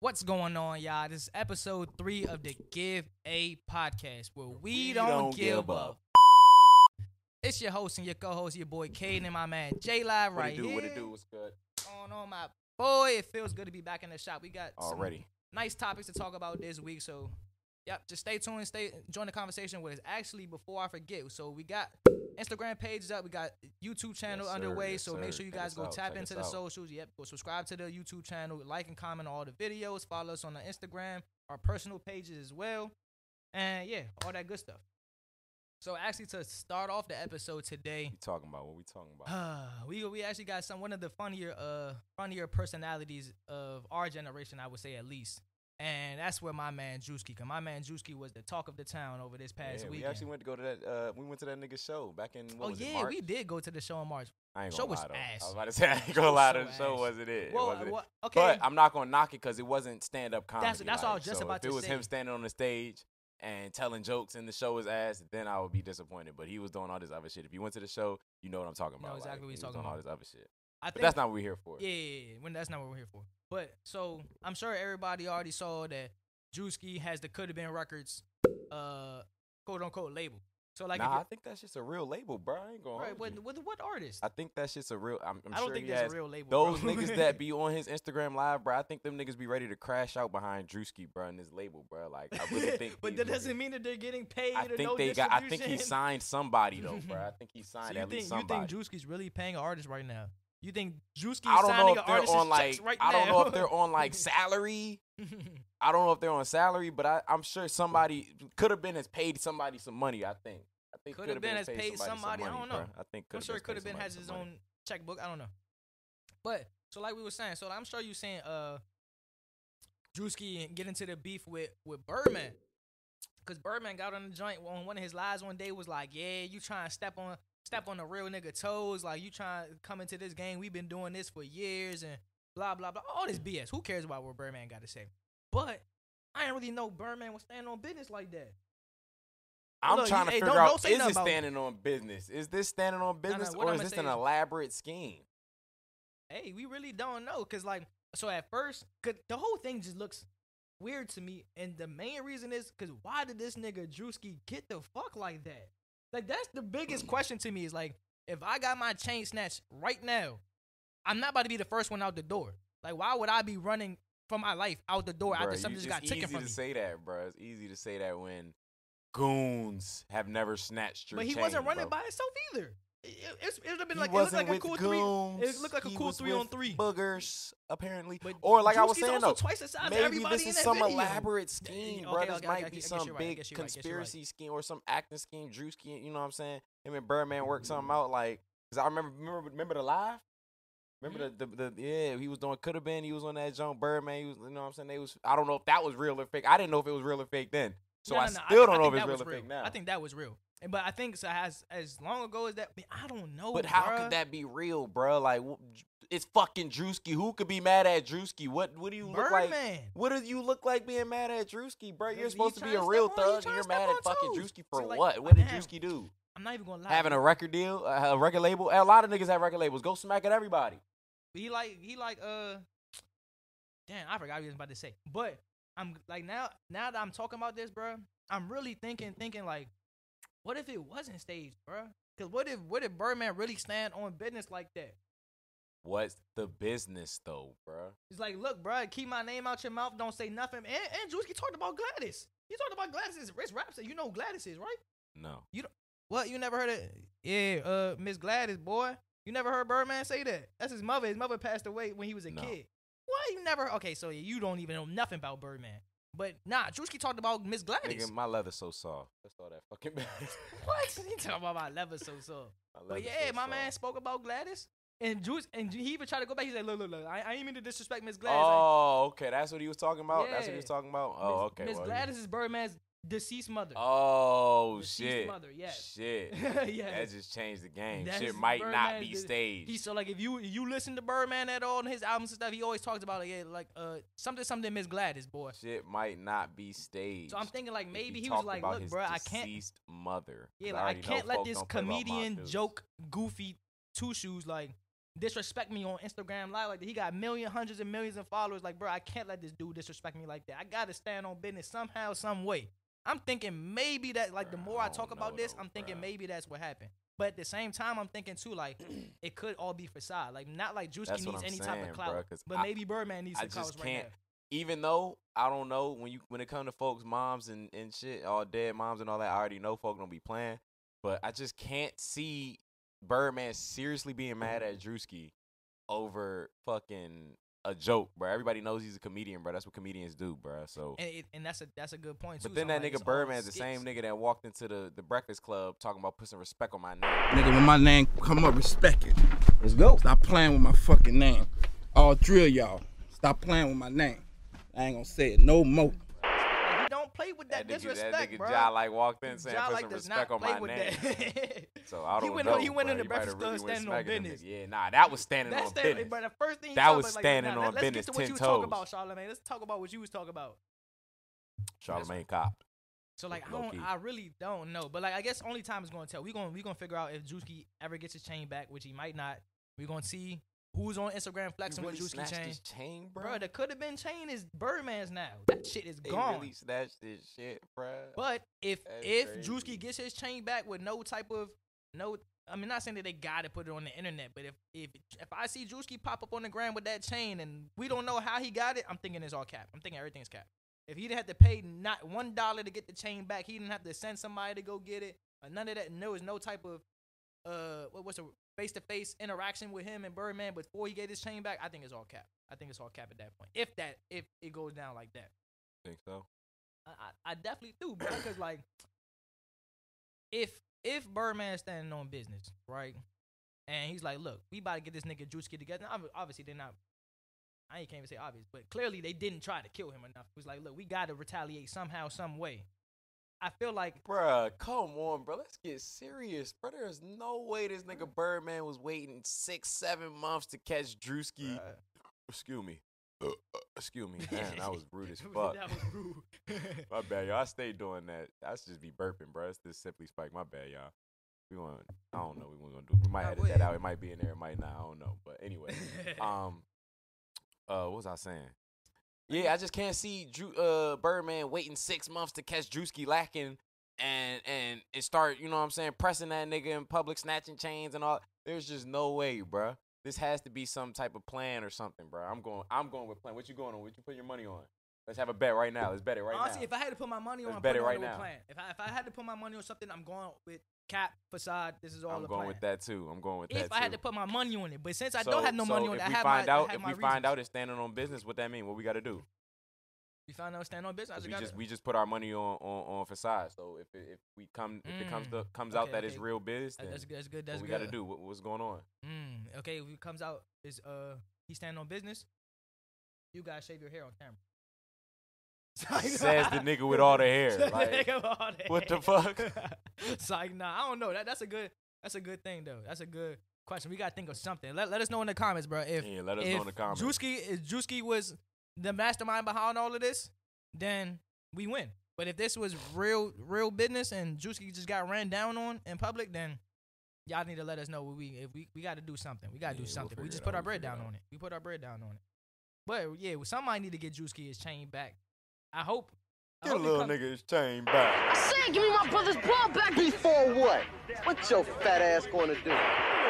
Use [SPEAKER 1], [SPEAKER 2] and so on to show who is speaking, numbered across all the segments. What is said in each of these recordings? [SPEAKER 1] What's going on, y'all? This is episode three of the Give a Podcast, where we,
[SPEAKER 2] We
[SPEAKER 1] don't,
[SPEAKER 2] don't
[SPEAKER 1] give,
[SPEAKER 2] give
[SPEAKER 1] up. It's your host and your co-host, your boy Caden and my man J Live right
[SPEAKER 2] what it do?
[SPEAKER 1] here.
[SPEAKER 2] What it do? What's good?
[SPEAKER 1] Going on, my boy. It feels good to be back in the shop. We got some
[SPEAKER 2] Already.
[SPEAKER 1] nice topics to talk about this week. So, yep, just stay tuned, stay join the conversation with us. Actually, before I forget, so we got Instagram pages up, we got YouTube channel
[SPEAKER 2] Yes, sir.
[SPEAKER 1] underway.
[SPEAKER 2] Yes,
[SPEAKER 1] so make
[SPEAKER 2] sir.
[SPEAKER 1] sure you
[SPEAKER 2] Check
[SPEAKER 1] guys
[SPEAKER 2] us
[SPEAKER 1] go
[SPEAKER 2] out.
[SPEAKER 1] tap
[SPEAKER 2] Check
[SPEAKER 1] into the
[SPEAKER 2] us out.
[SPEAKER 1] socials. Yep, go subscribe to the YouTube channel, like and comment on all the videos, follow us on the Instagram, our personal pages as well, and yeah, all that good stuff. So actually, to start off the episode today,
[SPEAKER 2] We talking about what we talking about.
[SPEAKER 1] uh, we we actually got some one of the funnier uh funnier personalities of our generation, I would say at least. And that's where my man Juicy, cause my man Juicy was the talk of the town over this past
[SPEAKER 2] yeah, we
[SPEAKER 1] weekend.
[SPEAKER 2] actually went to go to that. Uh, we went to that nigga show back in. What
[SPEAKER 1] oh
[SPEAKER 2] was it,
[SPEAKER 1] yeah,
[SPEAKER 2] March?
[SPEAKER 1] we did go to the show in March.
[SPEAKER 2] I ain't
[SPEAKER 1] show
[SPEAKER 2] gonna
[SPEAKER 1] was
[SPEAKER 2] lie though.
[SPEAKER 1] ass.
[SPEAKER 2] I was about to say I ain't gonna lie.
[SPEAKER 1] show
[SPEAKER 2] The show
[SPEAKER 1] ass.
[SPEAKER 2] wasn't it.
[SPEAKER 1] Well, uh,
[SPEAKER 2] it wasn't it.
[SPEAKER 1] well, okay,
[SPEAKER 2] But I'm not gonna knock it because it wasn't stand up comedy.
[SPEAKER 1] that's what I
[SPEAKER 2] like,
[SPEAKER 1] was just
[SPEAKER 2] so
[SPEAKER 1] about
[SPEAKER 2] if
[SPEAKER 1] to
[SPEAKER 2] it was him
[SPEAKER 1] say.
[SPEAKER 2] standing on the stage and telling jokes and the show was ass, then I would be disappointed. But he was doing all this other shit. If you went to the show, you know what I'm talking
[SPEAKER 1] You know
[SPEAKER 2] about.
[SPEAKER 1] exactly
[SPEAKER 2] like,
[SPEAKER 1] what
[SPEAKER 2] he
[SPEAKER 1] he's
[SPEAKER 2] was
[SPEAKER 1] talking
[SPEAKER 2] doing all
[SPEAKER 1] about.
[SPEAKER 2] this other shit.
[SPEAKER 1] I
[SPEAKER 2] But that's not what we're here for.
[SPEAKER 1] yeah, yeah, yeah, when that's not what we're here for. But so I'm sure everybody already saw that Juicy has the could have been records, uh, quote unquote label. So like, if
[SPEAKER 2] nah, I
[SPEAKER 1] you're-
[SPEAKER 2] think that's just a real label, bro. I ain't gonna.
[SPEAKER 1] right,
[SPEAKER 2] hold
[SPEAKER 1] what,
[SPEAKER 2] you.
[SPEAKER 1] what what artist?
[SPEAKER 2] I think that's just a real. I'm, I'm
[SPEAKER 1] I do not
[SPEAKER 2] sure
[SPEAKER 1] think
[SPEAKER 2] he
[SPEAKER 1] there's
[SPEAKER 2] has
[SPEAKER 1] a real label.
[SPEAKER 2] Those
[SPEAKER 1] bro.
[SPEAKER 2] niggas that be on his Instagram live, bro, I think them niggas be ready to crash out behind Drewski, bro, and his label, bro. Like, I really think.
[SPEAKER 1] but
[SPEAKER 2] these
[SPEAKER 1] that
[SPEAKER 2] niggas-
[SPEAKER 1] doesn't mean that they're getting paid.
[SPEAKER 2] I
[SPEAKER 1] or
[SPEAKER 2] think
[SPEAKER 1] no
[SPEAKER 2] they got. I think he
[SPEAKER 1] distribution.
[SPEAKER 2] signed somebody though, bro. I think he signed
[SPEAKER 1] So you
[SPEAKER 2] at
[SPEAKER 1] think
[SPEAKER 2] least
[SPEAKER 1] you think
[SPEAKER 2] somebody.
[SPEAKER 1] Drewski's really paying an artist right now? You think Drewski is
[SPEAKER 2] I don't know
[SPEAKER 1] signing
[SPEAKER 2] if
[SPEAKER 1] an
[SPEAKER 2] they're
[SPEAKER 1] artist's
[SPEAKER 2] on like.
[SPEAKER 1] checks right
[SPEAKER 2] I don't
[SPEAKER 1] now?
[SPEAKER 2] know if they're on like salary. I don't know if they're on salary, but I, I'm sure somebody could have been has paid somebody some money. I think. I think
[SPEAKER 1] Coulda
[SPEAKER 2] coulda
[SPEAKER 1] been has
[SPEAKER 2] has
[SPEAKER 1] paid
[SPEAKER 2] some
[SPEAKER 1] somebody, I
[SPEAKER 2] money,
[SPEAKER 1] don't know.
[SPEAKER 2] bruh. I
[SPEAKER 1] I'm
[SPEAKER 2] think. coulda
[SPEAKER 1] sure it could
[SPEAKER 2] paid
[SPEAKER 1] have been
[SPEAKER 2] somebody
[SPEAKER 1] has
[SPEAKER 2] some
[SPEAKER 1] his
[SPEAKER 2] money.
[SPEAKER 1] own checkbook. I don't know. But so like we were saying, so I'm sure you saying uh, Drewski and get into the beef with with Birdman. Cause Birdman got on the joint on one of his lives one day was like, "Yeah, you trying to step on step on the real nigga toes? Like you trying to come into this game? We've been doing this for years and blah blah blah. All this BS. Who cares about what Birdman got to say? But I didn't really know Birdman was standing on business like that.
[SPEAKER 2] I'm
[SPEAKER 1] Look,
[SPEAKER 2] trying
[SPEAKER 1] you-
[SPEAKER 2] to
[SPEAKER 1] hey,
[SPEAKER 2] figure
[SPEAKER 1] don't- don't
[SPEAKER 2] out
[SPEAKER 1] say
[SPEAKER 2] is
[SPEAKER 1] nothing
[SPEAKER 2] it
[SPEAKER 1] about-
[SPEAKER 2] standing on business? Is this standing on business
[SPEAKER 1] what
[SPEAKER 2] or
[SPEAKER 1] I'ma
[SPEAKER 2] is this
[SPEAKER 1] say
[SPEAKER 2] an
[SPEAKER 1] is-
[SPEAKER 2] elaborate scheme?
[SPEAKER 1] hey, we really don't know. Cause like, so at first, cause the whole thing just looks weird to me. And the main reason is cause why did this nigga Drewski get the fuck like that? Like that's the
[SPEAKER 2] Mm.
[SPEAKER 1] biggest question to me is like, if I got my chain snatched right now, I'm not about to be the first one out the door. Like, why would I be running for my life out the door after
[SPEAKER 2] Bruh,
[SPEAKER 1] something
[SPEAKER 2] you-
[SPEAKER 1] just got
[SPEAKER 2] it's
[SPEAKER 1] taken
[SPEAKER 2] easy
[SPEAKER 1] from
[SPEAKER 2] to
[SPEAKER 1] me?
[SPEAKER 2] say that, bro. It's easy to say that when goons have never snatched your
[SPEAKER 1] But he
[SPEAKER 2] chain,
[SPEAKER 1] wasn't running
[SPEAKER 2] bruh.
[SPEAKER 1] by himself either. It, it, it's- it would have been
[SPEAKER 2] He
[SPEAKER 1] like it looked
[SPEAKER 2] wasn't
[SPEAKER 1] like a
[SPEAKER 2] with
[SPEAKER 1] cool
[SPEAKER 2] goons.
[SPEAKER 1] three. It looked like a
[SPEAKER 2] He
[SPEAKER 1] cool
[SPEAKER 2] was
[SPEAKER 1] three
[SPEAKER 2] with
[SPEAKER 1] on three.
[SPEAKER 2] Boogers, apparently.
[SPEAKER 1] But
[SPEAKER 2] or like I was
[SPEAKER 1] Drewski's
[SPEAKER 2] saying
[SPEAKER 1] also
[SPEAKER 2] though,
[SPEAKER 1] twice the size of
[SPEAKER 2] maybe
[SPEAKER 1] everybody
[SPEAKER 2] this
[SPEAKER 1] in
[SPEAKER 2] is
[SPEAKER 1] that
[SPEAKER 2] some
[SPEAKER 1] video.
[SPEAKER 2] elaborate
[SPEAKER 1] okay,
[SPEAKER 2] scheme, bro. This
[SPEAKER 1] okay, okay, I
[SPEAKER 2] might
[SPEAKER 1] get
[SPEAKER 2] be
[SPEAKER 1] you
[SPEAKER 2] some
[SPEAKER 1] right, I
[SPEAKER 2] big
[SPEAKER 1] get you right, I get you right.
[SPEAKER 2] conspiracy scheme or some acting scheme. Drewski, you know what I'm saying? Him and Birdman worked something out. Like, cause I remember, remember, remember the live. Remember the,
[SPEAKER 1] Mm-hmm.
[SPEAKER 2] the, the yeah he was doing could have been he was on that junk Birdman he was you know what I'm saying they was I don't know if that was real or fake I didn't know if it was real or fake then so
[SPEAKER 1] No,
[SPEAKER 2] I
[SPEAKER 1] no, no,
[SPEAKER 2] still
[SPEAKER 1] thi-
[SPEAKER 2] don't know
[SPEAKER 1] think
[SPEAKER 2] if it's
[SPEAKER 1] that
[SPEAKER 2] real
[SPEAKER 1] was
[SPEAKER 2] or fake now
[SPEAKER 1] I think that was real. And- But I think so as as long ago as that, I, mean, I don't know.
[SPEAKER 2] But how
[SPEAKER 1] bruh.
[SPEAKER 2] could that be real, bro? Like, wh- it's fucking Drewski. Who could be mad at Drewski? What What do you look like?
[SPEAKER 1] Birdman?
[SPEAKER 2] What do you look like being mad at Drewski, bro?
[SPEAKER 1] Nigga, you
[SPEAKER 2] You're supposed to be
[SPEAKER 1] tryna
[SPEAKER 2] a
[SPEAKER 1] step
[SPEAKER 2] real
[SPEAKER 1] on- you
[SPEAKER 2] thug,
[SPEAKER 1] tryna
[SPEAKER 2] and you're
[SPEAKER 1] step
[SPEAKER 2] mad
[SPEAKER 1] on
[SPEAKER 2] at fucking
[SPEAKER 1] toes.
[SPEAKER 2] Drewski for
[SPEAKER 1] So, like,
[SPEAKER 2] what? What did
[SPEAKER 1] damn.
[SPEAKER 2] Drewski do?
[SPEAKER 1] I'm not even gonna lie.
[SPEAKER 2] Having a
[SPEAKER 1] bruh.
[SPEAKER 2] record deal, uh, a record label. A lot of niggas have record labels. Go smack at everybody.
[SPEAKER 1] he like he like uh, damn, I forgot what he was about to say. But I'm like now now that I'm talking about this, bro, I'm really thinking thinking like, what if it wasn't staged, bro? Cause what if what if Birdman really stand on business like that?
[SPEAKER 2] What's the business though, bro?
[SPEAKER 1] It's like, look, bro, keep my name out your mouth. Don't say nothing. And, and Drewski talked about Gladys. He talked about Gladys. It's Rich Raps. You know who Gladys is, right?
[SPEAKER 2] No.
[SPEAKER 1] What? You never heard it? Yeah, uh, Miss Gladys, boy. You never heard Birdman say that? That's his mother. His mother passed away when he was a
[SPEAKER 2] No.
[SPEAKER 1] kid. What? You never? Okay, so you don't even know nothing about Birdman. But nah, Drewski talked about Miss Gladys.
[SPEAKER 2] Nigga, my leather's so soft. That's all that fucking matters.
[SPEAKER 1] what? He talking about my leather so so.
[SPEAKER 2] My
[SPEAKER 1] But
[SPEAKER 2] leather's
[SPEAKER 1] yeah,
[SPEAKER 2] so
[SPEAKER 1] my
[SPEAKER 2] soft.
[SPEAKER 1] man spoke about Gladys. And Juice, and he even tried to go back. He said, "Look, look, look! I, I ain't mean to disrespect Miss Gladys. I-
[SPEAKER 2] Oh, okay. That's what he was talking about. That's what
[SPEAKER 1] Yeah.
[SPEAKER 2] he was talking about. Oh,
[SPEAKER 1] Miss-
[SPEAKER 2] okay.
[SPEAKER 1] Miss
[SPEAKER 2] well, he-
[SPEAKER 1] Gladys is Birdman's deceased mother.
[SPEAKER 2] Oh
[SPEAKER 1] Deceased
[SPEAKER 2] shit!
[SPEAKER 1] mother, yes.
[SPEAKER 2] Shit.
[SPEAKER 1] yeah.
[SPEAKER 2] That just changed the game.
[SPEAKER 1] That is
[SPEAKER 2] shit might
[SPEAKER 1] Birdman
[SPEAKER 2] not be
[SPEAKER 1] did-
[SPEAKER 2] staged.
[SPEAKER 1] He so like if you you listen to Birdman at all on his albums and stuff, he always talks about like, yeah, like uh something something Miss Gladys boy.
[SPEAKER 2] shit might not be staged.
[SPEAKER 1] So I'm thinking like
[SPEAKER 2] If
[SPEAKER 1] maybe he, was
[SPEAKER 2] talked
[SPEAKER 1] like,
[SPEAKER 2] about
[SPEAKER 1] look,
[SPEAKER 2] his
[SPEAKER 1] bro, I can't,
[SPEAKER 2] Deceased mother.
[SPEAKER 1] yeah,
[SPEAKER 2] 'Cause
[SPEAKER 1] like I
[SPEAKER 2] already know
[SPEAKER 1] can't let
[SPEAKER 2] folks
[SPEAKER 1] this
[SPEAKER 2] don't play about my
[SPEAKER 1] comedian
[SPEAKER 2] dudes.
[SPEAKER 1] joke goofy two shoes like disrespect me on Instagram Live like that. He got million, hundreds and millions of followers. Like, bro, I can't let this dude disrespect me like that. I gotta stand on business somehow, some way. I'm thinking maybe that like the
[SPEAKER 2] Bruh,
[SPEAKER 1] more
[SPEAKER 2] I
[SPEAKER 1] I
[SPEAKER 2] don't
[SPEAKER 1] talk about
[SPEAKER 2] know
[SPEAKER 1] this,
[SPEAKER 2] Oh, though,
[SPEAKER 1] I'm thinking
[SPEAKER 2] bruh.
[SPEAKER 1] maybe that's what happened. But at the same time, I'm thinking too like it could all be facade. Like not like Juicy
[SPEAKER 2] That's
[SPEAKER 1] needs
[SPEAKER 2] what
[SPEAKER 1] any
[SPEAKER 2] I'm
[SPEAKER 1] type
[SPEAKER 2] saying,
[SPEAKER 1] of clout,
[SPEAKER 2] bruh, 'cause
[SPEAKER 1] but
[SPEAKER 2] I-
[SPEAKER 1] maybe Birdman needs
[SPEAKER 2] I
[SPEAKER 1] some clout
[SPEAKER 2] just
[SPEAKER 1] right
[SPEAKER 2] can't-
[SPEAKER 1] now.
[SPEAKER 2] even though I don't know when you when it come to folks' moms and and shit, all dead moms and all that, I already know folk don't be playing. But I just can't see Birdman seriously being mad at Drewski over fucking a joke, bro. Everybody knows he's a comedian, bro. That's what comedians do, bro. So,
[SPEAKER 1] And, it, and that's a that's a good point too.
[SPEAKER 2] but then
[SPEAKER 1] so I'm
[SPEAKER 2] that
[SPEAKER 1] like, it's
[SPEAKER 2] nigga
[SPEAKER 1] all
[SPEAKER 2] Birdman's the
[SPEAKER 1] skits.
[SPEAKER 2] same nigga that walked into the the Breakfast Club talking about putting respect on my name.
[SPEAKER 3] Nigga, when my name come up, respect it.
[SPEAKER 4] Let's go.
[SPEAKER 3] Stop playing with my fucking name. All three of y'all, stop playing with my name. I ain't gonna say it no more.
[SPEAKER 1] Like, he don't play with that,
[SPEAKER 2] That nigga,
[SPEAKER 1] disrespect,
[SPEAKER 2] that nigga
[SPEAKER 1] bro.
[SPEAKER 2] Ja like walked in saying
[SPEAKER 1] Ja,
[SPEAKER 2] put
[SPEAKER 1] like,
[SPEAKER 2] some
[SPEAKER 1] does
[SPEAKER 2] respect
[SPEAKER 1] not
[SPEAKER 2] on
[SPEAKER 1] play
[SPEAKER 2] my
[SPEAKER 1] with
[SPEAKER 2] name.
[SPEAKER 1] that.
[SPEAKER 2] So I
[SPEAKER 1] He
[SPEAKER 2] don't
[SPEAKER 1] went
[SPEAKER 2] know.
[SPEAKER 1] on- he went
[SPEAKER 2] bro.
[SPEAKER 1] in the
[SPEAKER 2] He might
[SPEAKER 1] Breakfast
[SPEAKER 2] have
[SPEAKER 1] Club
[SPEAKER 2] really went
[SPEAKER 1] standing on
[SPEAKER 2] smacking them
[SPEAKER 1] business.
[SPEAKER 2] niggas. Yeah, nah, that was standing
[SPEAKER 1] That's
[SPEAKER 2] on
[SPEAKER 1] standing,
[SPEAKER 2] business.
[SPEAKER 1] but the first thing you
[SPEAKER 2] That
[SPEAKER 1] talk
[SPEAKER 2] was
[SPEAKER 1] about, like,
[SPEAKER 2] standing
[SPEAKER 1] nah,
[SPEAKER 2] on
[SPEAKER 1] let- let's
[SPEAKER 2] business
[SPEAKER 1] get to what
[SPEAKER 2] 10
[SPEAKER 1] you was talking
[SPEAKER 2] toes.
[SPEAKER 1] about, Charlamagne. Let's talk about what you was talking about.
[SPEAKER 2] Charlemagne cop.
[SPEAKER 1] So like I
[SPEAKER 2] Low
[SPEAKER 1] don't,
[SPEAKER 2] key.
[SPEAKER 1] I really don't know, but like I guess only time is gonna tell. We gonna we gonna figure out if Juicy ever gets his chain back, which he might not. We gonna see who's on Instagram flexing with Juicy chain.
[SPEAKER 2] his chain, bro.
[SPEAKER 1] Bro, that could have been chain is Birdman's now. That shit is
[SPEAKER 2] they
[SPEAKER 1] gone.
[SPEAKER 2] really snatched his shit, bro.
[SPEAKER 1] But if
[SPEAKER 2] That's
[SPEAKER 1] if
[SPEAKER 2] crazy.
[SPEAKER 1] Drewski gets his chain back with no type of no, I mean not saying that they gotta put it on the internet, but if if if I see Drewski pop up on the ground with that chain and we don't know how he got it, I'm thinking it's all cap. I'm thinking everything's cap. If he didn't have to pay not one dollar to get the chain back, he didn't have to send somebody to go get it. Or none of that. No, was no type of uh what, what's a face to face interaction with him and Birdman before he gave his chain back. I think it's all cap. I think it's all cap at that point. If that if it goes down like that.
[SPEAKER 2] think so.
[SPEAKER 1] I, I- I definitely do, bro. Because like, if if Birdman's standing on business, right, and he's like, "Look, we about to get this nigga Drewski together." Now, obvi- obviously, they're not. I ain't can't even say obvious, but clearly they didn't try to kill him enough. It was like, "Look, we got to retaliate somehow, some way." I feel like
[SPEAKER 2] Bruh, come on, bro. Let's get serious, bro. There's no way this nigga Birdman was waiting six, seven months to catch Drewski.
[SPEAKER 1] Bruh.
[SPEAKER 2] Excuse me. Uh, Excuse me. Man, that was rude as
[SPEAKER 1] That
[SPEAKER 2] fuck.
[SPEAKER 1] was rude.
[SPEAKER 2] My bad, y'all. I stay doing that. I should just be burping, bro. It's just simply spike. My bad, y'all. We want. I don't know. What we're gonna do. We might
[SPEAKER 1] Nah,
[SPEAKER 2] edit
[SPEAKER 1] go
[SPEAKER 2] that
[SPEAKER 1] ahead.
[SPEAKER 2] out. It might be in there. It might not. I don't know. But anyway, um, uh, what was I saying? Yeah, I just can't see Drew uh Birdman waiting six months to catch Drewski lacking and and and start. You know what I'm saying? Pressing that nigga in public, snatching chains and all. There's just no way, bruh. This has to be some type of plan or something, bruh. I'm going. I'm going with plan. What you going on? What you putting your money on? Let's have a bet right now. Let's bet it right now.
[SPEAKER 1] Honestly, if I had to put my money on,
[SPEAKER 2] Let's
[SPEAKER 1] I'm
[SPEAKER 2] bet
[SPEAKER 1] putting
[SPEAKER 2] it
[SPEAKER 1] on
[SPEAKER 2] right
[SPEAKER 1] it with
[SPEAKER 2] now.
[SPEAKER 1] plan. If I if I had to put my money on something, I'm going with cap facade. This is all
[SPEAKER 2] I'm
[SPEAKER 1] a
[SPEAKER 2] going
[SPEAKER 1] plan.
[SPEAKER 2] with that too. I'm going with that
[SPEAKER 1] if I
[SPEAKER 2] too.
[SPEAKER 1] had to put my money on it. But since I
[SPEAKER 2] So-
[SPEAKER 1] don't have no money
[SPEAKER 2] so
[SPEAKER 1] on it,
[SPEAKER 2] if
[SPEAKER 1] I
[SPEAKER 2] we
[SPEAKER 1] have
[SPEAKER 2] find
[SPEAKER 1] my,
[SPEAKER 2] out,
[SPEAKER 1] I have
[SPEAKER 2] if
[SPEAKER 1] my
[SPEAKER 2] we
[SPEAKER 1] reasons.
[SPEAKER 2] find out it's standing on business, what that mean? What we got to do?
[SPEAKER 1] we found out stand on business. I
[SPEAKER 2] 'Cause
[SPEAKER 1] just
[SPEAKER 2] we
[SPEAKER 1] gotta-
[SPEAKER 2] just we just put our money on on, on facade. So if it, if we come if it comes to, comes out
[SPEAKER 1] Mm. Okay,
[SPEAKER 2] that it's
[SPEAKER 1] okay.
[SPEAKER 2] real biz,
[SPEAKER 1] that-
[SPEAKER 2] then
[SPEAKER 1] that's good. That's good. That's
[SPEAKER 2] what we
[SPEAKER 1] good.
[SPEAKER 2] got to do? What, what's going on?
[SPEAKER 1] Mm, okay, if it comes out is uh he stand on business. You guys shave your hair on camera.
[SPEAKER 2] Says the nigga with all the hair,
[SPEAKER 1] Says the
[SPEAKER 2] like,
[SPEAKER 1] nigga with all the
[SPEAKER 2] what the
[SPEAKER 1] hair.
[SPEAKER 2] fuck?
[SPEAKER 1] it's like nah, I don't know. That that's a good that's a good thing though. That's a good question. We gotta think of something. Let, let us know in the comments, bro. If
[SPEAKER 2] Yeah, let us know
[SPEAKER 1] if
[SPEAKER 2] in the comments.
[SPEAKER 1] Drewski if Drewski was the mastermind behind all of this, then we win. But if this was real real business and Drewski just got ran down on in public, then y'all need to let us know what we if we, we got to do something. We got to
[SPEAKER 2] Yeah,
[SPEAKER 1] do
[SPEAKER 2] we'll
[SPEAKER 1] something. we
[SPEAKER 2] figure
[SPEAKER 1] just
[SPEAKER 2] it
[SPEAKER 1] put
[SPEAKER 2] out.
[SPEAKER 1] our
[SPEAKER 2] We'll
[SPEAKER 1] bread
[SPEAKER 2] figure it
[SPEAKER 1] down
[SPEAKER 2] out.
[SPEAKER 1] on it. We put our bread down on it. But yeah, well, somebody need to get Drewski his chain back. I hope. I
[SPEAKER 2] Get a
[SPEAKER 1] hope he
[SPEAKER 2] little
[SPEAKER 1] come-
[SPEAKER 2] nigga his chain
[SPEAKER 4] I
[SPEAKER 2] back.
[SPEAKER 4] said, give me my brother's ball back. Before what? What's your fat ass going to do?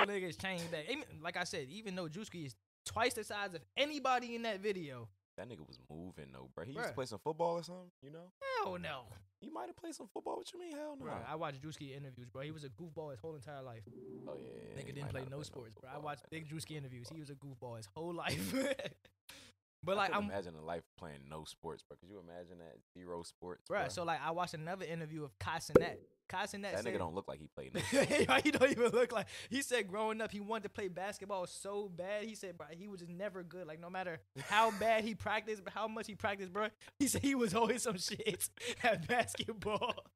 [SPEAKER 1] Little niggas chain back. Even, like I said, even though Drewski is twice the size of anybody in that video,
[SPEAKER 2] That nigga was moving though, bro. He used to
[SPEAKER 1] Bruh.
[SPEAKER 2] play some football or something. You know,
[SPEAKER 1] hell no.
[SPEAKER 2] he might have played some football. What you mean? Hell no.
[SPEAKER 1] Bro, I watched Drewski interviews, bro. He was a goofball his whole entire life.
[SPEAKER 2] oh yeah, he
[SPEAKER 1] Nigga
[SPEAKER 2] might
[SPEAKER 1] didn't play
[SPEAKER 2] not have
[SPEAKER 1] no
[SPEAKER 2] played
[SPEAKER 1] sports, bro. I
[SPEAKER 2] football.
[SPEAKER 1] watched Big
[SPEAKER 2] couldn't-
[SPEAKER 1] Drewski interviews. He was a goofball his whole life. but
[SPEAKER 2] I
[SPEAKER 1] like
[SPEAKER 2] couldn't
[SPEAKER 1] I'm
[SPEAKER 2] imagine a life playing no sports, bro. Could you imagine that zero sports,
[SPEAKER 1] Bruh,
[SPEAKER 2] bruh?
[SPEAKER 1] so like I watched another interview of Casinet. Casinet
[SPEAKER 2] that
[SPEAKER 1] said,
[SPEAKER 2] nigga don't look like he played. No
[SPEAKER 1] he don't even look like. He said growing up he wanted to play basketball so bad. He said, bro, he was just never good. Like no matter how bad he practiced, how much he practiced, bro, he said he was always some shit at basketball.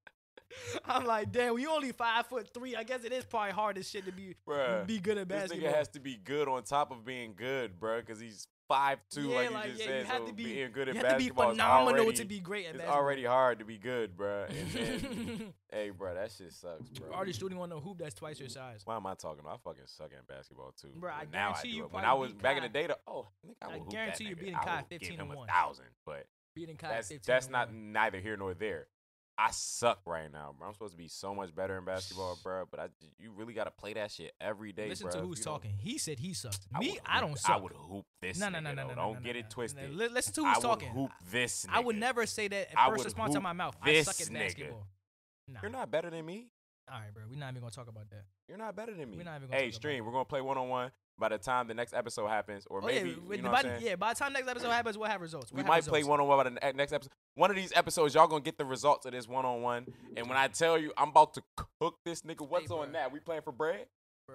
[SPEAKER 1] I'm like, damn, we only five foot three. I guess it is probably hard as shit to be
[SPEAKER 2] Bruh,
[SPEAKER 1] be good at
[SPEAKER 2] This
[SPEAKER 1] basketball.
[SPEAKER 2] nigga has to be good on top of being good, bruh, because he's five two,
[SPEAKER 1] Yeah,
[SPEAKER 2] like you
[SPEAKER 1] like,
[SPEAKER 2] just
[SPEAKER 1] yeah,
[SPEAKER 2] said.
[SPEAKER 1] you have
[SPEAKER 2] so
[SPEAKER 1] to be-
[SPEAKER 2] being good
[SPEAKER 1] you
[SPEAKER 2] at
[SPEAKER 1] have to be
[SPEAKER 2] basketball is
[SPEAKER 1] phenomenal to
[SPEAKER 2] already-
[SPEAKER 1] be great at
[SPEAKER 2] It's
[SPEAKER 1] basketball.
[SPEAKER 2] already hard to be good, bruh. And then, hey, bruh, that shit sucks, bro.
[SPEAKER 1] already shooting on a hoop that's twice your size.
[SPEAKER 2] Why am I talking? I fucking suck at basketball too.
[SPEAKER 1] Bruh, I
[SPEAKER 2] But now I
[SPEAKER 1] guarantee
[SPEAKER 2] do
[SPEAKER 1] you
[SPEAKER 2] it. When I
[SPEAKER 1] probably
[SPEAKER 2] was
[SPEAKER 1] beat
[SPEAKER 2] back in
[SPEAKER 1] Kai.
[SPEAKER 2] the day, though, oh, I think I,
[SPEAKER 1] I
[SPEAKER 2] would hoop
[SPEAKER 1] guarantee
[SPEAKER 2] that
[SPEAKER 1] you
[SPEAKER 2] nigga.
[SPEAKER 1] beating
[SPEAKER 2] I
[SPEAKER 1] Kai
[SPEAKER 2] would give
[SPEAKER 1] 15
[SPEAKER 2] him
[SPEAKER 1] to
[SPEAKER 2] a
[SPEAKER 1] one.
[SPEAKER 2] thousand, but
[SPEAKER 1] Beating Kai
[SPEAKER 2] that's
[SPEAKER 1] 15 to
[SPEAKER 2] that's not
[SPEAKER 1] one.
[SPEAKER 2] neither here nor there. I suck right now, bro. I'm supposed to be so much better in basketball, bro. But I, you really gotta play that shit every day,
[SPEAKER 1] Listen
[SPEAKER 2] bruh.
[SPEAKER 1] to
[SPEAKER 2] If
[SPEAKER 1] who's
[SPEAKER 2] you don't-
[SPEAKER 1] talking. He said he sucked. Me,
[SPEAKER 2] would
[SPEAKER 1] I
[SPEAKER 2] hoop-
[SPEAKER 1] don't suck.
[SPEAKER 2] I would hoop this.
[SPEAKER 1] No, no,
[SPEAKER 2] nigga,
[SPEAKER 1] no, no,
[SPEAKER 2] though.
[SPEAKER 1] no, no,
[SPEAKER 2] Don't
[SPEAKER 1] no,
[SPEAKER 2] get
[SPEAKER 1] no,
[SPEAKER 2] it
[SPEAKER 1] no.
[SPEAKER 2] twisted.
[SPEAKER 1] Li- Listen to
[SPEAKER 2] I
[SPEAKER 1] who's
[SPEAKER 2] would
[SPEAKER 1] talking.
[SPEAKER 2] hoop this. Nigga.
[SPEAKER 1] I would never say that
[SPEAKER 2] I
[SPEAKER 1] at first
[SPEAKER 2] would
[SPEAKER 1] response out
[SPEAKER 2] hoop
[SPEAKER 1] my mouth. I
[SPEAKER 2] this
[SPEAKER 1] suck at
[SPEAKER 2] nigga.
[SPEAKER 1] basketball. Nah.
[SPEAKER 2] You're not better than me.
[SPEAKER 1] All right, bro. We're not even gonna talk about that.
[SPEAKER 2] You're not better than me.
[SPEAKER 1] We're not even gonna
[SPEAKER 2] hey,
[SPEAKER 1] talk about
[SPEAKER 2] stream.
[SPEAKER 1] it.
[SPEAKER 2] We're gonna play one on one. By the time the next episode happens, or
[SPEAKER 1] Oh
[SPEAKER 2] maybe
[SPEAKER 1] yeah, with-
[SPEAKER 2] you know
[SPEAKER 1] by,
[SPEAKER 2] what I'm saying?
[SPEAKER 1] yeah. By the time next episode happens, we'll have results.
[SPEAKER 2] we
[SPEAKER 1] We'll have
[SPEAKER 2] might play
[SPEAKER 1] results.
[SPEAKER 2] one on one by the ne- next episode. One of these episodes, y'all gonna get the results of this one on one. And when I tell you, I'm about to cook this nigga. What's on
[SPEAKER 1] bruh.
[SPEAKER 2] that? We playing for bread?
[SPEAKER 1] Bruh.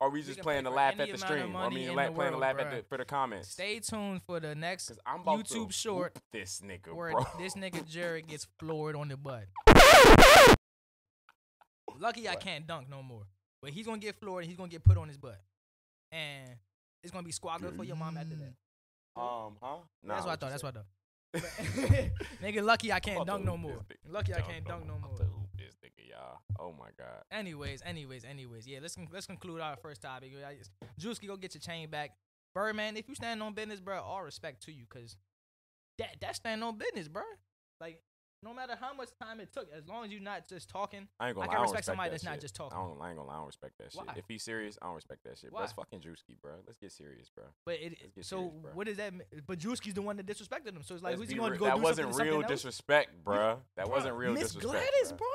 [SPEAKER 2] Or we
[SPEAKER 1] We
[SPEAKER 2] just
[SPEAKER 1] can
[SPEAKER 2] playing
[SPEAKER 1] play
[SPEAKER 2] to
[SPEAKER 1] for
[SPEAKER 2] laugh
[SPEAKER 1] any
[SPEAKER 2] at the
[SPEAKER 1] amount of
[SPEAKER 2] stream? Or I
[SPEAKER 1] money
[SPEAKER 2] mean,
[SPEAKER 1] in
[SPEAKER 2] la-
[SPEAKER 1] the
[SPEAKER 2] playing to
[SPEAKER 1] world,
[SPEAKER 2] laugh
[SPEAKER 1] bruh.
[SPEAKER 2] at the for the comments.
[SPEAKER 1] Stay tuned for the next
[SPEAKER 2] Cause I'm about to
[SPEAKER 1] YouTube short
[SPEAKER 2] whoop this nigga,
[SPEAKER 1] where
[SPEAKER 2] bro.
[SPEAKER 1] this nigga Jared gets floored on the butt. Lucky I
[SPEAKER 2] What?
[SPEAKER 1] can't dunk no more, but he's gonna get floored. and He's gonna get put on his butt, and it's gonna be squaggler for your mom after that.
[SPEAKER 2] Um, huh? Nah,
[SPEAKER 1] that's what I
[SPEAKER 2] you
[SPEAKER 1] thought. That's
[SPEAKER 2] said.
[SPEAKER 1] what I thought. Nigga, lucky I
[SPEAKER 2] I'm
[SPEAKER 1] can't
[SPEAKER 2] about
[SPEAKER 1] dunk
[SPEAKER 2] to
[SPEAKER 1] no
[SPEAKER 2] hoop
[SPEAKER 1] more.
[SPEAKER 2] this nigga.
[SPEAKER 1] Lucky I can't dunk no
[SPEAKER 2] I'm
[SPEAKER 1] more.
[SPEAKER 2] about to hoop this nigga, y'all. Oh my god.
[SPEAKER 1] Anyways, anyways, anyways, yeah. Let's con- let's conclude our first topic. I just- Juicy, go get your chain back. Birdman, if you stand on business, bro, all respect to you, cause that that stand on business, bro. Like no matter how much time it took, as long as you're not just talking,
[SPEAKER 2] I ain't
[SPEAKER 1] I
[SPEAKER 2] gonna lie.
[SPEAKER 1] can
[SPEAKER 2] don't
[SPEAKER 1] respect somebody
[SPEAKER 2] that
[SPEAKER 1] that's not
[SPEAKER 2] shit.
[SPEAKER 1] just
[SPEAKER 2] I
[SPEAKER 1] talking.
[SPEAKER 2] don't, I ain't gonna lie. I don't respect that shit.
[SPEAKER 1] Why?
[SPEAKER 2] If he's serious, I don't respect that shit. Bro,
[SPEAKER 1] Why?
[SPEAKER 2] it's fucking Drewski, bro. Let's get serious, bro.
[SPEAKER 1] But it
[SPEAKER 2] Let's get
[SPEAKER 1] so
[SPEAKER 2] serious, bro.
[SPEAKER 1] what does that? mean? But Drewski's the one that disrespected him, so it's like
[SPEAKER 2] Let's
[SPEAKER 1] who's
[SPEAKER 2] be
[SPEAKER 1] he going to
[SPEAKER 2] real.
[SPEAKER 1] go
[SPEAKER 2] That
[SPEAKER 1] do something
[SPEAKER 2] wasn't
[SPEAKER 1] to
[SPEAKER 2] real
[SPEAKER 1] something else?
[SPEAKER 2] disrespect, bruh. That
[SPEAKER 1] Bruh,
[SPEAKER 2] wasn't real
[SPEAKER 1] Miss
[SPEAKER 2] disrespect.
[SPEAKER 1] Gladys,
[SPEAKER 2] bruh.
[SPEAKER 1] bro.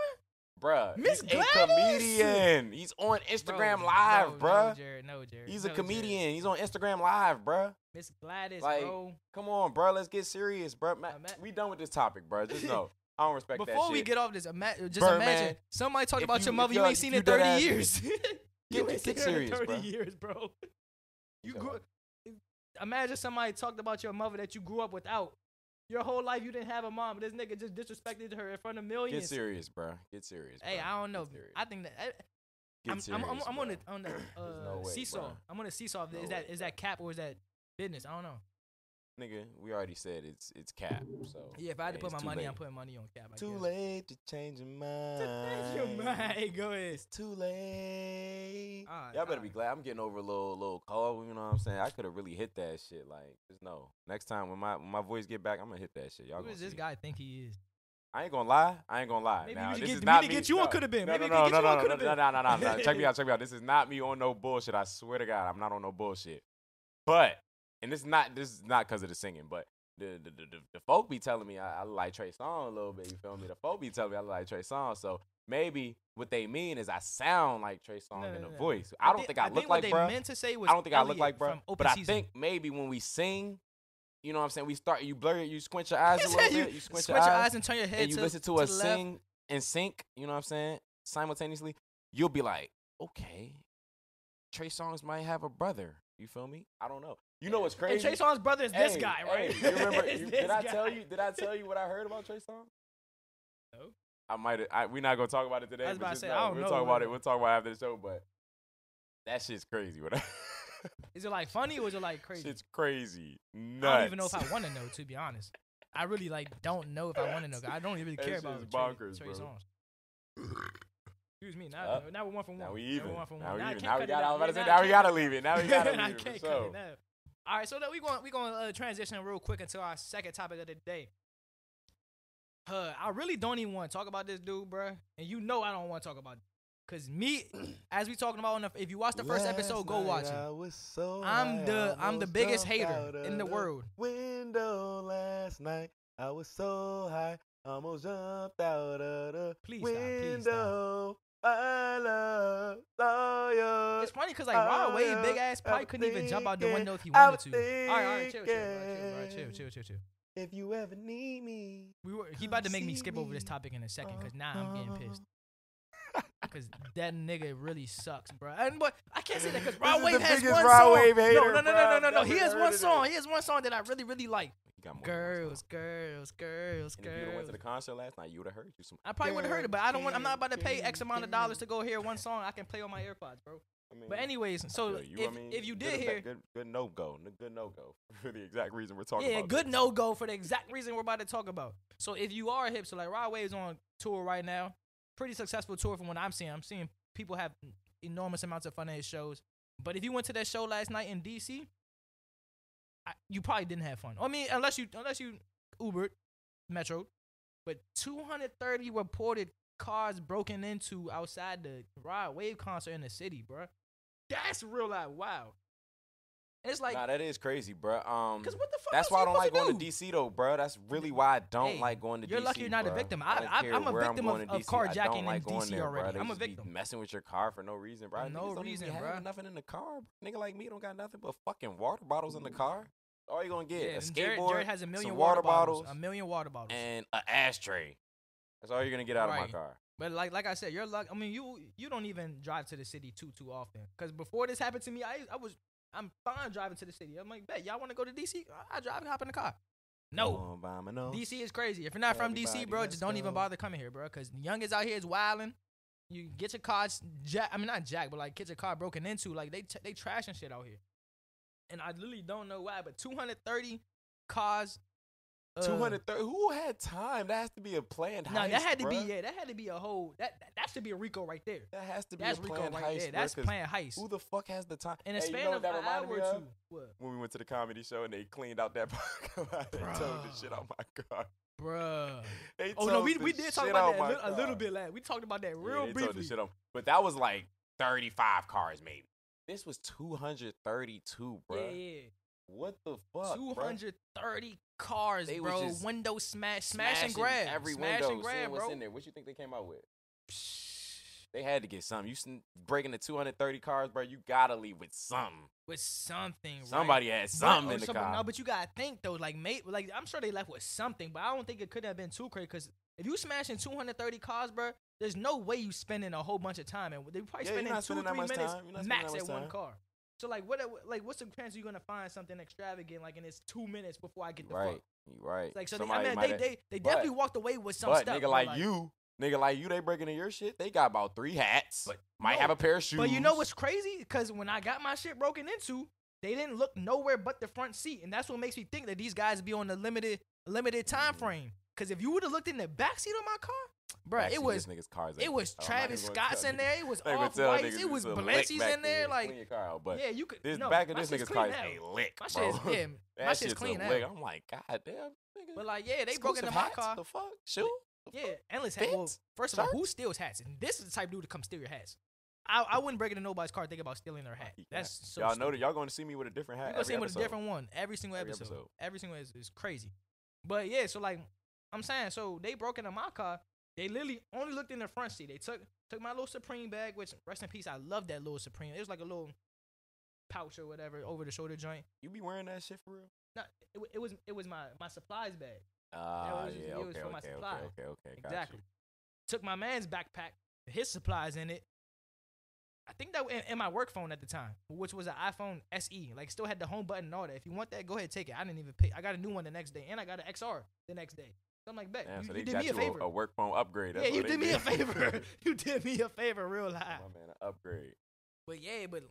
[SPEAKER 2] Bruh,
[SPEAKER 1] Miss
[SPEAKER 2] he's a
[SPEAKER 1] Gladys?
[SPEAKER 2] comedian. He's on Instagram Live,
[SPEAKER 1] bro.
[SPEAKER 2] bruh.
[SPEAKER 1] No, Jared, no, Jared.
[SPEAKER 2] he's
[SPEAKER 1] no,
[SPEAKER 2] a
[SPEAKER 1] Jared.
[SPEAKER 2] comedian. He's on Instagram Live, bruh.
[SPEAKER 1] Miss Gladys,
[SPEAKER 2] Like,
[SPEAKER 1] bro.
[SPEAKER 2] Come on, bruh. Let's get serious, bruh. Ma-
[SPEAKER 1] I'm at-
[SPEAKER 2] we done with this topic, bruh. Just know. I don't respect that shit.
[SPEAKER 1] Before we get off this, ima- just
[SPEAKER 2] Birdman,
[SPEAKER 1] imagine somebody talking
[SPEAKER 2] if
[SPEAKER 1] about
[SPEAKER 2] you-
[SPEAKER 1] your
[SPEAKER 2] if
[SPEAKER 1] mother you
[SPEAKER 2] y'all-
[SPEAKER 1] ain't
[SPEAKER 2] if
[SPEAKER 1] seen
[SPEAKER 2] you
[SPEAKER 1] in
[SPEAKER 2] dead
[SPEAKER 1] 30
[SPEAKER 2] ass-
[SPEAKER 1] years. you
[SPEAKER 2] get-
[SPEAKER 1] ain't
[SPEAKER 2] get
[SPEAKER 1] seen her in
[SPEAKER 2] serious,
[SPEAKER 1] 30
[SPEAKER 2] bruh.
[SPEAKER 1] years, bro. You
[SPEAKER 2] Yeah.
[SPEAKER 1] grew, imagine somebody talked about your mother that you grew up without. Your whole life you didn't have a mom, but this nigga just disrespected her in front of
[SPEAKER 2] Get
[SPEAKER 1] millions.
[SPEAKER 2] serious, bruh. Get serious.
[SPEAKER 1] Hey,
[SPEAKER 2] bruh.
[SPEAKER 1] I don't
[SPEAKER 2] Get
[SPEAKER 1] know.
[SPEAKER 2] serious.
[SPEAKER 1] I think that I,
[SPEAKER 2] Get
[SPEAKER 1] I'm, I'm, I'm, I'm
[SPEAKER 2] serious,
[SPEAKER 1] on
[SPEAKER 2] bruh.
[SPEAKER 1] the on the uh,
[SPEAKER 2] no way,
[SPEAKER 1] seesaw.
[SPEAKER 2] bruh.
[SPEAKER 1] I'm on the seesaw.
[SPEAKER 2] No
[SPEAKER 1] is that is
[SPEAKER 2] way,
[SPEAKER 1] that cap or is that business? I don't know.
[SPEAKER 2] Nigga, we already said it's it's cap. So
[SPEAKER 1] Yeah, if I had to
[SPEAKER 2] hey,
[SPEAKER 1] put
[SPEAKER 2] it's
[SPEAKER 1] my
[SPEAKER 2] too
[SPEAKER 1] money,
[SPEAKER 2] late.
[SPEAKER 1] I'm putting money on cap. I
[SPEAKER 2] Too
[SPEAKER 1] guess.
[SPEAKER 2] late to change your mind.
[SPEAKER 1] That's your mind. Oh Ah, Go ahead.
[SPEAKER 2] Too late.
[SPEAKER 1] Alright,
[SPEAKER 2] Y'all better be
[SPEAKER 1] alright.
[SPEAKER 2] glad I'm getting over a little little cold. You know what I'm saying? I could have really hit that shit. Like, just know next time when my when my voice get back, I'm gonna hit that shit. Y'all
[SPEAKER 1] Who
[SPEAKER 2] gonna
[SPEAKER 1] does this
[SPEAKER 2] see.
[SPEAKER 1] guy think he is?
[SPEAKER 2] I ain't gonna lie. I ain't gonna lie.
[SPEAKER 1] Maybe
[SPEAKER 2] now,
[SPEAKER 1] we should
[SPEAKER 2] this
[SPEAKER 1] get-
[SPEAKER 2] is
[SPEAKER 1] we
[SPEAKER 2] not
[SPEAKER 1] need to
[SPEAKER 2] me.
[SPEAKER 1] get you on
[SPEAKER 2] no,
[SPEAKER 1] coulda been.
[SPEAKER 2] No,
[SPEAKER 1] Maybe we
[SPEAKER 2] no, no,
[SPEAKER 1] could get you
[SPEAKER 2] no,
[SPEAKER 1] on
[SPEAKER 2] no,
[SPEAKER 1] coulda
[SPEAKER 2] no,
[SPEAKER 1] been.
[SPEAKER 2] no, no, no, no, no. Check me out. Check me out. This is not me on no bullshit. I swear to God, I'm not on no bullshit. But and this is not this is not because of the singing, but. The, the, the, the- the folk be telling me I, I like Trey Songz a little bit. You feel me? The folk be telling me I like Trey Songz. So maybe what they mean is I sound like Trey Songz
[SPEAKER 1] No,
[SPEAKER 2] in
[SPEAKER 1] no,
[SPEAKER 2] the
[SPEAKER 1] no.
[SPEAKER 2] voice. I don't
[SPEAKER 1] thi-
[SPEAKER 2] think I, look
[SPEAKER 1] what
[SPEAKER 2] like
[SPEAKER 1] they
[SPEAKER 2] bruh.
[SPEAKER 1] meant to say was
[SPEAKER 2] I don't think I look
[SPEAKER 1] Elliot
[SPEAKER 2] like bro.
[SPEAKER 1] from Open
[SPEAKER 2] But I
[SPEAKER 1] Season.
[SPEAKER 2] think maybe when we sing, you know what I'm saying? We start you blur you squint your eyes a
[SPEAKER 1] He
[SPEAKER 2] little
[SPEAKER 1] said
[SPEAKER 2] bit, you squint your eyes,
[SPEAKER 1] and turn your head
[SPEAKER 2] and you
[SPEAKER 1] to,
[SPEAKER 2] listen to,
[SPEAKER 1] to
[SPEAKER 2] us
[SPEAKER 1] the left.
[SPEAKER 2] sing and sync, you know what I'm saying? Simultaneously, you'll be like, okay, Trey Songz might have a brother. You feel me? I don't know. You know what's crazy?
[SPEAKER 1] And Trey Songz's brother is this
[SPEAKER 2] Hey,
[SPEAKER 1] guy, right?
[SPEAKER 2] hey, you remember?
[SPEAKER 1] It's
[SPEAKER 2] you-
[SPEAKER 1] this
[SPEAKER 2] did I
[SPEAKER 1] guy.
[SPEAKER 2] tell you? Did I tell you what I heard about Trey Songz?
[SPEAKER 1] No.
[SPEAKER 2] I might. I, we're not gonna talk about it today.
[SPEAKER 1] I was
[SPEAKER 2] but
[SPEAKER 1] about to
[SPEAKER 2] just
[SPEAKER 1] say, I don't
[SPEAKER 2] we'll
[SPEAKER 1] know
[SPEAKER 2] talk
[SPEAKER 1] about
[SPEAKER 2] about
[SPEAKER 1] it.
[SPEAKER 2] it. We'll talk about it after the show. But that shit's crazy. What? I-
[SPEAKER 1] Is it like funny or is it like crazy?
[SPEAKER 2] Shit's crazy. Nuts.
[SPEAKER 1] I don't even know if I want to know, to be honest. I really like don't know if I want to know. 'cause I don't even really
[SPEAKER 2] That
[SPEAKER 1] care
[SPEAKER 2] shit
[SPEAKER 1] about
[SPEAKER 2] is
[SPEAKER 1] Trey,
[SPEAKER 2] bonkers,
[SPEAKER 1] Trey
[SPEAKER 2] bro.
[SPEAKER 1] Songz. Excuse me. Now,
[SPEAKER 2] Uh,
[SPEAKER 1] now we're one from one.
[SPEAKER 2] Now we
[SPEAKER 1] we're
[SPEAKER 2] even.
[SPEAKER 1] one from
[SPEAKER 2] Now
[SPEAKER 1] one.
[SPEAKER 2] we
[SPEAKER 1] I
[SPEAKER 2] even.
[SPEAKER 1] can't
[SPEAKER 2] Now we
[SPEAKER 1] cut it
[SPEAKER 2] got. I was
[SPEAKER 1] out.
[SPEAKER 2] about to
[SPEAKER 1] Yeah,
[SPEAKER 2] say.
[SPEAKER 1] now I
[SPEAKER 2] Now we
[SPEAKER 1] can't
[SPEAKER 2] gotta leave it. Now we gotta
[SPEAKER 1] I
[SPEAKER 2] leave
[SPEAKER 1] can't
[SPEAKER 2] it.
[SPEAKER 1] cut
[SPEAKER 2] So
[SPEAKER 1] it now. All right, so then we're going we're going to uh, transition real quick into our second topic of the day. Uh, I really don't even want to talk about this dude, bruh. and you know I don't want to talk about it. Cause me, as we talking about, on the, if you watch the first episode, go watch it. I'm the I'm the biggest hater in the world.
[SPEAKER 2] Window last night. I was so high. Almost jumped out of the
[SPEAKER 1] Please stop, please stop.
[SPEAKER 2] I love all your
[SPEAKER 1] It's funny because like Rod Wave, big ass, probably couldn't even jump out the window if he wanted to. All right, all right, chill, chill, bro, chill, bro, chill, chill, chill, chill.
[SPEAKER 2] If you ever need me.
[SPEAKER 1] We were he about to make me
[SPEAKER 2] see
[SPEAKER 1] skip over this
[SPEAKER 2] me.
[SPEAKER 1] topic in a second because now I'm getting pissed. Cause that nigga really sucks, bro. And but I can't say that because Rod
[SPEAKER 2] is
[SPEAKER 1] Wave
[SPEAKER 2] the
[SPEAKER 1] has
[SPEAKER 2] biggest
[SPEAKER 1] one
[SPEAKER 2] Rod
[SPEAKER 1] song.
[SPEAKER 2] Wave hater,
[SPEAKER 1] no, no, no, no, no, no,
[SPEAKER 2] bro.
[SPEAKER 1] no.
[SPEAKER 2] Never
[SPEAKER 1] He has
[SPEAKER 2] heard
[SPEAKER 1] one
[SPEAKER 2] of
[SPEAKER 1] song.
[SPEAKER 2] this.
[SPEAKER 1] He has one song that I really, really like.
[SPEAKER 2] He got more than one song.
[SPEAKER 1] Girls, girls, girls,
[SPEAKER 2] And if you went
[SPEAKER 1] girls.
[SPEAKER 2] to the concert last night, you would have heard you some.
[SPEAKER 1] I probably would have heard it, but I don't want. I'm not about to pay X amount of dollars to go hear one song I can play on my AirPods, bro.
[SPEAKER 2] I mean,
[SPEAKER 1] But anyways, so
[SPEAKER 2] yeah, you- I
[SPEAKER 1] if,
[SPEAKER 2] mean,
[SPEAKER 1] if you
[SPEAKER 2] good
[SPEAKER 1] did
[SPEAKER 2] and bad-
[SPEAKER 1] hear,
[SPEAKER 2] good, good no go, n- good no go for the exact reason we're talking
[SPEAKER 1] yeah,
[SPEAKER 2] about.
[SPEAKER 1] good
[SPEAKER 2] this.
[SPEAKER 1] no go for the exact reason we're about to talk about. So if you are a hipster, like Rod Wave's on tour right now, pretty successful tour from what I'm seeing. I'm seeing people have enormous amounts of fun at his shows. But if you went to that show last night in DC, I, you probably didn't have fun. I mean, unless you unless you Ubered, Metro, but 230 reported cars broken into outside the Rod Wave concert in the city, bruh. That's real like wow. It's like
[SPEAKER 2] nah, that is crazy, bro. Um,
[SPEAKER 1] because what the fuck?
[SPEAKER 2] that's
[SPEAKER 1] else
[SPEAKER 2] why
[SPEAKER 1] you
[SPEAKER 2] I don't
[SPEAKER 1] supposed
[SPEAKER 2] like going
[SPEAKER 1] do?
[SPEAKER 2] to DC though, bro. That's really why I don't
[SPEAKER 1] Hey,
[SPEAKER 2] like going to
[SPEAKER 1] you're
[SPEAKER 2] DC.
[SPEAKER 1] lucky you're not a
[SPEAKER 2] bruh.
[SPEAKER 1] victim. I-
[SPEAKER 2] don't
[SPEAKER 1] I-
[SPEAKER 2] care
[SPEAKER 1] I'm a
[SPEAKER 2] where
[SPEAKER 1] victim
[SPEAKER 2] going
[SPEAKER 1] of-
[SPEAKER 2] to
[SPEAKER 1] of
[SPEAKER 2] DC. I
[SPEAKER 1] carjacking
[SPEAKER 2] don't
[SPEAKER 1] in
[SPEAKER 2] like going
[SPEAKER 1] DC
[SPEAKER 2] there, bruh.
[SPEAKER 1] already.
[SPEAKER 2] They
[SPEAKER 1] I'm a
[SPEAKER 2] just be
[SPEAKER 1] victim.
[SPEAKER 2] messing with your car for no reason, bro.
[SPEAKER 1] For no
[SPEAKER 2] Niggas don't
[SPEAKER 1] reason,
[SPEAKER 2] even have
[SPEAKER 1] bruh.
[SPEAKER 2] Nothing in the car. Nigga like me don't got nothing but fucking water bottles in the car. All you gonna get a
[SPEAKER 1] and
[SPEAKER 2] skateboard,
[SPEAKER 1] Jared, Jared has a million
[SPEAKER 2] some
[SPEAKER 1] water,
[SPEAKER 2] water
[SPEAKER 1] bottles,
[SPEAKER 2] bottles.
[SPEAKER 1] a million water bottles.
[SPEAKER 2] and an ashtray. That's all you're gonna get out of
[SPEAKER 1] Right.
[SPEAKER 2] my car.
[SPEAKER 1] but like like I said, you're luck. I mean, you you don't even drive to the city too too often. Cause before this happened to me, I I was I'm fine driving to the city. I'm like, bet y'all want to go to DC? I, I drive and hop in the car. No,
[SPEAKER 2] Come on, Bomino.
[SPEAKER 1] DC is crazy. If you're not from DC,
[SPEAKER 2] Everybody,
[SPEAKER 1] bro,
[SPEAKER 2] let's
[SPEAKER 1] just don't even
[SPEAKER 2] go.
[SPEAKER 1] bother coming here, bro. Cause youngins out here is wilding. You get your car jack. I mean, not jack, but like get your car broken into. Like they t- they trashing shit out here. And I literally don't know why, but 230 cars. uh,
[SPEAKER 2] 230. Who had time? That has to be a planned heist.
[SPEAKER 1] No, that had to
[SPEAKER 2] bruh.
[SPEAKER 1] be yeah. That had to be a whole that that, that should be a Rico right there.
[SPEAKER 2] That has to be
[SPEAKER 1] That's
[SPEAKER 2] a
[SPEAKER 1] Rico
[SPEAKER 2] planned
[SPEAKER 1] right
[SPEAKER 2] heist.
[SPEAKER 1] there.
[SPEAKER 2] bruh,
[SPEAKER 1] That's
[SPEAKER 2] 'cause
[SPEAKER 1] planned heist.
[SPEAKER 2] Who the fuck has the time?
[SPEAKER 1] In a
[SPEAKER 2] Hey, you
[SPEAKER 1] span
[SPEAKER 2] know what
[SPEAKER 1] of
[SPEAKER 2] that
[SPEAKER 1] an hour
[SPEAKER 2] reminded me
[SPEAKER 1] or
[SPEAKER 2] of?
[SPEAKER 1] two. What?
[SPEAKER 2] When we went to the comedy show and they cleaned out that parking lot, they towed the shit
[SPEAKER 1] Bruh.
[SPEAKER 2] out my car.
[SPEAKER 1] Bruh.
[SPEAKER 2] They
[SPEAKER 1] Oh no,
[SPEAKER 2] towed
[SPEAKER 1] we,
[SPEAKER 2] the
[SPEAKER 1] we did talk
[SPEAKER 2] shit
[SPEAKER 1] about
[SPEAKER 2] out
[SPEAKER 1] that a
[SPEAKER 2] my
[SPEAKER 1] little, a little
[SPEAKER 2] car.
[SPEAKER 1] bit last. We talked about that real
[SPEAKER 2] yeah, they towed the
[SPEAKER 1] briefly.
[SPEAKER 2] shit out. But that was like 35 cars, maybe. This was 232, bro.
[SPEAKER 1] yeah, yeah.
[SPEAKER 2] What the fuck? bruh?
[SPEAKER 1] 230 cars,
[SPEAKER 2] They was
[SPEAKER 1] bro.
[SPEAKER 2] just
[SPEAKER 1] Window smash, smash and
[SPEAKER 2] Smashing
[SPEAKER 1] grab,
[SPEAKER 2] Every
[SPEAKER 1] smash
[SPEAKER 2] window,
[SPEAKER 1] and grab,
[SPEAKER 2] seeing what's
[SPEAKER 1] bro.
[SPEAKER 2] in there. What you think they came out with?
[SPEAKER 1] Psh,
[SPEAKER 2] They had to get something. You sn- breaking the 230 cars, bro. You gotta leave with something.
[SPEAKER 1] With something, right?
[SPEAKER 2] Somebody had
[SPEAKER 1] But-
[SPEAKER 2] something
[SPEAKER 1] or
[SPEAKER 2] in the
[SPEAKER 1] some-
[SPEAKER 2] car.
[SPEAKER 1] No, but you gotta think though. Like, mate, like I'm sure they left with something, but I don't think it could have been too crazy. Cause if you smashing 230 cars, bro, there's no way you spending a whole bunch of time, and they probably
[SPEAKER 2] Yeah, you're
[SPEAKER 1] spending
[SPEAKER 2] not
[SPEAKER 1] two,
[SPEAKER 2] spending that
[SPEAKER 1] three
[SPEAKER 2] much
[SPEAKER 1] minutes
[SPEAKER 2] time. You're not spending
[SPEAKER 1] max
[SPEAKER 2] that
[SPEAKER 1] at
[SPEAKER 2] much
[SPEAKER 1] one
[SPEAKER 2] time.
[SPEAKER 1] car. So like, what, like, what's the chance you're gonna find something extravagant like, and it's two minutes before I get the
[SPEAKER 2] right.
[SPEAKER 1] fuck?
[SPEAKER 2] You right.
[SPEAKER 1] Like, so they,
[SPEAKER 2] Somebody
[SPEAKER 1] I mean,
[SPEAKER 2] might
[SPEAKER 1] they,
[SPEAKER 2] have-
[SPEAKER 1] they, they
[SPEAKER 2] but-
[SPEAKER 1] definitely walked away with some
[SPEAKER 2] but
[SPEAKER 1] stuff.
[SPEAKER 2] nigga
[SPEAKER 1] but,
[SPEAKER 2] like, you, nigga like you, they breaking in your shit. They got about three hats.
[SPEAKER 1] But
[SPEAKER 2] might
[SPEAKER 1] no,
[SPEAKER 2] have a pair of shoes.
[SPEAKER 1] But you know what's crazy? Because when I got my shit broken into, they didn't look nowhere but the front seat, and that's what makes me think that these guys be on a limited limited
[SPEAKER 2] Mm-hmm.
[SPEAKER 1] time frame. Because if you would have looked in the back seat of my car, bro,
[SPEAKER 2] Actually,
[SPEAKER 1] it was
[SPEAKER 2] this nigga's cars.
[SPEAKER 1] it was Travis Scott's in there, it was off
[SPEAKER 2] white.
[SPEAKER 1] whites, it was Balenci's in there, like
[SPEAKER 2] but
[SPEAKER 1] yeah, you could.
[SPEAKER 2] this
[SPEAKER 1] no,
[SPEAKER 2] back of
[SPEAKER 1] my
[SPEAKER 2] this
[SPEAKER 1] shit's
[SPEAKER 2] nigga's
[SPEAKER 1] clean
[SPEAKER 2] car is
[SPEAKER 1] now.
[SPEAKER 2] a lick,
[SPEAKER 1] My
[SPEAKER 2] bro.
[SPEAKER 1] shit's yeah,
[SPEAKER 2] That
[SPEAKER 1] my shit's
[SPEAKER 2] a
[SPEAKER 1] clean
[SPEAKER 2] lick.
[SPEAKER 1] now.
[SPEAKER 2] I'm like, god damn, nigga.
[SPEAKER 1] But like, yeah, they broke
[SPEAKER 2] Exclusive
[SPEAKER 1] into my
[SPEAKER 2] hats?
[SPEAKER 1] car.
[SPEAKER 2] The fuck, shoe? The
[SPEAKER 1] Yeah, endless hats. Well,
[SPEAKER 2] Fits?
[SPEAKER 1] first of all, who
[SPEAKER 2] Shirts?
[SPEAKER 1] steals hats? And this is the type of dude to come steal your hats. I, I wouldn't break into nobody's car thinking about stealing their hat.
[SPEAKER 2] fuck?
[SPEAKER 1] That's so
[SPEAKER 2] y'all
[SPEAKER 1] stupid.
[SPEAKER 2] know that y'all gonna see me with a different hat.
[SPEAKER 1] You gonna see
[SPEAKER 2] every
[SPEAKER 1] him with a
[SPEAKER 2] episode.
[SPEAKER 1] different one every single
[SPEAKER 2] Every
[SPEAKER 1] episode. Every,
[SPEAKER 2] episode.
[SPEAKER 1] single is, is crazy. But yeah, so like I'm saying, so they broke into my car. They literally only looked in the front seat. They took took my little Supreme bag, which rest in peace. I love that little Supreme. It was like a little pouch or whatever over the shoulder joint.
[SPEAKER 2] You be wearing that shit for real?
[SPEAKER 1] No, it, wa- it was it was my my supplies bag.
[SPEAKER 2] Ah,
[SPEAKER 1] was just-
[SPEAKER 2] yeah,
[SPEAKER 1] it was
[SPEAKER 2] okay,
[SPEAKER 1] for my
[SPEAKER 2] okay,
[SPEAKER 1] supply.
[SPEAKER 2] okay, okay, okay.
[SPEAKER 1] Exactly. Took my man's backpack, his supplies in it. I think that and, and my work phone at the time, which was an iPhone SE, like still had the home button and all that. If you want that, go ahead take it. I didn't even pay. I got a new one the next day, and I got an XR the next day. So I'm like, bet
[SPEAKER 2] Damn,
[SPEAKER 1] you,
[SPEAKER 2] so
[SPEAKER 1] you
[SPEAKER 2] they
[SPEAKER 1] did
[SPEAKER 2] got
[SPEAKER 1] me a
[SPEAKER 2] you
[SPEAKER 1] favor.
[SPEAKER 2] a, a work phone upgrade.
[SPEAKER 1] yeah,
[SPEAKER 2] that's
[SPEAKER 1] you
[SPEAKER 2] what they
[SPEAKER 1] did me a
[SPEAKER 2] did.
[SPEAKER 1] favor. Ah. you did me a favor, real
[SPEAKER 2] My
[SPEAKER 1] life.
[SPEAKER 2] man, a upgrade.
[SPEAKER 1] But yeah, but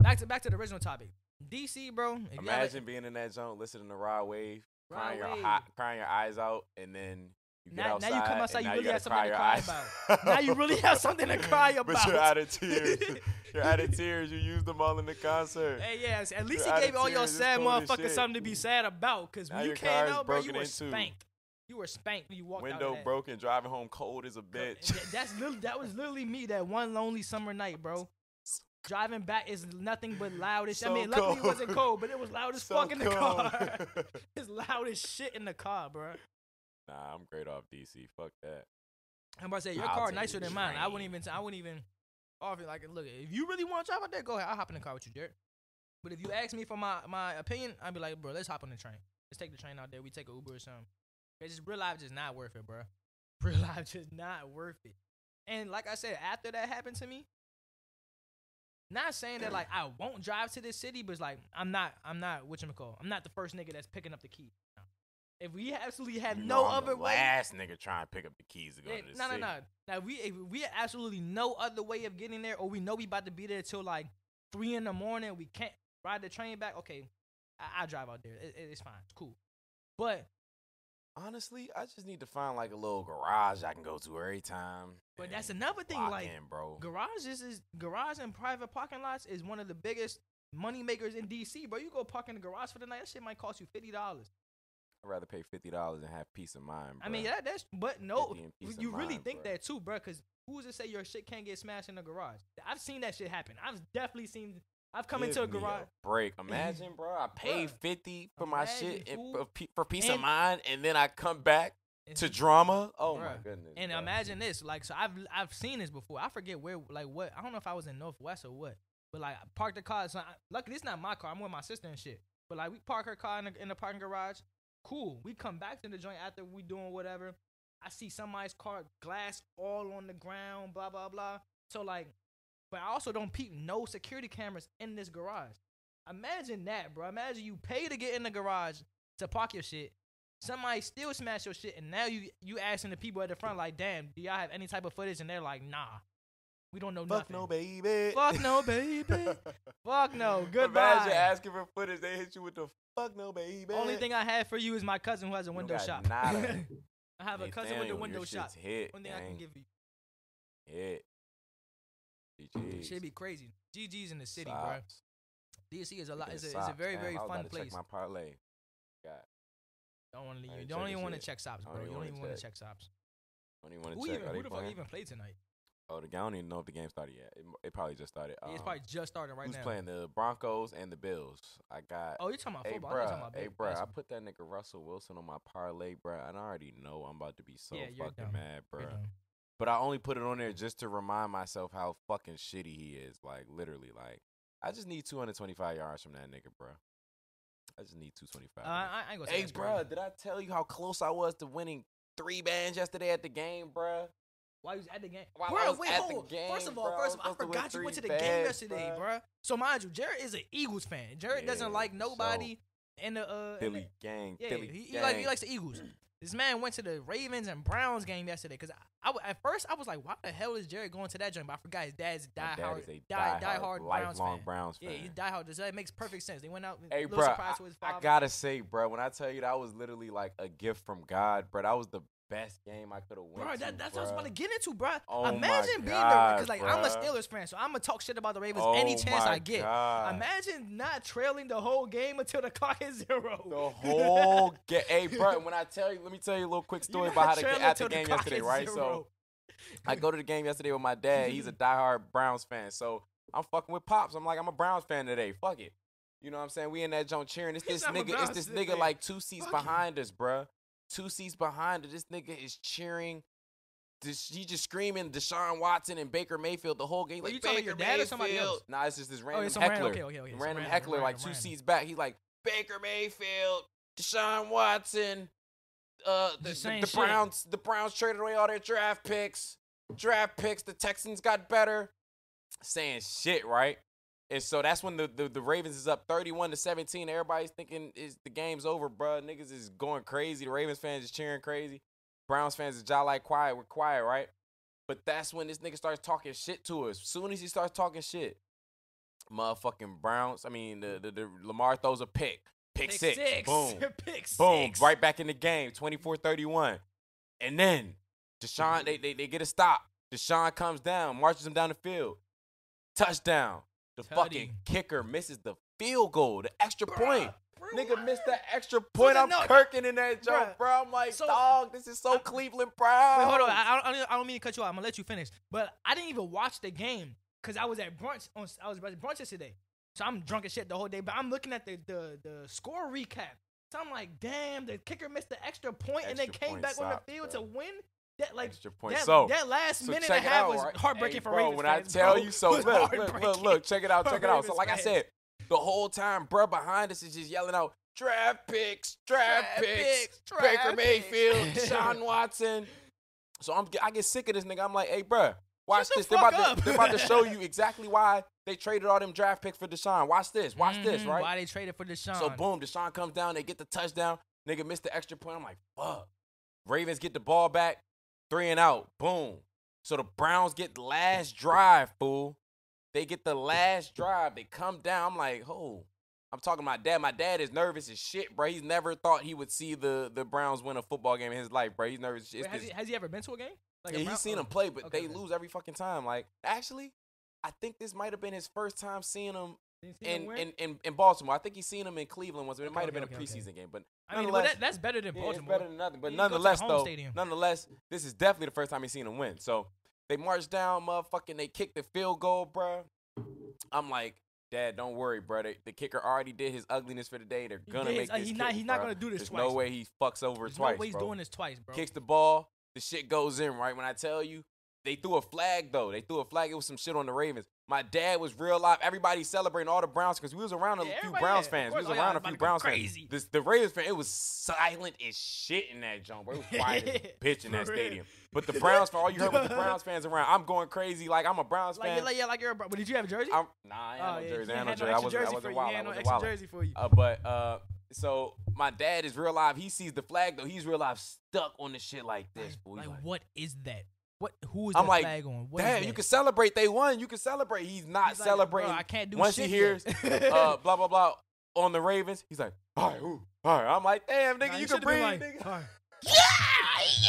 [SPEAKER 1] back to back to the original topic. DC, bro. if you ever-
[SPEAKER 2] Imagine being in that zone, listening to Raw Wave,
[SPEAKER 1] Rod
[SPEAKER 2] crying your
[SPEAKER 1] Wave.
[SPEAKER 2] hot, crying your eyes out, and then you get
[SPEAKER 1] Now- now
[SPEAKER 2] outside.
[SPEAKER 1] you come
[SPEAKER 2] and
[SPEAKER 1] outside, you
[SPEAKER 2] now
[SPEAKER 1] really have
[SPEAKER 2] gotta cry
[SPEAKER 1] something to
[SPEAKER 2] your
[SPEAKER 1] cry
[SPEAKER 2] eyes
[SPEAKER 1] about. Now you really have something to cry
[SPEAKER 2] But you're
[SPEAKER 1] about.
[SPEAKER 2] out of tears. you're out of tears. You used them all in the concert.
[SPEAKER 1] Hey, yes. At least
[SPEAKER 2] You're
[SPEAKER 1] he gave
[SPEAKER 2] outta
[SPEAKER 1] all your
[SPEAKER 2] tears, it's
[SPEAKER 1] sad
[SPEAKER 2] cold as
[SPEAKER 1] motherfuckers
[SPEAKER 2] shit.
[SPEAKER 1] something to be sad about. Cause
[SPEAKER 2] Now
[SPEAKER 1] when you
[SPEAKER 2] your
[SPEAKER 1] came
[SPEAKER 2] car is
[SPEAKER 1] out, bro, you
[SPEAKER 2] broken
[SPEAKER 1] were
[SPEAKER 2] into.
[SPEAKER 1] spanked. You were spanked when you walked out. of
[SPEAKER 2] Window
[SPEAKER 1] that.
[SPEAKER 2] broken, driving home cold as a
[SPEAKER 1] And
[SPEAKER 2] bitch.
[SPEAKER 1] th- That's literally, that was literally me that one lonely summer night, bro. Driving back is nothing but loud as shit. I
[SPEAKER 2] So
[SPEAKER 1] mean, luckily
[SPEAKER 2] cold.
[SPEAKER 1] it wasn't cold, but it was loud as
[SPEAKER 2] So
[SPEAKER 1] fuck in the car.
[SPEAKER 2] cold.
[SPEAKER 1] it's loud as shit in the car, bro.
[SPEAKER 2] nah, I'm great off DC. Fuck that.
[SPEAKER 1] I'm about to say your
[SPEAKER 2] I'll
[SPEAKER 1] car
[SPEAKER 2] take
[SPEAKER 1] nicer
[SPEAKER 2] the
[SPEAKER 1] than mine. I wouldn't
[SPEAKER 2] train.
[SPEAKER 1] even. I wouldn't even offer like, look, if you really want to drive out there, go ahead. I'll hop in the car with you, Jared. But if you ask me for my my opinion, I'd be like, bro, let's hop on the train. Let's take the train out there. We take an Uber or something. Cause just real life just not worth it, bro. Real life just not worth it. And like I said, after that happened to me, not saying that like I won't drive to this city, but it's like I'm not. I'm not. What you call? I'm not the first nigga that's picking up the key. No. If we absolutely have
[SPEAKER 2] You
[SPEAKER 1] no
[SPEAKER 2] know I'm
[SPEAKER 1] other
[SPEAKER 2] the
[SPEAKER 1] way,
[SPEAKER 2] Last nigga trying to pick up the keys to go
[SPEAKER 1] yeah,
[SPEAKER 2] to this
[SPEAKER 1] no, no,
[SPEAKER 2] city.
[SPEAKER 1] no. Now we if we have absolutely no other way of getting there, or we know we about to be there till like three in the morning. We can't ride the train back. Okay, I, I drive out there. It- it- it's fine. It's cool. But
[SPEAKER 2] Honestly, I just need to find like a little garage I can go to every time.
[SPEAKER 1] but that's
[SPEAKER 2] and
[SPEAKER 1] another thing.
[SPEAKER 2] lock
[SPEAKER 1] Like
[SPEAKER 2] in, bro.
[SPEAKER 1] garages is garage and private parking lots is one of the biggest money makers in DC, bro. You go park in the garage for the night. That shit might cost you fifty dollars.
[SPEAKER 2] I'd rather pay fifty dollars and have peace of mind.
[SPEAKER 1] I mean,
[SPEAKER 2] bruh.
[SPEAKER 1] that, that's but no,
[SPEAKER 2] Fifty and
[SPEAKER 1] you
[SPEAKER 2] peace of
[SPEAKER 1] you really
[SPEAKER 2] mind,
[SPEAKER 1] think
[SPEAKER 2] bruh.
[SPEAKER 1] that too, bro? Because who's to say your shit can't get smashed in the garage? I've seen that shit happen. I've definitely seen. I've come into a
[SPEAKER 2] Give me
[SPEAKER 1] garage.
[SPEAKER 2] break. Imagine, bro. I paid
[SPEAKER 1] Bruh.
[SPEAKER 2] fifty for my shit
[SPEAKER 1] Imagine,
[SPEAKER 2] and
[SPEAKER 1] fool.
[SPEAKER 2] for, pe- for peace of
[SPEAKER 1] And-
[SPEAKER 2] mind, and then I come back
[SPEAKER 1] and-
[SPEAKER 2] to drama. Oh my
[SPEAKER 1] Bruh.
[SPEAKER 2] goodness.
[SPEAKER 1] And
[SPEAKER 2] bruh.
[SPEAKER 1] imagine this, like, so I've I've seen this before. I forget where, like, what I don't know if I was in Northwest or what, but like, I parked the car. So I, luckily, it's not my car. I'm with my sister and shit. But like, we park her car in the, in the parking garage. Cool. We come back to the joint after we doing whatever. I see somebody's car glass all on the ground. Blah blah blah. So like, but I also don't peep no security cameras in this garage. Imagine that, bro. Imagine you pay to get in the garage to park your shit. Somebody still smash your shit, and now you you asking the people at the front like, "Damn, do y'all have any type of footage?" And they're like, "Nah, we don't know
[SPEAKER 2] Fuck
[SPEAKER 1] nothing."
[SPEAKER 2] no, baby.
[SPEAKER 1] Fuck no, baby. Fuck no.
[SPEAKER 2] Imagine
[SPEAKER 1] Goodbye.
[SPEAKER 2] asking for footage. They hit you with the fuck no, baby.
[SPEAKER 1] Only thing I have for you is my cousin who has a
[SPEAKER 2] You don't
[SPEAKER 1] window
[SPEAKER 2] got
[SPEAKER 1] shop.
[SPEAKER 2] nada.
[SPEAKER 1] I have a
[SPEAKER 2] Hey,
[SPEAKER 1] cousin with a
[SPEAKER 2] Daniel,
[SPEAKER 1] window
[SPEAKER 2] your
[SPEAKER 1] shop.
[SPEAKER 2] shit's Hit,
[SPEAKER 1] Only thing I can
[SPEAKER 2] gang.
[SPEAKER 1] give you.
[SPEAKER 2] Hit. GGs.
[SPEAKER 1] Should be crazy. GG's in the city, bro.
[SPEAKER 2] Socks.
[SPEAKER 1] DC is a
[SPEAKER 2] Look
[SPEAKER 1] lot.
[SPEAKER 2] at
[SPEAKER 1] It's a,
[SPEAKER 2] the
[SPEAKER 1] it's a
[SPEAKER 2] socks,
[SPEAKER 1] very
[SPEAKER 2] man.
[SPEAKER 1] very
[SPEAKER 2] I was
[SPEAKER 1] fun
[SPEAKER 2] about to
[SPEAKER 1] place.
[SPEAKER 2] Check my parlay. God,
[SPEAKER 1] Don't want to
[SPEAKER 2] I
[SPEAKER 1] you.
[SPEAKER 2] ain't
[SPEAKER 1] Don't
[SPEAKER 2] checking
[SPEAKER 1] even want to
[SPEAKER 2] shit.
[SPEAKER 1] check stops,
[SPEAKER 2] I don't
[SPEAKER 1] bro. You
[SPEAKER 2] even
[SPEAKER 1] don't
[SPEAKER 2] wanna
[SPEAKER 1] even want to
[SPEAKER 2] check.
[SPEAKER 1] check stops.
[SPEAKER 2] I don't even want
[SPEAKER 1] Who
[SPEAKER 2] to check.
[SPEAKER 1] even?
[SPEAKER 2] Are
[SPEAKER 1] Who
[SPEAKER 2] they
[SPEAKER 1] the fuck
[SPEAKER 2] playing?
[SPEAKER 1] even played tonight?
[SPEAKER 2] Oh, the game. I don't even know if the game started yet. It, m- it probably just started.
[SPEAKER 1] Yeah, it's
[SPEAKER 2] Um,
[SPEAKER 1] probably just started right
[SPEAKER 2] who's
[SPEAKER 1] now.
[SPEAKER 2] playing the Broncos and the Bills? I got.
[SPEAKER 1] Oh, you're talking about
[SPEAKER 2] hey,
[SPEAKER 1] football. I thought you
[SPEAKER 2] bruh,
[SPEAKER 1] talking about
[SPEAKER 2] hey,
[SPEAKER 1] big-
[SPEAKER 2] bruh, I
[SPEAKER 1] basketball.
[SPEAKER 2] put that nigga Russell Wilson on my parlay, bruh, and I already know I'm about to be so
[SPEAKER 1] Yeah, you're
[SPEAKER 2] fucking
[SPEAKER 1] dumb.
[SPEAKER 2] mad, bruh.
[SPEAKER 1] You're dumb.
[SPEAKER 2] But I only put it on there just to remind myself how fucking shitty he is. Like literally, like I just need 225 yards from that nigga, bruh. I just need 225.
[SPEAKER 1] Uh, I, I ain't gonna say
[SPEAKER 2] Hey,
[SPEAKER 1] that's
[SPEAKER 2] bro,
[SPEAKER 1] crazy.
[SPEAKER 2] did I tell you how close I was to winning three bands yesterday at the game, bro?
[SPEAKER 1] Why you was at the game?
[SPEAKER 2] While I
[SPEAKER 1] Bro,
[SPEAKER 2] was
[SPEAKER 1] wait,
[SPEAKER 2] at the
[SPEAKER 1] hold on.
[SPEAKER 2] game,
[SPEAKER 1] First of all,
[SPEAKER 2] bro, I was
[SPEAKER 1] first of all, I
[SPEAKER 2] supposed to win
[SPEAKER 1] forgot you went to
[SPEAKER 2] three
[SPEAKER 1] the game
[SPEAKER 2] bags,
[SPEAKER 1] yesterday,
[SPEAKER 2] bro.
[SPEAKER 1] bro. So mind you, Jared is an Eagles fan. Jared
[SPEAKER 2] Yeah,
[SPEAKER 1] doesn't like
[SPEAKER 2] so-
[SPEAKER 1] nobody in the uh in the-
[SPEAKER 2] Philly gang,
[SPEAKER 1] Yeah,
[SPEAKER 2] Philly
[SPEAKER 1] he, he
[SPEAKER 2] gang.
[SPEAKER 1] like he likes the Eagles. This man went to the Ravens and Browns game yesterday because I, I w- at first I was like, why the hell is Jared going to that joint? But I forgot his dad's
[SPEAKER 2] My
[SPEAKER 1] diehard,
[SPEAKER 2] dad
[SPEAKER 1] hard
[SPEAKER 2] is a
[SPEAKER 1] die, diehard
[SPEAKER 2] diehard,
[SPEAKER 1] Browns
[SPEAKER 2] lifelong
[SPEAKER 1] fan.
[SPEAKER 2] Browns
[SPEAKER 1] Yeah, he's
[SPEAKER 2] fan.
[SPEAKER 1] diehard. So that makes perfect sense. They went out.
[SPEAKER 2] Hey,
[SPEAKER 1] little
[SPEAKER 2] bro, I,
[SPEAKER 1] surprise to his
[SPEAKER 2] I
[SPEAKER 1] father.
[SPEAKER 2] gotta say, bro, when I tell you that was literally like a gift from God, bro, that was the best game I could have won.
[SPEAKER 1] Bro, that, that's what I was about to get into, bro.
[SPEAKER 2] Oh my
[SPEAKER 1] Imagine being the
[SPEAKER 2] God,
[SPEAKER 1] because like I'm a
[SPEAKER 2] bruh.
[SPEAKER 1] Steelers fan, so I'm gonna talk shit about the Ravens any
[SPEAKER 2] Oh
[SPEAKER 1] chance
[SPEAKER 2] my
[SPEAKER 1] I get.
[SPEAKER 2] God.
[SPEAKER 1] Imagine not trailing the whole game until the clock is zero.
[SPEAKER 2] The whole game, hey, bro. When I tell you, let me tell you a little quick
[SPEAKER 1] You
[SPEAKER 2] story
[SPEAKER 1] not
[SPEAKER 2] about how to
[SPEAKER 1] trailing
[SPEAKER 2] get at the
[SPEAKER 1] till
[SPEAKER 2] game
[SPEAKER 1] clock
[SPEAKER 2] yesterday,
[SPEAKER 1] is
[SPEAKER 2] right? So
[SPEAKER 1] zero.
[SPEAKER 2] I go to the game yesterday with my dad. He's a diehard Browns fan. So I'm fucking with Pops. I'm like, I'm a Browns fan today. Fuck it. You know what I'm saying? We in that joint cheering. It's
[SPEAKER 1] He's
[SPEAKER 2] this
[SPEAKER 1] not a
[SPEAKER 2] nigga,
[SPEAKER 1] Browns
[SPEAKER 2] it's this
[SPEAKER 1] fan today.
[SPEAKER 2] nigga like two seats
[SPEAKER 1] Fuck it.
[SPEAKER 2] behind us, bruh. Two seats behind us. This nigga is cheering. This, he just screaming Deshaun Watson and Baker Mayfield the whole game.
[SPEAKER 1] Are
[SPEAKER 2] Like,
[SPEAKER 1] you talking about
[SPEAKER 2] Baker
[SPEAKER 1] your dad or somebody
[SPEAKER 2] Mayfield.
[SPEAKER 1] else?
[SPEAKER 2] Nah, it's just this random
[SPEAKER 1] it's some
[SPEAKER 2] heckler.
[SPEAKER 1] random- okay, okay, okay, some
[SPEAKER 2] Random
[SPEAKER 1] random,
[SPEAKER 2] heckler, like
[SPEAKER 1] random,
[SPEAKER 2] two
[SPEAKER 1] random.
[SPEAKER 2] seats back. He's like, Baker Mayfield, Deshaun Watson, uh, the,
[SPEAKER 1] Just
[SPEAKER 2] the,
[SPEAKER 1] saying
[SPEAKER 2] the
[SPEAKER 1] shit.
[SPEAKER 2] Browns, the Browns traded away all their draft picks. Draft picks, the Texans got better. Saying shit, right? And so that's when the, the, the Ravens is up 31 to 17. Everybody's thinking is the game's over, bruh. Niggas is going crazy. The Ravens fans is cheering crazy. Browns fans is jolly like quiet. We're quiet, right? But that's when this nigga starts talking shit to us. Soon as he starts talking shit, motherfucking Browns. I mean, the, the, the Lamar throws a pick. Pick, six. Boom.
[SPEAKER 1] Pick six.
[SPEAKER 2] Boom. Right back in the game. 24-31. And then
[SPEAKER 1] Mm-hmm.
[SPEAKER 2] Deshaun, they, they, they get a stop. Deshaun comes down, marches him down the field. Touchdown. The
[SPEAKER 1] Tutty.
[SPEAKER 2] fucking kicker misses the field goal, the extra point.
[SPEAKER 1] Bruh,
[SPEAKER 2] Nigga missed
[SPEAKER 1] bruh.
[SPEAKER 2] that extra point.
[SPEAKER 1] then
[SPEAKER 2] I'm
[SPEAKER 1] no-
[SPEAKER 2] kirking in that
[SPEAKER 1] Bruh.
[SPEAKER 2] joke, bro. I'm like,
[SPEAKER 1] So-
[SPEAKER 2] dog, this is so
[SPEAKER 1] I'm-
[SPEAKER 2] Cleveland proud.
[SPEAKER 1] Wait, hold on. I, I, don't, I don't mean to cut you off. I'm gonna let you finish. But I didn't even watch the game because I was at brunch. On, I was at brunch yesterday, so I'm drunk as shit the whole day. But I'm looking at the the, the score recap. So I'm like, damn, the kicker missed the extra point and then
[SPEAKER 2] Extra
[SPEAKER 1] came
[SPEAKER 2] point
[SPEAKER 1] back on
[SPEAKER 2] sucks,
[SPEAKER 1] the field
[SPEAKER 2] bro.
[SPEAKER 1] to win. That like
[SPEAKER 2] Extra point.
[SPEAKER 1] That,
[SPEAKER 2] So-
[SPEAKER 1] that last
[SPEAKER 2] So
[SPEAKER 1] minute and
[SPEAKER 2] check
[SPEAKER 1] a
[SPEAKER 2] it
[SPEAKER 1] half
[SPEAKER 2] out,
[SPEAKER 1] was
[SPEAKER 2] right?
[SPEAKER 1] heartbreaking
[SPEAKER 2] Hey,
[SPEAKER 1] for
[SPEAKER 2] bro,
[SPEAKER 1] Ravens
[SPEAKER 2] when
[SPEAKER 1] fans,
[SPEAKER 2] I tell
[SPEAKER 1] bro.
[SPEAKER 2] you so,
[SPEAKER 1] It was
[SPEAKER 2] look, look, look,
[SPEAKER 1] heartbreaking.
[SPEAKER 2] look, check it out,
[SPEAKER 1] For
[SPEAKER 2] check it out. So
[SPEAKER 1] Ravens
[SPEAKER 2] like
[SPEAKER 1] fans.
[SPEAKER 2] I said, the whole time, bruh, behind us is just yelling out, draft picks, draft,
[SPEAKER 1] Draft
[SPEAKER 2] picks,
[SPEAKER 1] picks, draft
[SPEAKER 2] Baker
[SPEAKER 1] picks."
[SPEAKER 2] Mayfield, Sean Watson. So I'm, I get sick of this nigga. I'm like, hey, bruh, watch
[SPEAKER 1] the
[SPEAKER 2] this. They're
[SPEAKER 1] fuck
[SPEAKER 2] about, to,
[SPEAKER 1] up.
[SPEAKER 2] they're about to show you exactly why they traded all them draft picks for Deshaun. Watch this, watch this,
[SPEAKER 1] Mhm,
[SPEAKER 2] right?
[SPEAKER 1] Why they traded for Deshaun?
[SPEAKER 2] So boom, Deshaun comes down, they get the touchdown. Nigga missed the extra point. I'm like, fuck. Ravens get the ball back, three and out. Boom. So the Browns get the last drive, fool. They get the last drive. They come down. I'm like, oh. I'm talking to my dad. My dad is nervous as shit, bro. He's never thought he would see the the Browns win a football game in his life, bro. He's nervous. as shit.
[SPEAKER 1] Wait,
[SPEAKER 2] It's
[SPEAKER 1] has,
[SPEAKER 2] this-
[SPEAKER 1] he, has he ever been to a game? Like a
[SPEAKER 2] yeah,
[SPEAKER 1] Brown-
[SPEAKER 2] he's seen
[SPEAKER 1] oh,
[SPEAKER 2] him play, but
[SPEAKER 1] okay,
[SPEAKER 2] they
[SPEAKER 1] okay.
[SPEAKER 2] lose every fucking time. Like, actually, I think this might have been his first time seeing him
[SPEAKER 1] He seen him
[SPEAKER 2] in,
[SPEAKER 1] win?
[SPEAKER 2] in, in, in Baltimore. I think he's seen him in Cleveland once, but it
[SPEAKER 1] Okay,
[SPEAKER 2] might have
[SPEAKER 1] okay,
[SPEAKER 2] been a
[SPEAKER 1] okay, okay.
[SPEAKER 2] preseason game. But
[SPEAKER 1] I mean, well,
[SPEAKER 2] nonetheless-
[SPEAKER 1] that, that's better than
[SPEAKER 2] yeah,
[SPEAKER 1] Baltimore.
[SPEAKER 2] it's better than nothing. But
[SPEAKER 1] You can go to the
[SPEAKER 2] nonetheless,
[SPEAKER 1] home
[SPEAKER 2] though,
[SPEAKER 1] stadium.
[SPEAKER 2] nonetheless, this is definitely the first time he's seen him win. So they marched down, motherfucking. They kicked the field goal, bruh. I'm like, Dad, don't worry, bruh. The, the kicker already did his ugliness for the day. They're
[SPEAKER 1] He
[SPEAKER 2] gonna
[SPEAKER 1] did
[SPEAKER 2] make
[SPEAKER 1] his- uh,
[SPEAKER 2] this.
[SPEAKER 1] he's not-
[SPEAKER 2] kick,
[SPEAKER 1] he's not
[SPEAKER 2] bruh.
[SPEAKER 1] gonna do this
[SPEAKER 2] There's No
[SPEAKER 1] twice.
[SPEAKER 2] way he fucks over
[SPEAKER 1] There's
[SPEAKER 2] twice,
[SPEAKER 1] no way he's
[SPEAKER 2] bro.
[SPEAKER 1] doing this twice, bro.
[SPEAKER 2] Kicks the ball. The shit goes in, right? When I tell you, they threw a flag though. They threw a flag. It was some shit on the Ravens. My dad was real live. Everybody celebrating all the Browns because we was around a
[SPEAKER 1] Yeah,
[SPEAKER 2] few
[SPEAKER 1] everybody- yeah, of
[SPEAKER 2] Browns fans. We
[SPEAKER 1] course.
[SPEAKER 2] was
[SPEAKER 1] Oh, yeah,
[SPEAKER 2] around a
[SPEAKER 1] everybody
[SPEAKER 2] few
[SPEAKER 1] go
[SPEAKER 2] Browns
[SPEAKER 1] crazy.
[SPEAKER 2] fans. This, the Ravens fan, it was silent as shit in that joint, bro. It was quiet as a bitch in that
[SPEAKER 1] For real.
[SPEAKER 2] stadium. But the Browns fan, all you heard was the Browns fans around. I'm going crazy like I'm a Browns
[SPEAKER 1] like,
[SPEAKER 2] fan.
[SPEAKER 1] yeah, like, yeah, like you're a Brown. But did you have a jersey?
[SPEAKER 2] I'm, nah, I ain't
[SPEAKER 1] Oh,
[SPEAKER 2] had no
[SPEAKER 1] yeah, he
[SPEAKER 2] jersey. I ain't
[SPEAKER 1] had
[SPEAKER 2] no
[SPEAKER 1] no
[SPEAKER 2] jersey.
[SPEAKER 1] extra
[SPEAKER 2] I wasn't, I
[SPEAKER 1] jersey for
[SPEAKER 2] wasn't
[SPEAKER 1] you.
[SPEAKER 2] wild.
[SPEAKER 1] He
[SPEAKER 2] I
[SPEAKER 1] had no
[SPEAKER 2] wasn't
[SPEAKER 1] extra
[SPEAKER 2] wild.
[SPEAKER 1] jersey for you.
[SPEAKER 2] Uh, but uh, so my dad is real live. He sees the flag though. He's real live stuck on the shit like this. Boy.
[SPEAKER 1] Like,
[SPEAKER 2] Like,
[SPEAKER 1] what is that? What? Who is
[SPEAKER 2] I'm
[SPEAKER 1] that
[SPEAKER 2] like,
[SPEAKER 1] flag on? What is
[SPEAKER 2] Dad,
[SPEAKER 1] that?
[SPEAKER 2] you can celebrate. They won. You can celebrate. He's not
[SPEAKER 1] He's like, "Bro,
[SPEAKER 2] celebrating.
[SPEAKER 1] I can't do
[SPEAKER 2] Once
[SPEAKER 1] shit
[SPEAKER 2] he hears
[SPEAKER 1] yet."
[SPEAKER 2] uh, blah blah blah on the Ravens, he's like, all right, ooh, all right. I'm like, damn, nigga,
[SPEAKER 1] Nah,
[SPEAKER 2] you can
[SPEAKER 1] should've
[SPEAKER 2] breathe.
[SPEAKER 1] been like,
[SPEAKER 2] nigga.
[SPEAKER 1] "All right."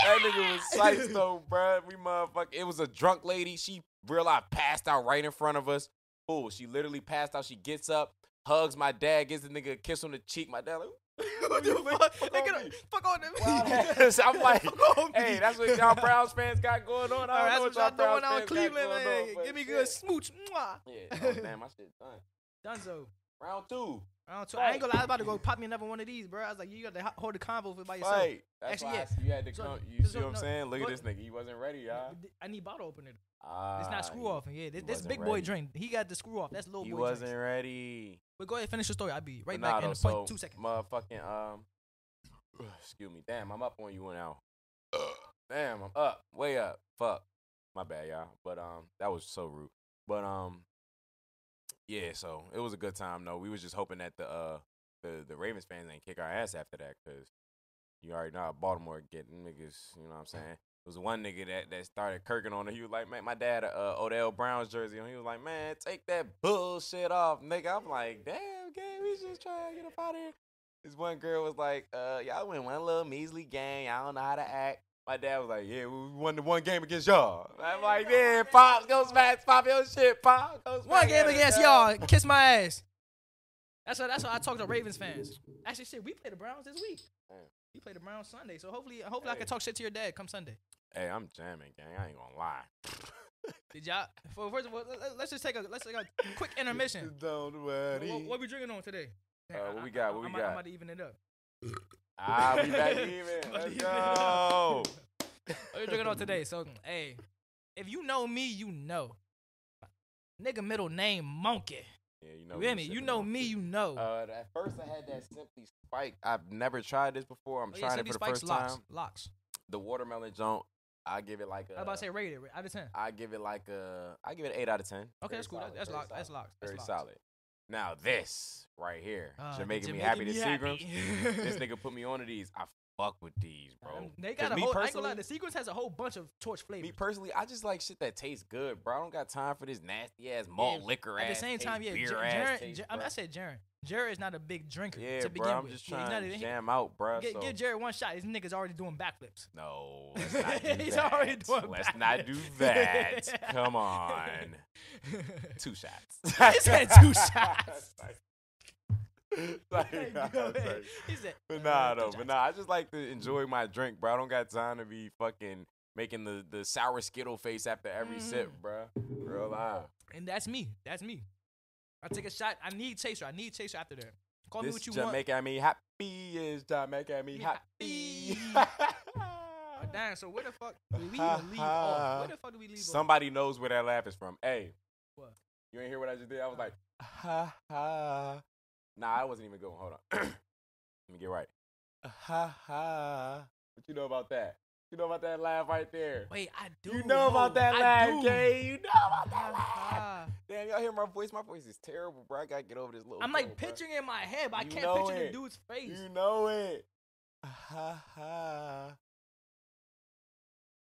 [SPEAKER 2] That nigga was psyched though, bruh. We motherfucker. It was a drunk lady. She realized passed out right in front of us. Fool, she literally passed out. She gets up, hugs my dad, gives the nigga a kiss on the cheek. My dad like,
[SPEAKER 1] what the fuck? Nigga,
[SPEAKER 2] on me.
[SPEAKER 1] fuck on them.
[SPEAKER 2] Yes, I'm like,
[SPEAKER 1] Fuck on
[SPEAKER 2] hey,
[SPEAKER 1] me.
[SPEAKER 2] that's what y'all Browns fans got going on.
[SPEAKER 1] All right,
[SPEAKER 2] I
[SPEAKER 1] that's what
[SPEAKER 2] don't know
[SPEAKER 1] y'all throwing
[SPEAKER 2] what y'all Browns
[SPEAKER 1] out
[SPEAKER 2] fans
[SPEAKER 1] Cleveland.
[SPEAKER 2] got
[SPEAKER 1] man.
[SPEAKER 2] going on, but
[SPEAKER 1] Give me a
[SPEAKER 2] shit.
[SPEAKER 1] good smooch. Mwah.
[SPEAKER 2] Yeah, oh, damn, my shit done.
[SPEAKER 1] Dunzo.
[SPEAKER 2] Round two,
[SPEAKER 1] Round two. I ain't
[SPEAKER 2] Fight.
[SPEAKER 1] gonna lie. I was about to go pop me another one of these, bro. I was like, you got to ho- hold the convo for by yourself.
[SPEAKER 2] fight. That's
[SPEAKER 1] Actually,
[SPEAKER 2] why I
[SPEAKER 1] yeah.
[SPEAKER 2] s- you had to
[SPEAKER 1] So-
[SPEAKER 2] come. You
[SPEAKER 1] so-
[SPEAKER 2] see what I'm
[SPEAKER 1] no,
[SPEAKER 2] saying? Look
[SPEAKER 1] go-
[SPEAKER 2] at this nigga. He wasn't ready, y'all.
[SPEAKER 1] I need bottle opener. It's
[SPEAKER 2] Ah,
[SPEAKER 1] not screw off. Yeah, this, this
[SPEAKER 2] wasn't
[SPEAKER 1] big boy
[SPEAKER 2] ready.
[SPEAKER 1] drink. He got the screw off. That's little
[SPEAKER 2] He
[SPEAKER 1] boy
[SPEAKER 2] wasn't
[SPEAKER 1] drinks.
[SPEAKER 2] ready.
[SPEAKER 1] But go ahead, finish your story. I'll be right
[SPEAKER 2] But nah,
[SPEAKER 1] back in
[SPEAKER 2] though,
[SPEAKER 1] a point,
[SPEAKER 2] so,
[SPEAKER 1] two seconds.
[SPEAKER 2] Motherfucking um, excuse me. Damn, I'm up on you now. Damn, I'm up, way up. Fuck, my bad, y'all. But um, that was so rude. But um, yeah. So it was a good time though. We was just hoping that the uh the the Ravens fans ain't kick our ass after that because you already know how Baltimore getting niggas. You know what I'm saying? It was one nigga that, that started kirking on her. He was like, man, my dad a uh, Odell Brown's jersey on. He was like, man, take that bullshit off, nigga. I'm like, damn, gang, we just trying to get up out of here. This one girl was like, uh, y'all win one little measly game. I don't know how to act. My dad was like, yeah, we won the one game against y'all. I'm like, yeah, Pop, go smash, pop your shit, Pop. Go smash
[SPEAKER 1] One game
[SPEAKER 2] that
[SPEAKER 1] against
[SPEAKER 2] shit."
[SPEAKER 1] y'all. Kiss my ass. That's how, that's how I talk to Ravens fans. Actually, shit, we play the Browns this week.
[SPEAKER 2] Damn.
[SPEAKER 1] We play the Browns Sunday, so hopefully, hopefully I
[SPEAKER 2] Hey.
[SPEAKER 1] can talk shit to your dad come Sunday.
[SPEAKER 2] Hey, I'm jamming, gang. I ain't gonna lie.
[SPEAKER 1] Did y'all? Well, first of all, let- let- let's just take a let's take a quick intermission.
[SPEAKER 2] Don't worry.
[SPEAKER 1] what, what we drinking on today? Damn,
[SPEAKER 2] Uh,
[SPEAKER 1] I-
[SPEAKER 2] what we
[SPEAKER 1] I-
[SPEAKER 2] got?
[SPEAKER 1] I-
[SPEAKER 2] What we
[SPEAKER 1] I'm about-
[SPEAKER 2] got?
[SPEAKER 1] I'm about to even it up.
[SPEAKER 2] Ah, we back even. Let's go.
[SPEAKER 1] What you drinking on today? So, hey, if you know me, you know. Nigga, middle name Monkey.
[SPEAKER 2] Yeah, you
[SPEAKER 1] You
[SPEAKER 2] know.
[SPEAKER 1] hear
[SPEAKER 2] you
[SPEAKER 1] me? You
[SPEAKER 2] sipping
[SPEAKER 1] know
[SPEAKER 2] on.
[SPEAKER 1] me. You know.
[SPEAKER 2] Uh, at first I had that simply spike. I've never tried this before. I'm
[SPEAKER 1] Oh, yeah,
[SPEAKER 2] trying it
[SPEAKER 1] Cindy
[SPEAKER 2] for the
[SPEAKER 1] Spike's
[SPEAKER 2] first
[SPEAKER 1] locks.
[SPEAKER 2] time.
[SPEAKER 1] Locks.
[SPEAKER 2] The watermelon joint. I give it like a.
[SPEAKER 1] I was about to say rated out of ten.
[SPEAKER 2] I give it like a. I give it eight out of ten.
[SPEAKER 1] Okay,
[SPEAKER 2] Very
[SPEAKER 1] that's cool. That-
[SPEAKER 2] solid,
[SPEAKER 1] that's
[SPEAKER 2] very
[SPEAKER 1] locked. That's
[SPEAKER 2] solid,
[SPEAKER 1] locked. That's
[SPEAKER 2] Very
[SPEAKER 1] locked.
[SPEAKER 2] solid. Now this right here,
[SPEAKER 1] Uh, the
[SPEAKER 2] Jamaican me happy.
[SPEAKER 1] Jamaican
[SPEAKER 2] The
[SPEAKER 1] Me Happy.
[SPEAKER 2] Seagrams. this nigga put me on to these. I fuck with these, bro.
[SPEAKER 1] Um, They
[SPEAKER 2] 'Cause
[SPEAKER 1] got a
[SPEAKER 2] me
[SPEAKER 1] whole. I ain't gonna
[SPEAKER 2] personally-
[SPEAKER 1] lie, the sequence has a whole bunch of torch flavors.
[SPEAKER 2] Me personally, I just like shit that tastes good, bro. I don't got time for this nasty ass malt liquor
[SPEAKER 1] At the
[SPEAKER 2] ass
[SPEAKER 1] same
[SPEAKER 2] taste,
[SPEAKER 1] time, yeah,
[SPEAKER 2] beer
[SPEAKER 1] J-
[SPEAKER 2] ass
[SPEAKER 1] Jaren.
[SPEAKER 2] taste,
[SPEAKER 1] J- I, mean, I
[SPEAKER 2] bruh.
[SPEAKER 1] said Jaren. Jaren is not a big drinker
[SPEAKER 2] yeah,
[SPEAKER 1] to
[SPEAKER 2] bro.
[SPEAKER 1] begin
[SPEAKER 2] I'm
[SPEAKER 1] with.
[SPEAKER 2] just
[SPEAKER 1] Yeah, he's
[SPEAKER 2] trying
[SPEAKER 1] not
[SPEAKER 2] to
[SPEAKER 1] even-
[SPEAKER 2] jam out, bro.
[SPEAKER 1] Give,
[SPEAKER 2] so.
[SPEAKER 1] give Jared one shot. This nigga's already doing backflips.
[SPEAKER 2] no, let's not do
[SPEAKER 1] He's
[SPEAKER 2] that.
[SPEAKER 1] already doing
[SPEAKER 2] Let's
[SPEAKER 1] bad.
[SPEAKER 2] not do that. Come on, two shots.
[SPEAKER 1] He said two shots.
[SPEAKER 2] Like,
[SPEAKER 1] Like,
[SPEAKER 2] nah,
[SPEAKER 1] go
[SPEAKER 2] it's
[SPEAKER 1] ahead.
[SPEAKER 2] like-
[SPEAKER 1] He said,
[SPEAKER 2] But
[SPEAKER 1] uh,
[SPEAKER 2] nah,
[SPEAKER 1] two
[SPEAKER 2] though. But
[SPEAKER 1] shots. Mm-hmm.
[SPEAKER 2] nah, I just like to enjoy my drink, bro. I don't got time to be fucking making the, the sour Skittle face after every sip,
[SPEAKER 1] Mm-hmm.
[SPEAKER 2] bro. Real live.
[SPEAKER 1] And that's me. That's me. I take a shot. I need chaser. I need chaser after that. Call me
[SPEAKER 2] this
[SPEAKER 1] what you want.
[SPEAKER 2] Jamaica me happy is Jamaica me
[SPEAKER 1] Me
[SPEAKER 2] happy.
[SPEAKER 1] Oh, Damn, so where the fuck do we even leave off? Where the fuck do we leave off?
[SPEAKER 2] Somebody knows where that laugh is from. Hey,
[SPEAKER 1] What?
[SPEAKER 2] you ain't hear what I just did? I was like, ha ha. Nah, I wasn't even going. Hold on. Let me get right. Ha ha. What you know about that? You know about that laugh right there.
[SPEAKER 1] Wait, I do.
[SPEAKER 2] you know about that
[SPEAKER 1] I
[SPEAKER 2] laugh,
[SPEAKER 1] do.
[SPEAKER 2] Kay. You know about that laugh.
[SPEAKER 1] Ah,
[SPEAKER 2] Damn, y'all hear my voice? My voice is terrible, bro. I gotta get over this little.
[SPEAKER 1] I'm
[SPEAKER 2] cold,
[SPEAKER 1] like
[SPEAKER 2] bro.
[SPEAKER 1] picturing in my head, but I
[SPEAKER 2] You
[SPEAKER 1] can't
[SPEAKER 2] know
[SPEAKER 1] picture the
[SPEAKER 2] it.
[SPEAKER 1] dude's face.
[SPEAKER 2] You know it. Ha ha.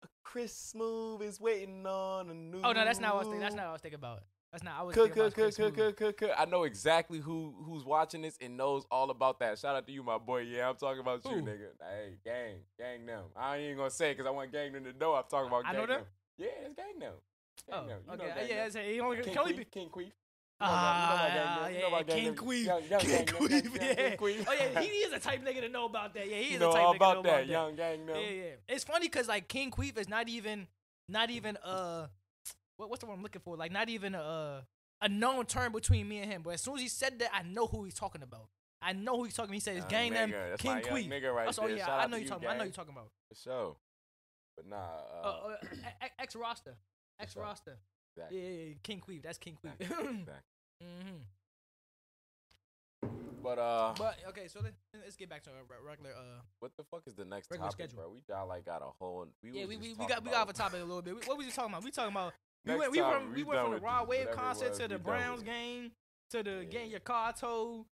[SPEAKER 2] A Chris Move is waiting on a new.
[SPEAKER 1] Oh no, that's not what I was thinking. That's not what I was thinking about. That's not. I was
[SPEAKER 2] Cook,
[SPEAKER 1] thinking
[SPEAKER 2] cook,
[SPEAKER 1] about
[SPEAKER 2] cook,
[SPEAKER 1] Chris
[SPEAKER 2] cook,
[SPEAKER 1] Smooth.
[SPEAKER 2] cook, cook, cook. I know exactly who who's watching this and knows all about that. Shout out to you, my boy. Yeah, I'm talking about you,
[SPEAKER 1] Who?
[SPEAKER 2] nigga. Hey, gang, gang them. I ain't even gonna say because I want gang them to know. I'm talking about
[SPEAKER 1] I
[SPEAKER 2] gang
[SPEAKER 1] know them?
[SPEAKER 2] Yeah, it's gang them. Gang
[SPEAKER 1] Oh,
[SPEAKER 2] them. You know
[SPEAKER 1] okay.
[SPEAKER 2] gang
[SPEAKER 1] yeah,
[SPEAKER 2] them.
[SPEAKER 1] it's, he only,
[SPEAKER 2] King
[SPEAKER 1] can only
[SPEAKER 2] Queef,
[SPEAKER 1] be.
[SPEAKER 2] King Queef.
[SPEAKER 1] Ah,
[SPEAKER 2] You Oh, know
[SPEAKER 1] yeah,
[SPEAKER 2] about gang
[SPEAKER 1] King
[SPEAKER 2] them. You
[SPEAKER 1] Queef.
[SPEAKER 2] know about
[SPEAKER 1] King
[SPEAKER 2] gang them.
[SPEAKER 1] Queef,
[SPEAKER 2] Young- young gang them, young
[SPEAKER 1] yeah.
[SPEAKER 2] King Queef.
[SPEAKER 1] Oh, yeah, he is a type nigga to know about that. Yeah, he
[SPEAKER 2] You
[SPEAKER 1] is
[SPEAKER 2] know
[SPEAKER 1] a type
[SPEAKER 2] all
[SPEAKER 1] nigga to know
[SPEAKER 2] about
[SPEAKER 1] about that.
[SPEAKER 2] that, young gang them.
[SPEAKER 1] Yeah, yeah. It's funny because, like, King Queef is not even, not even, uh, what, what's the one I'm looking for? Like, not even a, uh, a known term between me and him. But as soon as he said that, I know who he's talking about. I know who he's talking about. He said, it's
[SPEAKER 2] Young
[SPEAKER 1] gang name,
[SPEAKER 2] nigga. That's
[SPEAKER 1] King
[SPEAKER 2] my young
[SPEAKER 1] Queef.
[SPEAKER 2] nigga right
[SPEAKER 1] That's all,
[SPEAKER 2] there.
[SPEAKER 1] yeah,
[SPEAKER 2] Shout
[SPEAKER 1] I
[SPEAKER 2] out
[SPEAKER 1] know
[SPEAKER 2] to
[SPEAKER 1] you're
[SPEAKER 2] you,
[SPEAKER 1] talking about. I know
[SPEAKER 2] gang.
[SPEAKER 1] you're talking about.
[SPEAKER 2] For sure. But nah, uh,
[SPEAKER 1] Uh, uh, X roster. X
[SPEAKER 2] Exactly.
[SPEAKER 1] roster.
[SPEAKER 2] exactly.
[SPEAKER 1] Yeah, yeah, yeah. King Queef. That's King Queef.
[SPEAKER 2] Exactly. exactly.
[SPEAKER 1] hmm
[SPEAKER 2] But uh,
[SPEAKER 1] But okay, so let, let's get back to our re- regular. Uh,
[SPEAKER 2] what the fuck is the next
[SPEAKER 1] regular
[SPEAKER 2] topic,
[SPEAKER 1] schedule.
[SPEAKER 2] bro? We got like got a whole. We
[SPEAKER 1] yeah,
[SPEAKER 2] was
[SPEAKER 1] we, we,
[SPEAKER 2] just
[SPEAKER 1] we got
[SPEAKER 2] talking
[SPEAKER 1] we got off
[SPEAKER 2] about-
[SPEAKER 1] a topic a little bit. We, what were you talking about? We talking about we
[SPEAKER 2] Next
[SPEAKER 1] went we
[SPEAKER 2] topic,
[SPEAKER 1] from
[SPEAKER 2] we
[SPEAKER 1] we went
[SPEAKER 2] done
[SPEAKER 1] from the
[SPEAKER 2] with
[SPEAKER 1] raw
[SPEAKER 2] this,
[SPEAKER 1] wave
[SPEAKER 2] whatever it
[SPEAKER 1] concert
[SPEAKER 2] was,
[SPEAKER 1] to
[SPEAKER 2] we
[SPEAKER 1] the
[SPEAKER 2] done with
[SPEAKER 1] Browns
[SPEAKER 2] it.
[SPEAKER 1] game to the getting
[SPEAKER 2] Yeah.
[SPEAKER 1] your car towed.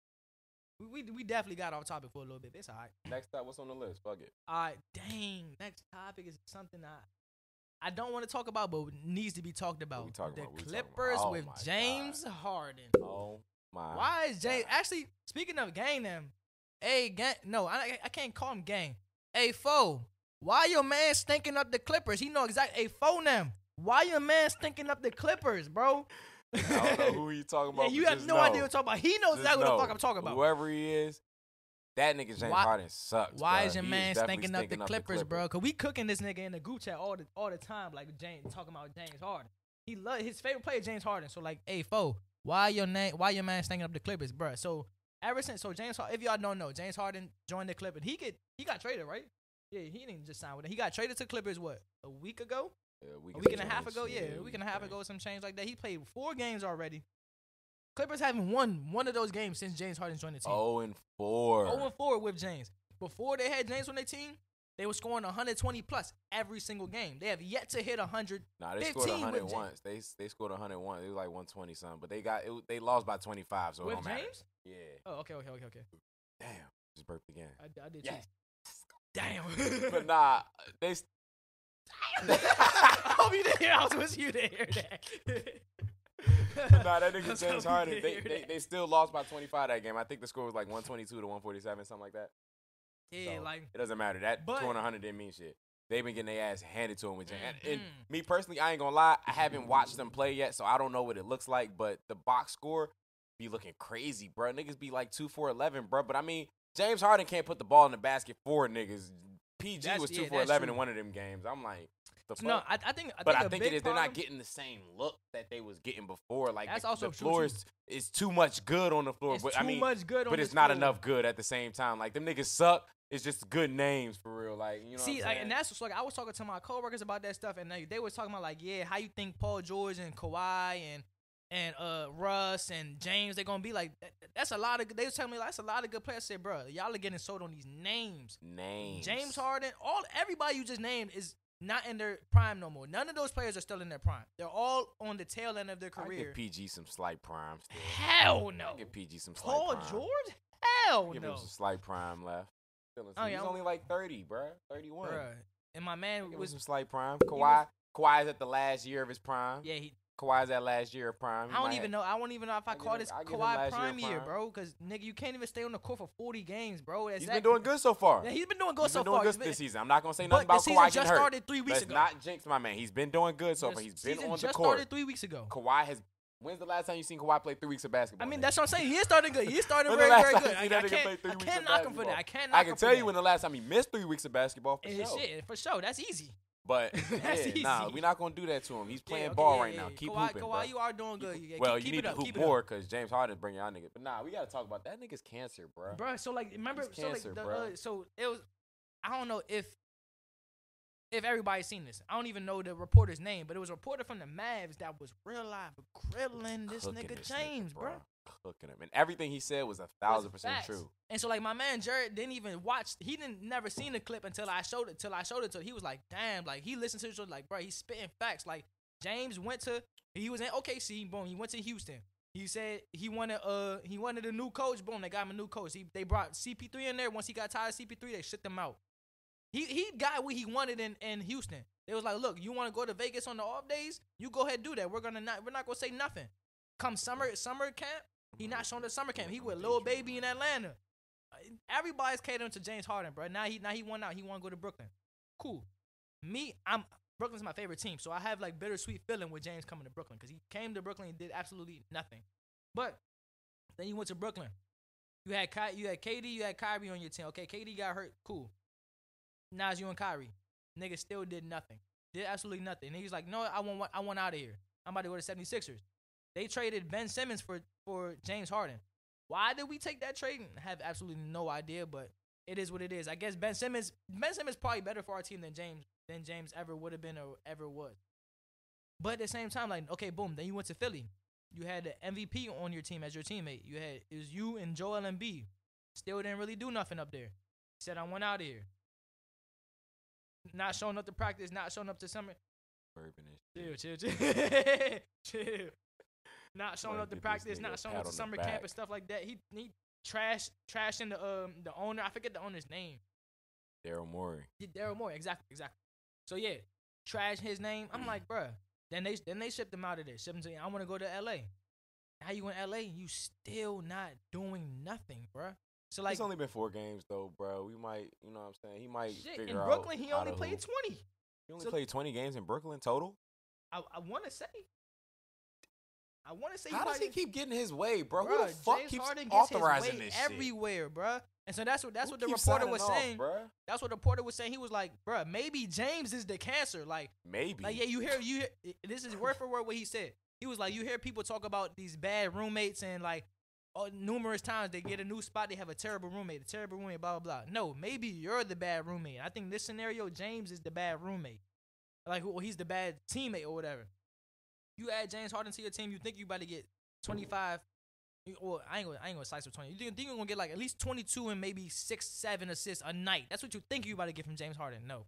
[SPEAKER 1] We, we we definitely got off topic for a little bit. but It's all right.
[SPEAKER 2] Next topic. What's on the list? Fuck it.
[SPEAKER 1] All right, dang. Next topic is something I I don't want to talk about, but needs to be talked about.
[SPEAKER 2] we talking
[SPEAKER 1] the
[SPEAKER 2] about? What we talking about?
[SPEAKER 1] Clippers
[SPEAKER 2] Oh
[SPEAKER 1] with
[SPEAKER 2] my God.
[SPEAKER 1] James Harden.
[SPEAKER 2] Oh my.
[SPEAKER 1] Why is James
[SPEAKER 2] God.
[SPEAKER 1] actually speaking of gang them? Hey gang, no, I I can't call him gang. Hey foe, why your man stinking up the Clippers? He know exactly. Hey foe them, why your man stinking up the Clippers, bro?
[SPEAKER 2] I don't know who you talking
[SPEAKER 1] yeah,
[SPEAKER 2] about.
[SPEAKER 1] you
[SPEAKER 2] but
[SPEAKER 1] have
[SPEAKER 2] just
[SPEAKER 1] no
[SPEAKER 2] know.
[SPEAKER 1] idea what I'm talking about. He knows
[SPEAKER 2] Just
[SPEAKER 1] exactly what
[SPEAKER 2] know,
[SPEAKER 1] the fuck I'm talking about.
[SPEAKER 2] Whoever he is, that nigga James
[SPEAKER 1] Why-
[SPEAKER 2] Harden sucks.
[SPEAKER 1] Why
[SPEAKER 2] bruh.
[SPEAKER 1] is your
[SPEAKER 2] He
[SPEAKER 1] man
[SPEAKER 2] definitely
[SPEAKER 1] stinking up the Clippers,
[SPEAKER 2] Clippers.
[SPEAKER 1] bro? Cause we cooking this nigga in the group chat all the all the time, like James talking about James Harden. He love his favorite player, James Harden. So like, hey foe, why your name? Why your man stinking up the Clippers, bro? So ever since, so James, Harden, if y'all don't know, James Harden joined the Clippers. He get he got traded, right? Yeah, he didn't just sign with it. He got traded to Clippers what a week ago,
[SPEAKER 2] Yeah,
[SPEAKER 1] a week and a
[SPEAKER 2] change,
[SPEAKER 1] half ago. Yeah, a week and a half
[SPEAKER 2] change.
[SPEAKER 1] ago, some change like that. He played four games already. Clippers haven't won one of those games since James Harden joined the team.
[SPEAKER 2] Oh and four.
[SPEAKER 1] 0 and 4 with James. Before they had James on their team, they were scoring 120 plus every single game. They have yet to hit 100.
[SPEAKER 2] Nah, they scored
[SPEAKER 1] 15 with
[SPEAKER 2] 100
[SPEAKER 1] James.
[SPEAKER 2] once. They they scored 101. They was like 120 something, but they got it, was- they lost by 25, so it
[SPEAKER 1] With
[SPEAKER 2] don't matter.
[SPEAKER 1] James?
[SPEAKER 2] Yeah.
[SPEAKER 1] Oh, okay, okay, okay, okay.
[SPEAKER 2] Damn. Just burped again.
[SPEAKER 1] I, I did
[SPEAKER 2] Yeah.
[SPEAKER 1] cheese. Damn.
[SPEAKER 2] but nah, they s-
[SPEAKER 1] I hope you didn't hear. I was wishing you to hear that.
[SPEAKER 2] nah, that
[SPEAKER 1] I
[SPEAKER 2] nigga
[SPEAKER 1] was
[SPEAKER 2] James
[SPEAKER 1] hoping
[SPEAKER 2] Harden.
[SPEAKER 1] you
[SPEAKER 2] They,
[SPEAKER 1] didn't hear
[SPEAKER 2] they
[SPEAKER 1] that.
[SPEAKER 2] they still lost by 25 that game. I think the score was like 122 to 147, something like that.
[SPEAKER 1] Yeah,
[SPEAKER 2] So,
[SPEAKER 1] like,
[SPEAKER 2] it doesn't matter. That
[SPEAKER 1] But-
[SPEAKER 2] scoring 100 didn't mean shit. They've been getting their ass handed to them. With Jan- and, and
[SPEAKER 1] Mm-hmm.
[SPEAKER 2] me personally, I ain't gonna lie. I haven't watched them play yet, so I don't know what it looks like. But the box score be looking crazy, bro. Niggas be like two for 11, bro. But I mean, James Harden can't put the ball in the basket for niggas. PG
[SPEAKER 1] That's-
[SPEAKER 2] was two
[SPEAKER 1] yeah,
[SPEAKER 2] for
[SPEAKER 1] that's
[SPEAKER 2] 11
[SPEAKER 1] true.
[SPEAKER 2] in one of them games. I'm like, the fuck.
[SPEAKER 1] no, I, I think. I
[SPEAKER 2] but
[SPEAKER 1] think
[SPEAKER 2] I
[SPEAKER 1] a
[SPEAKER 2] think
[SPEAKER 1] big
[SPEAKER 2] it is they're
[SPEAKER 1] problem-
[SPEAKER 2] not getting the same look that they was getting before. Like
[SPEAKER 1] That's
[SPEAKER 2] the,
[SPEAKER 1] also
[SPEAKER 2] the
[SPEAKER 1] true,
[SPEAKER 2] floor
[SPEAKER 1] too.
[SPEAKER 2] is, is too much good on the floor.
[SPEAKER 1] It's
[SPEAKER 2] but
[SPEAKER 1] too
[SPEAKER 2] I mean,
[SPEAKER 1] much good on
[SPEAKER 2] but
[SPEAKER 1] the
[SPEAKER 2] it's not
[SPEAKER 1] score.
[SPEAKER 2] enough good at the same time. Like them niggas suck. It's just good names for real. Like you know.
[SPEAKER 1] See,
[SPEAKER 2] what I'm
[SPEAKER 1] like,
[SPEAKER 2] saying?
[SPEAKER 1] and that's just like I was talking to my coworkers about that stuff, and they, they was talking about like, yeah, how you think Paul George and Kawhi and and uh Russ and James they're gonna be like? that- that's a lot of. They was telling me like, that's a lot of good players. I said, bro, y'all are getting sold on these names.
[SPEAKER 2] names.
[SPEAKER 1] James Harden, all everybody you just named is not in their prime no more. None of those players are still in their prime. They're all on the tail end of their
[SPEAKER 2] I
[SPEAKER 1] career.
[SPEAKER 2] give PG some slight prime. Still.
[SPEAKER 1] Hell no.
[SPEAKER 2] I give PG some slight
[SPEAKER 1] Paul
[SPEAKER 2] prime.
[SPEAKER 1] George? Hell
[SPEAKER 2] ah. Give
[SPEAKER 1] no.
[SPEAKER 2] him some slight prime left. Still in some-
[SPEAKER 1] Oh,
[SPEAKER 2] he's
[SPEAKER 1] yeah.
[SPEAKER 2] only like thirty, bruh. Thirty-one.
[SPEAKER 1] Bruh. And my man
[SPEAKER 2] Give him
[SPEAKER 1] was
[SPEAKER 2] some slight prime. Kawhi. Kawhi's at the last year of his prime.
[SPEAKER 1] yeah he
[SPEAKER 2] Kawhi's at last year of prime.
[SPEAKER 1] I
[SPEAKER 2] He
[SPEAKER 1] don't
[SPEAKER 2] might
[SPEAKER 1] even
[SPEAKER 2] have-
[SPEAKER 1] know. I don't even know if I,
[SPEAKER 2] I give
[SPEAKER 1] call
[SPEAKER 2] him-
[SPEAKER 1] this
[SPEAKER 2] I give him
[SPEAKER 1] Kawhi
[SPEAKER 2] last year
[SPEAKER 1] prime year,
[SPEAKER 2] prime.
[SPEAKER 1] bro. Because nigga, you can't even stay on the court for forty games, bro. That's
[SPEAKER 2] He's
[SPEAKER 1] that-
[SPEAKER 2] been doing good so far.
[SPEAKER 1] Yeah, he's been doing good
[SPEAKER 2] He's
[SPEAKER 1] so
[SPEAKER 2] been doing
[SPEAKER 1] far. He's
[SPEAKER 2] good
[SPEAKER 1] been-
[SPEAKER 2] this season. I'm not gonna say
[SPEAKER 1] but
[SPEAKER 2] nothing
[SPEAKER 1] the
[SPEAKER 2] about
[SPEAKER 1] season
[SPEAKER 2] Kawhi
[SPEAKER 1] just
[SPEAKER 2] getting hurt.
[SPEAKER 1] started three weeks
[SPEAKER 2] Let's
[SPEAKER 1] ago.
[SPEAKER 2] not jinx my man. He's been doing good so
[SPEAKER 1] The
[SPEAKER 2] far. He's been
[SPEAKER 1] season
[SPEAKER 2] on the
[SPEAKER 1] just
[SPEAKER 2] court.
[SPEAKER 1] started three weeks ago.
[SPEAKER 2] Kawhi has. When's the last time you seen Kawhi play three weeks of basketball?
[SPEAKER 1] I mean,
[SPEAKER 2] nigga?
[SPEAKER 1] that's what I'm saying. He is starting good. He is starting
[SPEAKER 2] When the
[SPEAKER 1] very,
[SPEAKER 2] last
[SPEAKER 1] very
[SPEAKER 2] time
[SPEAKER 1] good.
[SPEAKER 2] you
[SPEAKER 1] I,
[SPEAKER 2] seen that
[SPEAKER 1] I
[SPEAKER 2] nigga play
[SPEAKER 1] can't,
[SPEAKER 2] three
[SPEAKER 1] I
[SPEAKER 2] weeks
[SPEAKER 1] can't
[SPEAKER 2] of
[SPEAKER 1] knock him for
[SPEAKER 2] basketball?
[SPEAKER 1] that. I can't knock
[SPEAKER 2] I
[SPEAKER 1] him
[SPEAKER 2] can
[SPEAKER 1] for
[SPEAKER 2] tell
[SPEAKER 1] that.
[SPEAKER 2] you when the last time he missed three weeks of basketball for
[SPEAKER 1] And
[SPEAKER 2] sure.
[SPEAKER 1] shit, for sure. That's easy.
[SPEAKER 2] But
[SPEAKER 1] That's
[SPEAKER 2] yeah, nah,
[SPEAKER 1] easy.
[SPEAKER 2] we're not gonna do that to him. He's playing
[SPEAKER 1] yeah, okay,
[SPEAKER 2] ball
[SPEAKER 1] yeah,
[SPEAKER 2] right
[SPEAKER 1] yeah,
[SPEAKER 2] now.
[SPEAKER 1] yeah.
[SPEAKER 2] Keep
[SPEAKER 1] Kawhi,
[SPEAKER 2] hooping.
[SPEAKER 1] Kawhi,
[SPEAKER 2] bro.
[SPEAKER 1] you are doing good.
[SPEAKER 2] Keep-
[SPEAKER 1] Yeah,
[SPEAKER 2] well,
[SPEAKER 1] keep
[SPEAKER 2] you
[SPEAKER 1] it
[SPEAKER 2] need
[SPEAKER 1] up,
[SPEAKER 2] to
[SPEAKER 1] keep
[SPEAKER 2] hoop
[SPEAKER 1] it up.
[SPEAKER 2] more because James Harden's bringing y'all niggas. But nah, we gotta talk about that nigga's cancer, bro.
[SPEAKER 1] Bruh, So like, remember,
[SPEAKER 2] It's
[SPEAKER 1] so like,
[SPEAKER 2] cancer,
[SPEAKER 1] the, uh,
[SPEAKER 2] bruh.
[SPEAKER 1] so it was. I don't know if if everybody's seen this. I don't even know the reporter's name, but it was a reporter from the Mavs that was real live grilling this
[SPEAKER 2] Cooking
[SPEAKER 1] nigga James, bro.
[SPEAKER 2] Cooking him, and everything he said was a thousand percent true.
[SPEAKER 1] And so like my man Jared didn't even watch. He didn't never seen the clip until I showed it. Till I showed it to. him. He was like, damn. Like he listened to it. Like bro, he's spitting facts. Like James went to. He was in OKC. Boom. He went to Houston. He said he wanted uh he wanted a new coach. Boom. They got him a new coach. He, they brought CP3 in there. Once he got tired of CP3, they shipped him out. He he got what he wanted in, in Houston. They was like, look, you want to go to Vegas on the off days? You go ahead and do that. We're gonna not we're not gonna say nothing. come summer summer camp, he not showing the summer camp. He with Lil Baby in Atlanta. Everybody's catering to James Harden, bro. Now he now he won out. He want to go to Brooklyn. Cool. Me, I'm Brooklyn's my favorite team, so I have like bittersweet feeling with James coming to Brooklyn because he came to Brooklyn and did absolutely nothing. But then you went to Brooklyn. You had Ky- you had KD, you had Kyrie on your team. Okay, KD got hurt. Cool. Now it's you and Kyrie. Nigga still did nothing. Did absolutely nothing. And he's like, no, I want I want out of here. I'm about to go to 76ers. They traded Ben Simmons for for James Harden. Why did we take that trade? I have absolutely no idea, but it is what it is. I guess Ben Simmons Ben Simmons probably better for our team than James than James ever would have been or ever was. But at the same time, like, okay, boom, then you went to Philly. You had the MVP on your team as your teammate. You had it was you and Joel Embiid. Still didn't really do nothing up there. Said I went out of here. Not showing up to practice, not showing up to summer.
[SPEAKER 2] Bourbon and shit.
[SPEAKER 1] Chill, chill, chill. chill. Not showing
[SPEAKER 2] Might
[SPEAKER 1] up to
[SPEAKER 2] give this
[SPEAKER 1] practice,
[SPEAKER 2] nigga a
[SPEAKER 1] not showing up
[SPEAKER 2] pat
[SPEAKER 1] to
[SPEAKER 2] on the
[SPEAKER 1] summer camp and
[SPEAKER 2] back.
[SPEAKER 1] stuff like that. He he trash trashing the um the owner. I forget the owner's name.
[SPEAKER 2] Daryl Morey.
[SPEAKER 1] Yeah, Daryl Moore, exactly, exactly. So yeah, trash his name. I'm like, bruh. Then they then they shipped him out of there. Shipped him to I want to go to L.A. Now you in L.A. You still not doing nothing, bruh. So like
[SPEAKER 2] it's only been four games though, bro. We might, you know what I'm saying? He might
[SPEAKER 1] shit in
[SPEAKER 2] figure out.
[SPEAKER 1] Brooklyn, he
[SPEAKER 2] how
[SPEAKER 1] only
[SPEAKER 2] to
[SPEAKER 1] played
[SPEAKER 2] hoop.
[SPEAKER 1] 20.
[SPEAKER 2] He only
[SPEAKER 1] so-
[SPEAKER 2] played 20 games in Brooklyn total.
[SPEAKER 1] I, I want to say. I want to say.
[SPEAKER 2] How does he
[SPEAKER 1] probably-
[SPEAKER 2] keep getting his way, bro? Who
[SPEAKER 1] Bruh,
[SPEAKER 2] the fuck
[SPEAKER 1] James
[SPEAKER 2] keeps
[SPEAKER 1] Harden gets his
[SPEAKER 2] authorizing
[SPEAKER 1] way
[SPEAKER 2] this shit?
[SPEAKER 1] everywhere, bruh. And so that's what that's
[SPEAKER 2] Who
[SPEAKER 1] what the
[SPEAKER 2] keeps
[SPEAKER 1] reporter
[SPEAKER 2] signing
[SPEAKER 1] was
[SPEAKER 2] off,
[SPEAKER 1] saying.
[SPEAKER 2] bruh?
[SPEAKER 1] That's what the reporter was saying. He was like, bruh, maybe James is the cancer. Like
[SPEAKER 2] Maybe.
[SPEAKER 1] Like yeah, you hear you. Hear, this is word for word what he said. He was like, you hear people talk about these bad roommates and like, oh, numerous times they get a new spot, they have a terrible roommate, a terrible roommate, blah blah blah. No, maybe you're the bad roommate. I think this scenario, James is the bad roommate. Like, well, he's the bad teammate or whatever. You add James Harden to your team, you think you about to get twenty five. Well, I ain't gonna, I ain't gonna slice for twenty. You think, think you're gonna get like at least twenty two and maybe six, seven assists a night? That's what you think you about to get from James Harden? No,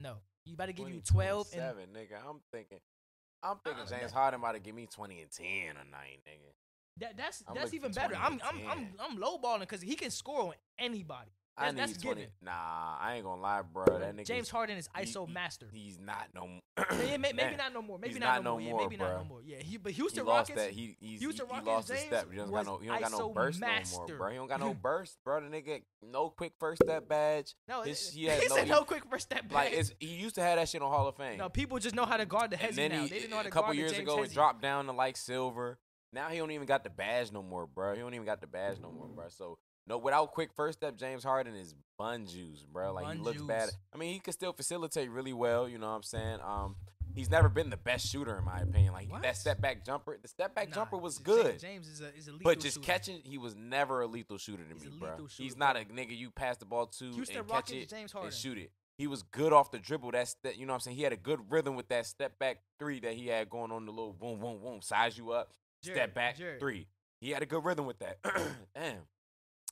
[SPEAKER 1] no. You about to give you twelve and
[SPEAKER 2] seven, nigga. I'm thinking. I'm thinking
[SPEAKER 1] Uh,
[SPEAKER 2] James Harden about to give me 20 and 10 a night, nigga.
[SPEAKER 1] That that's
[SPEAKER 2] I'm
[SPEAKER 1] that's
[SPEAKER 2] looking
[SPEAKER 1] even
[SPEAKER 2] for
[SPEAKER 1] better.
[SPEAKER 2] 20
[SPEAKER 1] I'm
[SPEAKER 2] and
[SPEAKER 1] I'm I'm
[SPEAKER 2] 10.
[SPEAKER 1] I'm lowballing because he can score on anybody.
[SPEAKER 2] I
[SPEAKER 1] That's,
[SPEAKER 2] need
[SPEAKER 1] that's
[SPEAKER 2] 20.
[SPEAKER 1] given.
[SPEAKER 2] Nah, I ain't gonna lie, bro. That nigga.
[SPEAKER 1] James Harden is
[SPEAKER 2] he-
[SPEAKER 1] ISO
[SPEAKER 2] he-
[SPEAKER 1] master.
[SPEAKER 2] He's not no. more.
[SPEAKER 1] Yeah, may- maybe
[SPEAKER 2] Man,
[SPEAKER 1] not no more. Maybe
[SPEAKER 2] he's
[SPEAKER 1] not,
[SPEAKER 2] not
[SPEAKER 1] no
[SPEAKER 2] no
[SPEAKER 1] more. Yeah,
[SPEAKER 2] more,
[SPEAKER 1] maybe not no
[SPEAKER 2] bruh.
[SPEAKER 1] more. Yeah, he but
[SPEAKER 2] He
[SPEAKER 1] Houston
[SPEAKER 2] lost
[SPEAKER 1] Rockets.
[SPEAKER 2] that. He he's, he,
[SPEAKER 1] Houston
[SPEAKER 2] he
[SPEAKER 1] Rockets,
[SPEAKER 2] lost his
[SPEAKER 1] James
[SPEAKER 2] step. He don't got
[SPEAKER 1] was
[SPEAKER 2] no. He don't got no
[SPEAKER 1] ISO
[SPEAKER 2] burst no more,
[SPEAKER 1] master.
[SPEAKER 2] bro. He don't got no burst, bro. The nigga no quick first step badge.
[SPEAKER 1] no,
[SPEAKER 2] his,
[SPEAKER 1] it-
[SPEAKER 2] he has
[SPEAKER 1] he
[SPEAKER 2] no.
[SPEAKER 1] said no quick first step back.
[SPEAKER 2] like it's, he used to have that shit on Hall of Fame.
[SPEAKER 1] no, people just know how to guard the
[SPEAKER 2] and
[SPEAKER 1] Hezzy
[SPEAKER 2] then
[SPEAKER 1] now.
[SPEAKER 2] he,
[SPEAKER 1] they didn't know how to
[SPEAKER 2] a couple
[SPEAKER 1] guard
[SPEAKER 2] years
[SPEAKER 1] the James
[SPEAKER 2] ago,
[SPEAKER 1] Hezzy.
[SPEAKER 2] it dropped down to like silver. Now he don't even got the badge no more, bro. He don't even got the badge no more, bro. So no, without quick first step, James Harden is bun juice, bro. Like he
[SPEAKER 1] Bun
[SPEAKER 2] looks bad.
[SPEAKER 1] juice.
[SPEAKER 2] I mean, he could still facilitate really well. You know what I'm saying? Um, he's never been the best shooter in my opinion. Like
[SPEAKER 1] What?
[SPEAKER 2] that step back jumper, the step back
[SPEAKER 1] Nah,
[SPEAKER 2] jumper was
[SPEAKER 1] James-
[SPEAKER 2] good.
[SPEAKER 1] James is a is a lethal
[SPEAKER 2] But just
[SPEAKER 1] shooter.
[SPEAKER 2] catching, he was never a lethal shooter to
[SPEAKER 1] He's
[SPEAKER 2] me,
[SPEAKER 1] a
[SPEAKER 2] bro.
[SPEAKER 1] lethal
[SPEAKER 2] He's
[SPEAKER 1] shooter,
[SPEAKER 2] not
[SPEAKER 1] bro.
[SPEAKER 2] a nigga you pass the ball to
[SPEAKER 1] Houston
[SPEAKER 2] and
[SPEAKER 1] Rockets,
[SPEAKER 2] catch it
[SPEAKER 1] James Harden.
[SPEAKER 2] and shoot it. He was good off the dribble. That's that. You know what I'm saying? He had a good rhythm with that step back three that he had going on the little boom, boom, boom, size you up,
[SPEAKER 1] Jared,
[SPEAKER 2] step back
[SPEAKER 1] Jared.
[SPEAKER 2] three. He had a good rhythm with that. Damn,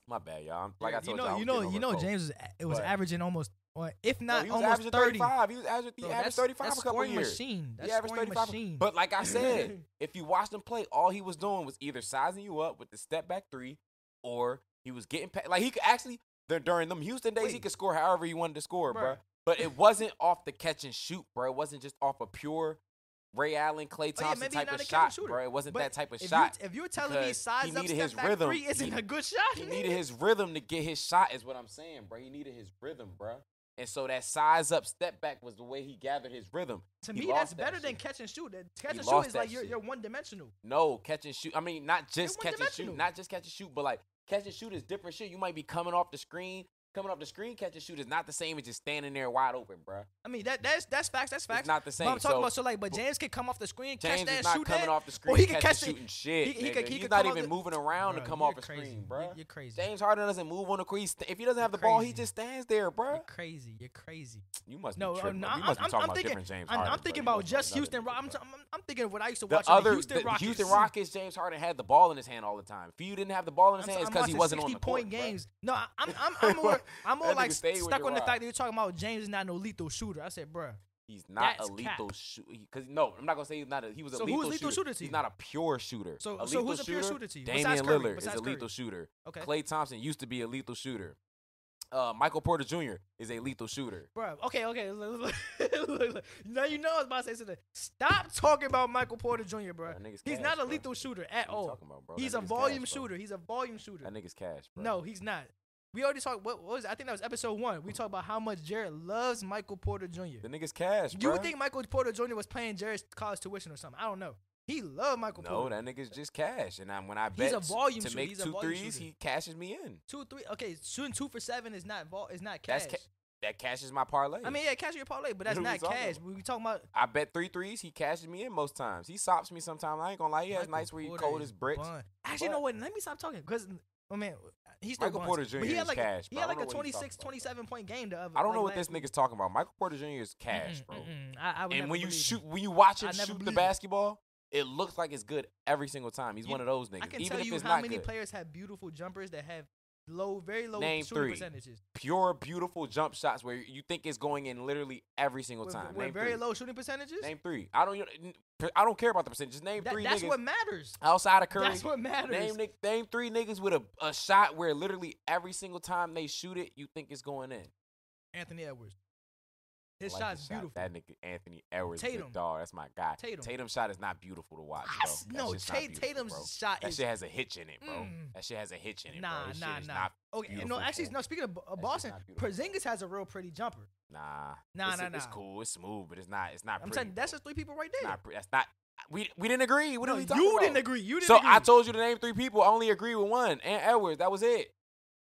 [SPEAKER 2] my bad, y'all. I'm, like I
[SPEAKER 1] Yeah,
[SPEAKER 2] told
[SPEAKER 1] you know,
[SPEAKER 2] y'all,
[SPEAKER 1] you
[SPEAKER 2] I'm
[SPEAKER 1] know,
[SPEAKER 2] getting
[SPEAKER 1] you know,
[SPEAKER 2] over a cold.
[SPEAKER 1] James was it was
[SPEAKER 2] But-
[SPEAKER 1] averaging almost, or if
[SPEAKER 2] No,
[SPEAKER 1] not
[SPEAKER 2] he was
[SPEAKER 1] almost
[SPEAKER 2] averaging
[SPEAKER 1] thirty.
[SPEAKER 2] 35. He was averaging, he
[SPEAKER 1] Bro,
[SPEAKER 2] averaged
[SPEAKER 1] that's-
[SPEAKER 2] 35
[SPEAKER 1] that's
[SPEAKER 2] a couple
[SPEAKER 1] scoring
[SPEAKER 2] years.
[SPEAKER 1] machine. That's
[SPEAKER 2] he averaged
[SPEAKER 1] scoring
[SPEAKER 2] 35.
[SPEAKER 1] machine.
[SPEAKER 2] But like I said, if you watched him play, all he was doing was either sizing you up with the step back three, or he was getting pa- like he could actually dur- during them Houston days he
[SPEAKER 1] Wait.
[SPEAKER 2] could score however he wanted to score, bro.
[SPEAKER 1] Bruh.
[SPEAKER 2] But it wasn't off the catch and shoot, bro. It wasn't just off a pure Ray Allen, Clay
[SPEAKER 1] Oh, yeah,
[SPEAKER 2] Thompson
[SPEAKER 1] maybe he
[SPEAKER 2] type
[SPEAKER 1] not
[SPEAKER 2] of
[SPEAKER 1] a catch and
[SPEAKER 2] shot,
[SPEAKER 1] shooter.
[SPEAKER 2] bro. It wasn't
[SPEAKER 1] But
[SPEAKER 2] that type of
[SPEAKER 1] if you-
[SPEAKER 2] shot.
[SPEAKER 1] if you're telling me
[SPEAKER 2] because
[SPEAKER 1] size
[SPEAKER 2] he
[SPEAKER 1] up,
[SPEAKER 2] needed
[SPEAKER 1] step
[SPEAKER 2] his
[SPEAKER 1] back
[SPEAKER 2] rhythm.
[SPEAKER 1] three isn't
[SPEAKER 2] He-
[SPEAKER 1] a good shot.
[SPEAKER 2] He
[SPEAKER 1] nigga.
[SPEAKER 2] needed his rhythm to get his shot, is what I'm saying, bro. He needed his rhythm, bro. And so that size up step back was the way he gathered his rhythm.
[SPEAKER 1] To
[SPEAKER 2] He
[SPEAKER 1] me,
[SPEAKER 2] lost
[SPEAKER 1] that's
[SPEAKER 2] that
[SPEAKER 1] better than
[SPEAKER 2] shit.
[SPEAKER 1] catch and shoot. That Catch
[SPEAKER 2] He
[SPEAKER 1] and
[SPEAKER 2] lost
[SPEAKER 1] shoot is
[SPEAKER 2] that
[SPEAKER 1] like you're,
[SPEAKER 2] shit.
[SPEAKER 1] you're one dimensional.
[SPEAKER 2] No, catch and shoot. I mean, not just
[SPEAKER 1] They're
[SPEAKER 2] catch and shoot,
[SPEAKER 1] one-dimensional.
[SPEAKER 2] not just catch and shoot, but like catch and shoot is different shit. You might be coming off the screen, coming off the screen. Catch and shoot is not the same as just standing there wide open, bro.
[SPEAKER 1] I mean that that's that's facts. That's facts.
[SPEAKER 2] not the
[SPEAKER 1] But
[SPEAKER 2] same,
[SPEAKER 1] I'm talking
[SPEAKER 2] so-
[SPEAKER 1] about so like, but James could come off the screen,
[SPEAKER 2] James
[SPEAKER 1] catch that,
[SPEAKER 2] is not
[SPEAKER 1] shoot
[SPEAKER 2] coming
[SPEAKER 1] that,
[SPEAKER 2] off the screen.
[SPEAKER 1] or he could catch
[SPEAKER 2] and
[SPEAKER 1] it.
[SPEAKER 2] shooting shit.
[SPEAKER 1] He, he
[SPEAKER 2] nigga.
[SPEAKER 1] could, he
[SPEAKER 2] He's
[SPEAKER 1] could
[SPEAKER 2] not
[SPEAKER 1] come off
[SPEAKER 2] even
[SPEAKER 1] the-
[SPEAKER 2] moving around
[SPEAKER 1] Bruh,
[SPEAKER 2] to come
[SPEAKER 1] you're
[SPEAKER 2] off the
[SPEAKER 1] crazy.
[SPEAKER 2] screen,
[SPEAKER 1] You're-
[SPEAKER 2] bro.
[SPEAKER 1] You're crazy.
[SPEAKER 2] James Harden doesn't move on the crease. If he doesn't have the ball, he
[SPEAKER 1] crazy.
[SPEAKER 2] just stands there, bro.
[SPEAKER 1] You're crazy. You're crazy.
[SPEAKER 2] You must
[SPEAKER 1] No,
[SPEAKER 2] be
[SPEAKER 1] uh,
[SPEAKER 2] tripping.
[SPEAKER 1] no
[SPEAKER 2] bro.
[SPEAKER 1] I'm,
[SPEAKER 2] you must
[SPEAKER 1] I'm,
[SPEAKER 2] be talking
[SPEAKER 1] I'm
[SPEAKER 2] about
[SPEAKER 1] thinking.
[SPEAKER 2] different James
[SPEAKER 1] I'm,
[SPEAKER 2] Harden.
[SPEAKER 1] I'm
[SPEAKER 2] bro.
[SPEAKER 1] thinking
[SPEAKER 2] You
[SPEAKER 1] about
[SPEAKER 2] must be on
[SPEAKER 1] just
[SPEAKER 2] another
[SPEAKER 1] Houston. Ro-
[SPEAKER 2] different
[SPEAKER 1] I'm,
[SPEAKER 2] level.
[SPEAKER 1] I'm, I'm thinking of what I used to
[SPEAKER 2] The
[SPEAKER 1] watch.
[SPEAKER 2] other
[SPEAKER 1] the Houston
[SPEAKER 2] the
[SPEAKER 1] Rockets.
[SPEAKER 2] Houston Rockets, James Harden had the ball in his hand all the time. If you didn't have the ball in his
[SPEAKER 1] I'm,
[SPEAKER 2] hand, it's
[SPEAKER 1] I'm
[SPEAKER 2] because he
[SPEAKER 1] watching
[SPEAKER 2] wasn't on the
[SPEAKER 1] 60
[SPEAKER 2] court.
[SPEAKER 1] point
[SPEAKER 2] bro.
[SPEAKER 1] games. No, I- I'm I'm, I'm more I'm more
[SPEAKER 2] That
[SPEAKER 1] like
[SPEAKER 2] nigga stayed with
[SPEAKER 1] stuck
[SPEAKER 2] your
[SPEAKER 1] on the
[SPEAKER 2] rock.
[SPEAKER 1] fact that you're talking about James is not no lethal shooter. I said, bruh.
[SPEAKER 2] He's not
[SPEAKER 1] That's
[SPEAKER 2] a
[SPEAKER 1] cap.
[SPEAKER 2] lethal shooter. Because no, I'm not gonna say he's not a. He was a
[SPEAKER 1] So who
[SPEAKER 2] lethal,
[SPEAKER 1] is lethal shooter to you?
[SPEAKER 2] He's not a pure shooter.
[SPEAKER 1] So-
[SPEAKER 2] a
[SPEAKER 1] so
[SPEAKER 2] lethal
[SPEAKER 1] who's a pure shooter to you?
[SPEAKER 2] Damian
[SPEAKER 1] Besides Curry,
[SPEAKER 2] Lillard is
[SPEAKER 1] besides
[SPEAKER 2] a
[SPEAKER 1] Curry.
[SPEAKER 2] lethal shooter.
[SPEAKER 1] Okay.
[SPEAKER 2] Clay Thompson used to be a lethal shooter. Uh, Michael Porter Jr. is a lethal shooter.
[SPEAKER 1] Bro, okay, okay. look, look, look, look. Now you know I was about to say something. Stop talking about Michael Porter Jr., bro.
[SPEAKER 2] That nigga's
[SPEAKER 1] He's
[SPEAKER 2] cash,
[SPEAKER 1] not a
[SPEAKER 2] bro.
[SPEAKER 1] lethal shooter at
[SPEAKER 2] What you
[SPEAKER 1] all.
[SPEAKER 2] talking about, bro? That
[SPEAKER 1] He's a
[SPEAKER 2] nigga's
[SPEAKER 1] volume
[SPEAKER 2] cash, bro.
[SPEAKER 1] shooter. He's a volume shooter.
[SPEAKER 2] That nigga's cash, bro.
[SPEAKER 1] No, he's not. We already talked. What, what was? I think that was episode one. We talked about how much Jared loves Michael Porter Jr.
[SPEAKER 2] The nigga's cash,
[SPEAKER 1] You
[SPEAKER 2] bro.
[SPEAKER 1] would think Michael Porter Jr. was playing Jared's college tuition or something? I don't know. He loved Michael
[SPEAKER 2] No,
[SPEAKER 1] Porter.
[SPEAKER 2] that nigga's just cash. And I, when I
[SPEAKER 1] He's
[SPEAKER 2] bet
[SPEAKER 1] a volume
[SPEAKER 2] to
[SPEAKER 1] shooter.
[SPEAKER 2] make
[SPEAKER 1] He's a
[SPEAKER 2] two
[SPEAKER 1] volume
[SPEAKER 2] threes,
[SPEAKER 1] shooter.
[SPEAKER 2] he cashes me in.
[SPEAKER 1] Two, three. Okay, shooting two for seven is not vol- is not cash.
[SPEAKER 2] That's ca- that cashes my parlay.
[SPEAKER 1] I mean, yeah, cash your parlay, but that's
[SPEAKER 2] What are we
[SPEAKER 1] not
[SPEAKER 2] talking
[SPEAKER 1] cash.
[SPEAKER 2] about?
[SPEAKER 1] We talking about
[SPEAKER 2] I bet three threes. He cashes me in most times. He sops me sometimes. I ain't gonna lie. He has
[SPEAKER 1] Michael
[SPEAKER 2] nights where he
[SPEAKER 1] Porter
[SPEAKER 2] cold
[SPEAKER 1] is
[SPEAKER 2] as bricks.
[SPEAKER 1] bun. Actually, you
[SPEAKER 2] but-
[SPEAKER 1] know what? Let me stop talking because, oh man, he's still
[SPEAKER 2] Michael
[SPEAKER 1] buns.
[SPEAKER 2] Porter
[SPEAKER 1] But
[SPEAKER 2] Jr.
[SPEAKER 1] he had
[SPEAKER 2] is
[SPEAKER 1] like
[SPEAKER 2] cash,
[SPEAKER 1] he
[SPEAKER 2] bro.
[SPEAKER 1] had
[SPEAKER 2] I don't
[SPEAKER 1] like a
[SPEAKER 2] know what he's
[SPEAKER 1] 26,
[SPEAKER 2] talking about, bro.
[SPEAKER 1] 27 point game the other.
[SPEAKER 2] I don't
[SPEAKER 1] like,
[SPEAKER 2] know
[SPEAKER 1] last
[SPEAKER 2] what this
[SPEAKER 1] week.
[SPEAKER 2] nigga's talking about. Michael Porter Jr. is cash,
[SPEAKER 1] Mm-mm,
[SPEAKER 2] bro.
[SPEAKER 1] mm-mm. I, I would
[SPEAKER 2] And
[SPEAKER 1] never
[SPEAKER 2] when you
[SPEAKER 1] believe it.
[SPEAKER 2] shoot, when you watch
[SPEAKER 1] I
[SPEAKER 2] him
[SPEAKER 1] never
[SPEAKER 2] shoot the
[SPEAKER 1] believe it.
[SPEAKER 2] basketball, it looks like it's good every single time. He's
[SPEAKER 1] You-
[SPEAKER 2] one of those
[SPEAKER 1] I
[SPEAKER 2] niggas.
[SPEAKER 1] can
[SPEAKER 2] Even
[SPEAKER 1] tell
[SPEAKER 2] if
[SPEAKER 1] you
[SPEAKER 2] it's
[SPEAKER 1] how
[SPEAKER 2] not
[SPEAKER 1] many
[SPEAKER 2] good,
[SPEAKER 1] players have beautiful jumpers that have low, very low
[SPEAKER 2] Name
[SPEAKER 1] shooting
[SPEAKER 2] three.
[SPEAKER 1] percentages.
[SPEAKER 2] pure beautiful jump shots where you think it's going in literally every single
[SPEAKER 1] With,
[SPEAKER 2] time.
[SPEAKER 1] with
[SPEAKER 2] name
[SPEAKER 1] very
[SPEAKER 2] three.
[SPEAKER 1] low shooting percentages.
[SPEAKER 2] Name three. I don't. I don't care about the percentage. Just name
[SPEAKER 1] That-
[SPEAKER 2] three
[SPEAKER 1] that's
[SPEAKER 2] niggas
[SPEAKER 1] what matters.
[SPEAKER 2] outside of Curry.
[SPEAKER 1] That's what matters.
[SPEAKER 2] Name, ni- name three niggas with a, a shot where literally every single time they shoot it, you think it's going in.
[SPEAKER 1] Anthony Edwards. His
[SPEAKER 2] I like
[SPEAKER 1] shot's
[SPEAKER 2] his shot.
[SPEAKER 1] beautiful.
[SPEAKER 2] That nigga Anthony Edwards, is a
[SPEAKER 1] Tatum.
[SPEAKER 2] dog. That's my guy.
[SPEAKER 1] Tatum.
[SPEAKER 2] Tatum's shot is not beautiful to watch,
[SPEAKER 1] I
[SPEAKER 2] bro.
[SPEAKER 1] s-
[SPEAKER 2] That
[SPEAKER 1] no,
[SPEAKER 2] shit's not
[SPEAKER 1] Ta-
[SPEAKER 2] beautiful,
[SPEAKER 1] Tatum's
[SPEAKER 2] bro.
[SPEAKER 1] shot
[SPEAKER 2] That
[SPEAKER 1] is-
[SPEAKER 2] shit has a hitch in it, bro.
[SPEAKER 1] Mm.
[SPEAKER 2] That shit has a hitch in it,
[SPEAKER 1] Nah,
[SPEAKER 2] bro. This
[SPEAKER 1] nah,
[SPEAKER 2] shit is
[SPEAKER 1] nah.
[SPEAKER 2] not
[SPEAKER 1] Okay, no,
[SPEAKER 2] beautiful
[SPEAKER 1] actually,
[SPEAKER 2] for
[SPEAKER 1] no. Speaking of B- uh,
[SPEAKER 2] shit's
[SPEAKER 1] Boston,
[SPEAKER 2] not beautiful.
[SPEAKER 1] Porzingis has a real pretty jumper.
[SPEAKER 2] Nah,
[SPEAKER 1] Nah,
[SPEAKER 2] it's,
[SPEAKER 1] nah,
[SPEAKER 2] It's
[SPEAKER 1] nah.
[SPEAKER 2] cool. It's smooth, but it's not. It's not.
[SPEAKER 1] I'm
[SPEAKER 2] pretty,
[SPEAKER 1] telling you, that's
[SPEAKER 2] bro.
[SPEAKER 1] just three people right
[SPEAKER 2] It's
[SPEAKER 1] there.
[SPEAKER 2] not. pre- That's not. We we didn't agree. What
[SPEAKER 1] No,
[SPEAKER 2] are we
[SPEAKER 1] you
[SPEAKER 2] talking about?
[SPEAKER 1] didn't agree. You didn't
[SPEAKER 2] So
[SPEAKER 1] agree.
[SPEAKER 2] I told you to name three people. I only agree with one, and Edwards. That was it.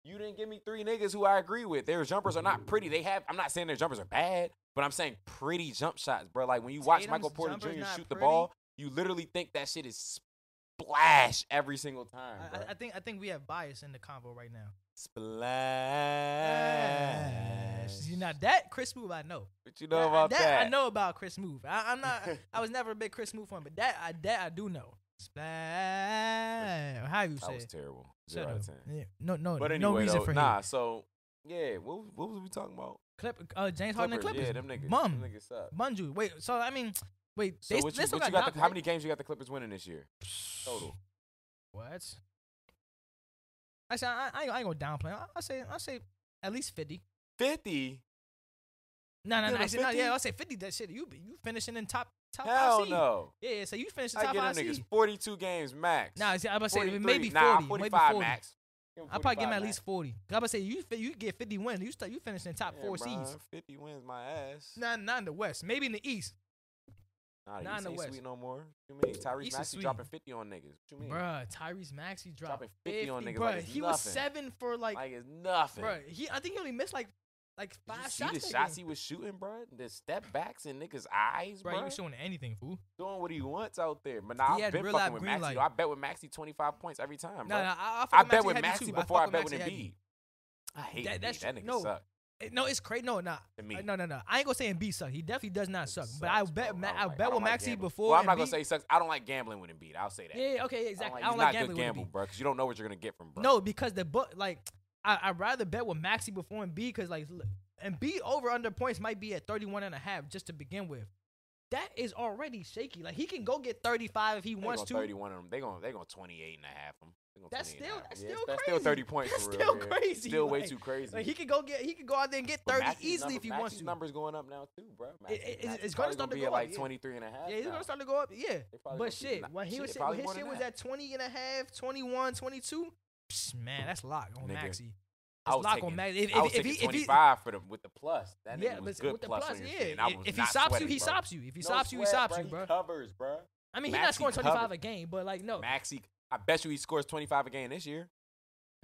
[SPEAKER 2] You didn't give me three niggas who I agree with. Their jumpers are not pretty. They have. I'm not saying their jumpers are bad, but I'm saying pretty jump shots, bro. Like when you watch
[SPEAKER 1] Tatum's
[SPEAKER 2] Michael Porter Jr.
[SPEAKER 1] jumper's not
[SPEAKER 2] shoot the
[SPEAKER 1] pretty.
[SPEAKER 2] ball, you literally think that shit is splash every single time,
[SPEAKER 1] I-
[SPEAKER 2] bro.
[SPEAKER 1] I, I think I think we have bias in the convo right now.
[SPEAKER 2] splash.
[SPEAKER 1] You know that Chris move I know.
[SPEAKER 2] What you know about that?
[SPEAKER 1] I know about Chris move. I, I'm not. I was never a big Chris move fan, but that I that I do know. Splash. How you
[SPEAKER 2] That
[SPEAKER 1] say?
[SPEAKER 2] was
[SPEAKER 1] it?
[SPEAKER 2] terrible.
[SPEAKER 1] Shut
[SPEAKER 2] Zero out
[SPEAKER 1] up.
[SPEAKER 2] of ten.
[SPEAKER 1] Yeah, no, no,
[SPEAKER 2] But anyway,
[SPEAKER 1] no reason
[SPEAKER 2] though,
[SPEAKER 1] for
[SPEAKER 2] nah.
[SPEAKER 1] hate.
[SPEAKER 2] So yeah, what what was we talking about?
[SPEAKER 1] Clip, uh, James Harden and Clippers.
[SPEAKER 2] Yeah, them niggas.
[SPEAKER 1] Mum.
[SPEAKER 2] them niggas suck.
[SPEAKER 1] Bunju. Wait. So I mean, wait.
[SPEAKER 2] So
[SPEAKER 1] they,
[SPEAKER 2] what you,
[SPEAKER 1] they still
[SPEAKER 2] what
[SPEAKER 1] got
[SPEAKER 2] you got the,
[SPEAKER 1] knocked,
[SPEAKER 2] how
[SPEAKER 1] right?
[SPEAKER 2] many games you got the Clippers winning this year? Total.
[SPEAKER 1] What? Actually, I, I, ain't- I ain't gonna downplay. I, I'll say I'll say at least fifty.
[SPEAKER 2] Fifty?
[SPEAKER 1] No, no,
[SPEAKER 2] Give
[SPEAKER 1] no.
[SPEAKER 2] him
[SPEAKER 1] Actually, no,
[SPEAKER 2] 50?
[SPEAKER 1] yeah, I'll say fifty. That shit. You be- you finishing in top top
[SPEAKER 2] Hell
[SPEAKER 1] five seed.
[SPEAKER 2] no.
[SPEAKER 1] Yeah, yeah. So you finish in
[SPEAKER 2] I
[SPEAKER 1] top
[SPEAKER 2] get
[SPEAKER 1] five
[SPEAKER 2] them niggas
[SPEAKER 1] seed.
[SPEAKER 2] forty-two games max.
[SPEAKER 1] Nah, see, I'm about to say
[SPEAKER 2] 43.
[SPEAKER 1] maybe
[SPEAKER 2] nah,
[SPEAKER 1] forty, maybe
[SPEAKER 2] 45
[SPEAKER 1] 40.
[SPEAKER 2] max. Give them
[SPEAKER 1] I'll probably give him
[SPEAKER 2] 45
[SPEAKER 1] at least forty. I'm about to say you fi- you get fifty wins. You start you finish in top
[SPEAKER 2] max.
[SPEAKER 1] four
[SPEAKER 2] Yeah,
[SPEAKER 1] seeds.
[SPEAKER 2] bruh, Fifty wins my ass.
[SPEAKER 1] Not not in the West. Maybe in the East.
[SPEAKER 2] Nah,
[SPEAKER 1] nah,
[SPEAKER 2] nah,
[SPEAKER 1] in the
[SPEAKER 2] ain't
[SPEAKER 1] West.
[SPEAKER 2] sweet no more. What you mean? Tyrese
[SPEAKER 1] East is
[SPEAKER 2] Maxey
[SPEAKER 1] sweet.
[SPEAKER 2] dropping fifty on niggas. What you mean?
[SPEAKER 1] Bruh, Tyrese Maxey dropped
[SPEAKER 2] Dropping 50 on niggas
[SPEAKER 1] Bruh,
[SPEAKER 2] like it's
[SPEAKER 1] he was
[SPEAKER 2] nothing.
[SPEAKER 1] seven for like,
[SPEAKER 2] Like it's nothing.
[SPEAKER 1] bruh. He I think he only missed like like
[SPEAKER 2] Did
[SPEAKER 1] five
[SPEAKER 2] you see
[SPEAKER 1] shots.
[SPEAKER 2] the
[SPEAKER 1] that
[SPEAKER 2] shots
[SPEAKER 1] game.
[SPEAKER 2] he was shooting, bro? The step backs in niggas' eyes,
[SPEAKER 1] Bruh,
[SPEAKER 2] bro.
[SPEAKER 1] you was showing anything, fool.
[SPEAKER 2] doing what he wants out there. But now
[SPEAKER 1] He
[SPEAKER 2] I've
[SPEAKER 1] had
[SPEAKER 2] been
[SPEAKER 1] real
[SPEAKER 2] fucking
[SPEAKER 1] life
[SPEAKER 2] with
[SPEAKER 1] green
[SPEAKER 2] Maxi.
[SPEAKER 1] light.
[SPEAKER 2] though. I bet with Maxi twenty five points every time,
[SPEAKER 1] No, no,
[SPEAKER 2] bro.
[SPEAKER 1] I, I, fuck
[SPEAKER 2] I bet with
[SPEAKER 1] Maxey heavy,
[SPEAKER 2] Maxi
[SPEAKER 1] too.
[SPEAKER 2] before I,
[SPEAKER 1] fuck
[SPEAKER 2] bet
[SPEAKER 1] with
[SPEAKER 2] with
[SPEAKER 1] Maxey
[SPEAKER 2] Embiid.
[SPEAKER 1] heavy.
[SPEAKER 2] I hate
[SPEAKER 1] That-
[SPEAKER 2] that,
[SPEAKER 1] that's-
[SPEAKER 2] That nigga
[SPEAKER 1] no.
[SPEAKER 2] suck.
[SPEAKER 1] Eh, No, it's crazy. No, nah.
[SPEAKER 2] To me.
[SPEAKER 1] Uh, No, no, no. I ain't gonna say Embiid suck. He definitely does not suck.
[SPEAKER 2] Sucks, Oh
[SPEAKER 1] but I
[SPEAKER 2] bro.
[SPEAKER 1] bet Ma- I,
[SPEAKER 2] don't
[SPEAKER 1] bet
[SPEAKER 2] like- don't
[SPEAKER 1] with
[SPEAKER 2] like
[SPEAKER 1] Maxi
[SPEAKER 2] gambling.
[SPEAKER 1] before.
[SPEAKER 2] Well, I'm not gonna
[SPEAKER 1] Embiid-
[SPEAKER 2] say he sucks. I don't like gambling with Embiid. I'll say that.
[SPEAKER 1] Yeah, yeah, okay, yeah, exactly. I
[SPEAKER 2] I
[SPEAKER 1] don't
[SPEAKER 2] don't
[SPEAKER 1] like,
[SPEAKER 2] he's not
[SPEAKER 1] gambling
[SPEAKER 2] good
[SPEAKER 1] with
[SPEAKER 2] gamble,
[SPEAKER 1] Embiid.
[SPEAKER 2] bro, because you don't know what you're gonna get from bro.
[SPEAKER 1] No, because the but like I I rather bet with Maxi before Embiid because like look, Embiid over under points might be at 31 and a half just to begin with. That is already shaky. Like he can go get 35 if he
[SPEAKER 2] they
[SPEAKER 1] wants
[SPEAKER 2] going
[SPEAKER 1] to.
[SPEAKER 2] 31 of them. They going they going 28 and a half of them. They gonna
[SPEAKER 1] That's
[SPEAKER 2] 28
[SPEAKER 1] still
[SPEAKER 2] and a half.
[SPEAKER 1] that's
[SPEAKER 2] Yeah,
[SPEAKER 1] still
[SPEAKER 2] that's
[SPEAKER 1] crazy.
[SPEAKER 2] still 30 points.
[SPEAKER 1] That's
[SPEAKER 2] for real,
[SPEAKER 1] still
[SPEAKER 2] yeah.
[SPEAKER 1] crazy.
[SPEAKER 2] Still way
[SPEAKER 1] Like-
[SPEAKER 2] too crazy.
[SPEAKER 1] Like he could go get he could go out there and get
[SPEAKER 2] But
[SPEAKER 1] 30
[SPEAKER 2] Maxey's
[SPEAKER 1] easily
[SPEAKER 2] number-
[SPEAKER 1] if he
[SPEAKER 2] Maxey's
[SPEAKER 1] wants to.
[SPEAKER 2] numbers going up now too, bro. Maxey-
[SPEAKER 1] it- it's-
[SPEAKER 2] Maxey's
[SPEAKER 1] it's gonna
[SPEAKER 2] probably
[SPEAKER 1] start to
[SPEAKER 2] be
[SPEAKER 1] go
[SPEAKER 2] at
[SPEAKER 1] up,
[SPEAKER 2] like
[SPEAKER 1] yeah.
[SPEAKER 2] 23 and a half.
[SPEAKER 1] Yeah, he's
[SPEAKER 2] now.
[SPEAKER 1] gonna start to go up. Yeah.
[SPEAKER 2] They probably gonna
[SPEAKER 1] But
[SPEAKER 2] keep
[SPEAKER 1] shit,
[SPEAKER 2] it-
[SPEAKER 1] when he
[SPEAKER 2] shit,
[SPEAKER 1] was
[SPEAKER 2] they
[SPEAKER 1] shit,
[SPEAKER 2] probably
[SPEAKER 1] when his
[SPEAKER 2] more
[SPEAKER 1] shit
[SPEAKER 2] than
[SPEAKER 1] was
[SPEAKER 2] that.
[SPEAKER 1] at 20 and a half, 21, 22, psh, man, that's locked on
[SPEAKER 2] Nigga,
[SPEAKER 1] Maxi.
[SPEAKER 2] I
[SPEAKER 1] That's
[SPEAKER 2] was
[SPEAKER 1] locked
[SPEAKER 2] taking-
[SPEAKER 1] on Maxi. If,
[SPEAKER 2] I was
[SPEAKER 1] if, if,
[SPEAKER 2] taking
[SPEAKER 1] he, if he
[SPEAKER 2] 25 for the with the plus. That nigga
[SPEAKER 1] yeah,
[SPEAKER 2] was
[SPEAKER 1] but
[SPEAKER 2] good
[SPEAKER 1] with the
[SPEAKER 2] plus,
[SPEAKER 1] plus,
[SPEAKER 2] on your
[SPEAKER 1] yeah.
[SPEAKER 2] shit, and I
[SPEAKER 1] if-
[SPEAKER 2] was
[SPEAKER 1] If he
[SPEAKER 2] not
[SPEAKER 1] stops you,
[SPEAKER 2] sweating,
[SPEAKER 1] he
[SPEAKER 2] bro.
[SPEAKER 1] stops you. If he
[SPEAKER 2] No
[SPEAKER 1] stops you, he
[SPEAKER 2] sweat,
[SPEAKER 1] stops
[SPEAKER 2] bro.
[SPEAKER 1] you,
[SPEAKER 2] He
[SPEAKER 1] bro.
[SPEAKER 2] Covers, bro.
[SPEAKER 1] I mean, he's
[SPEAKER 2] Maxey
[SPEAKER 1] not scoring 25
[SPEAKER 2] covered.
[SPEAKER 1] a game, but like no.
[SPEAKER 2] Maxi, I bet you he scores 25 a game this year.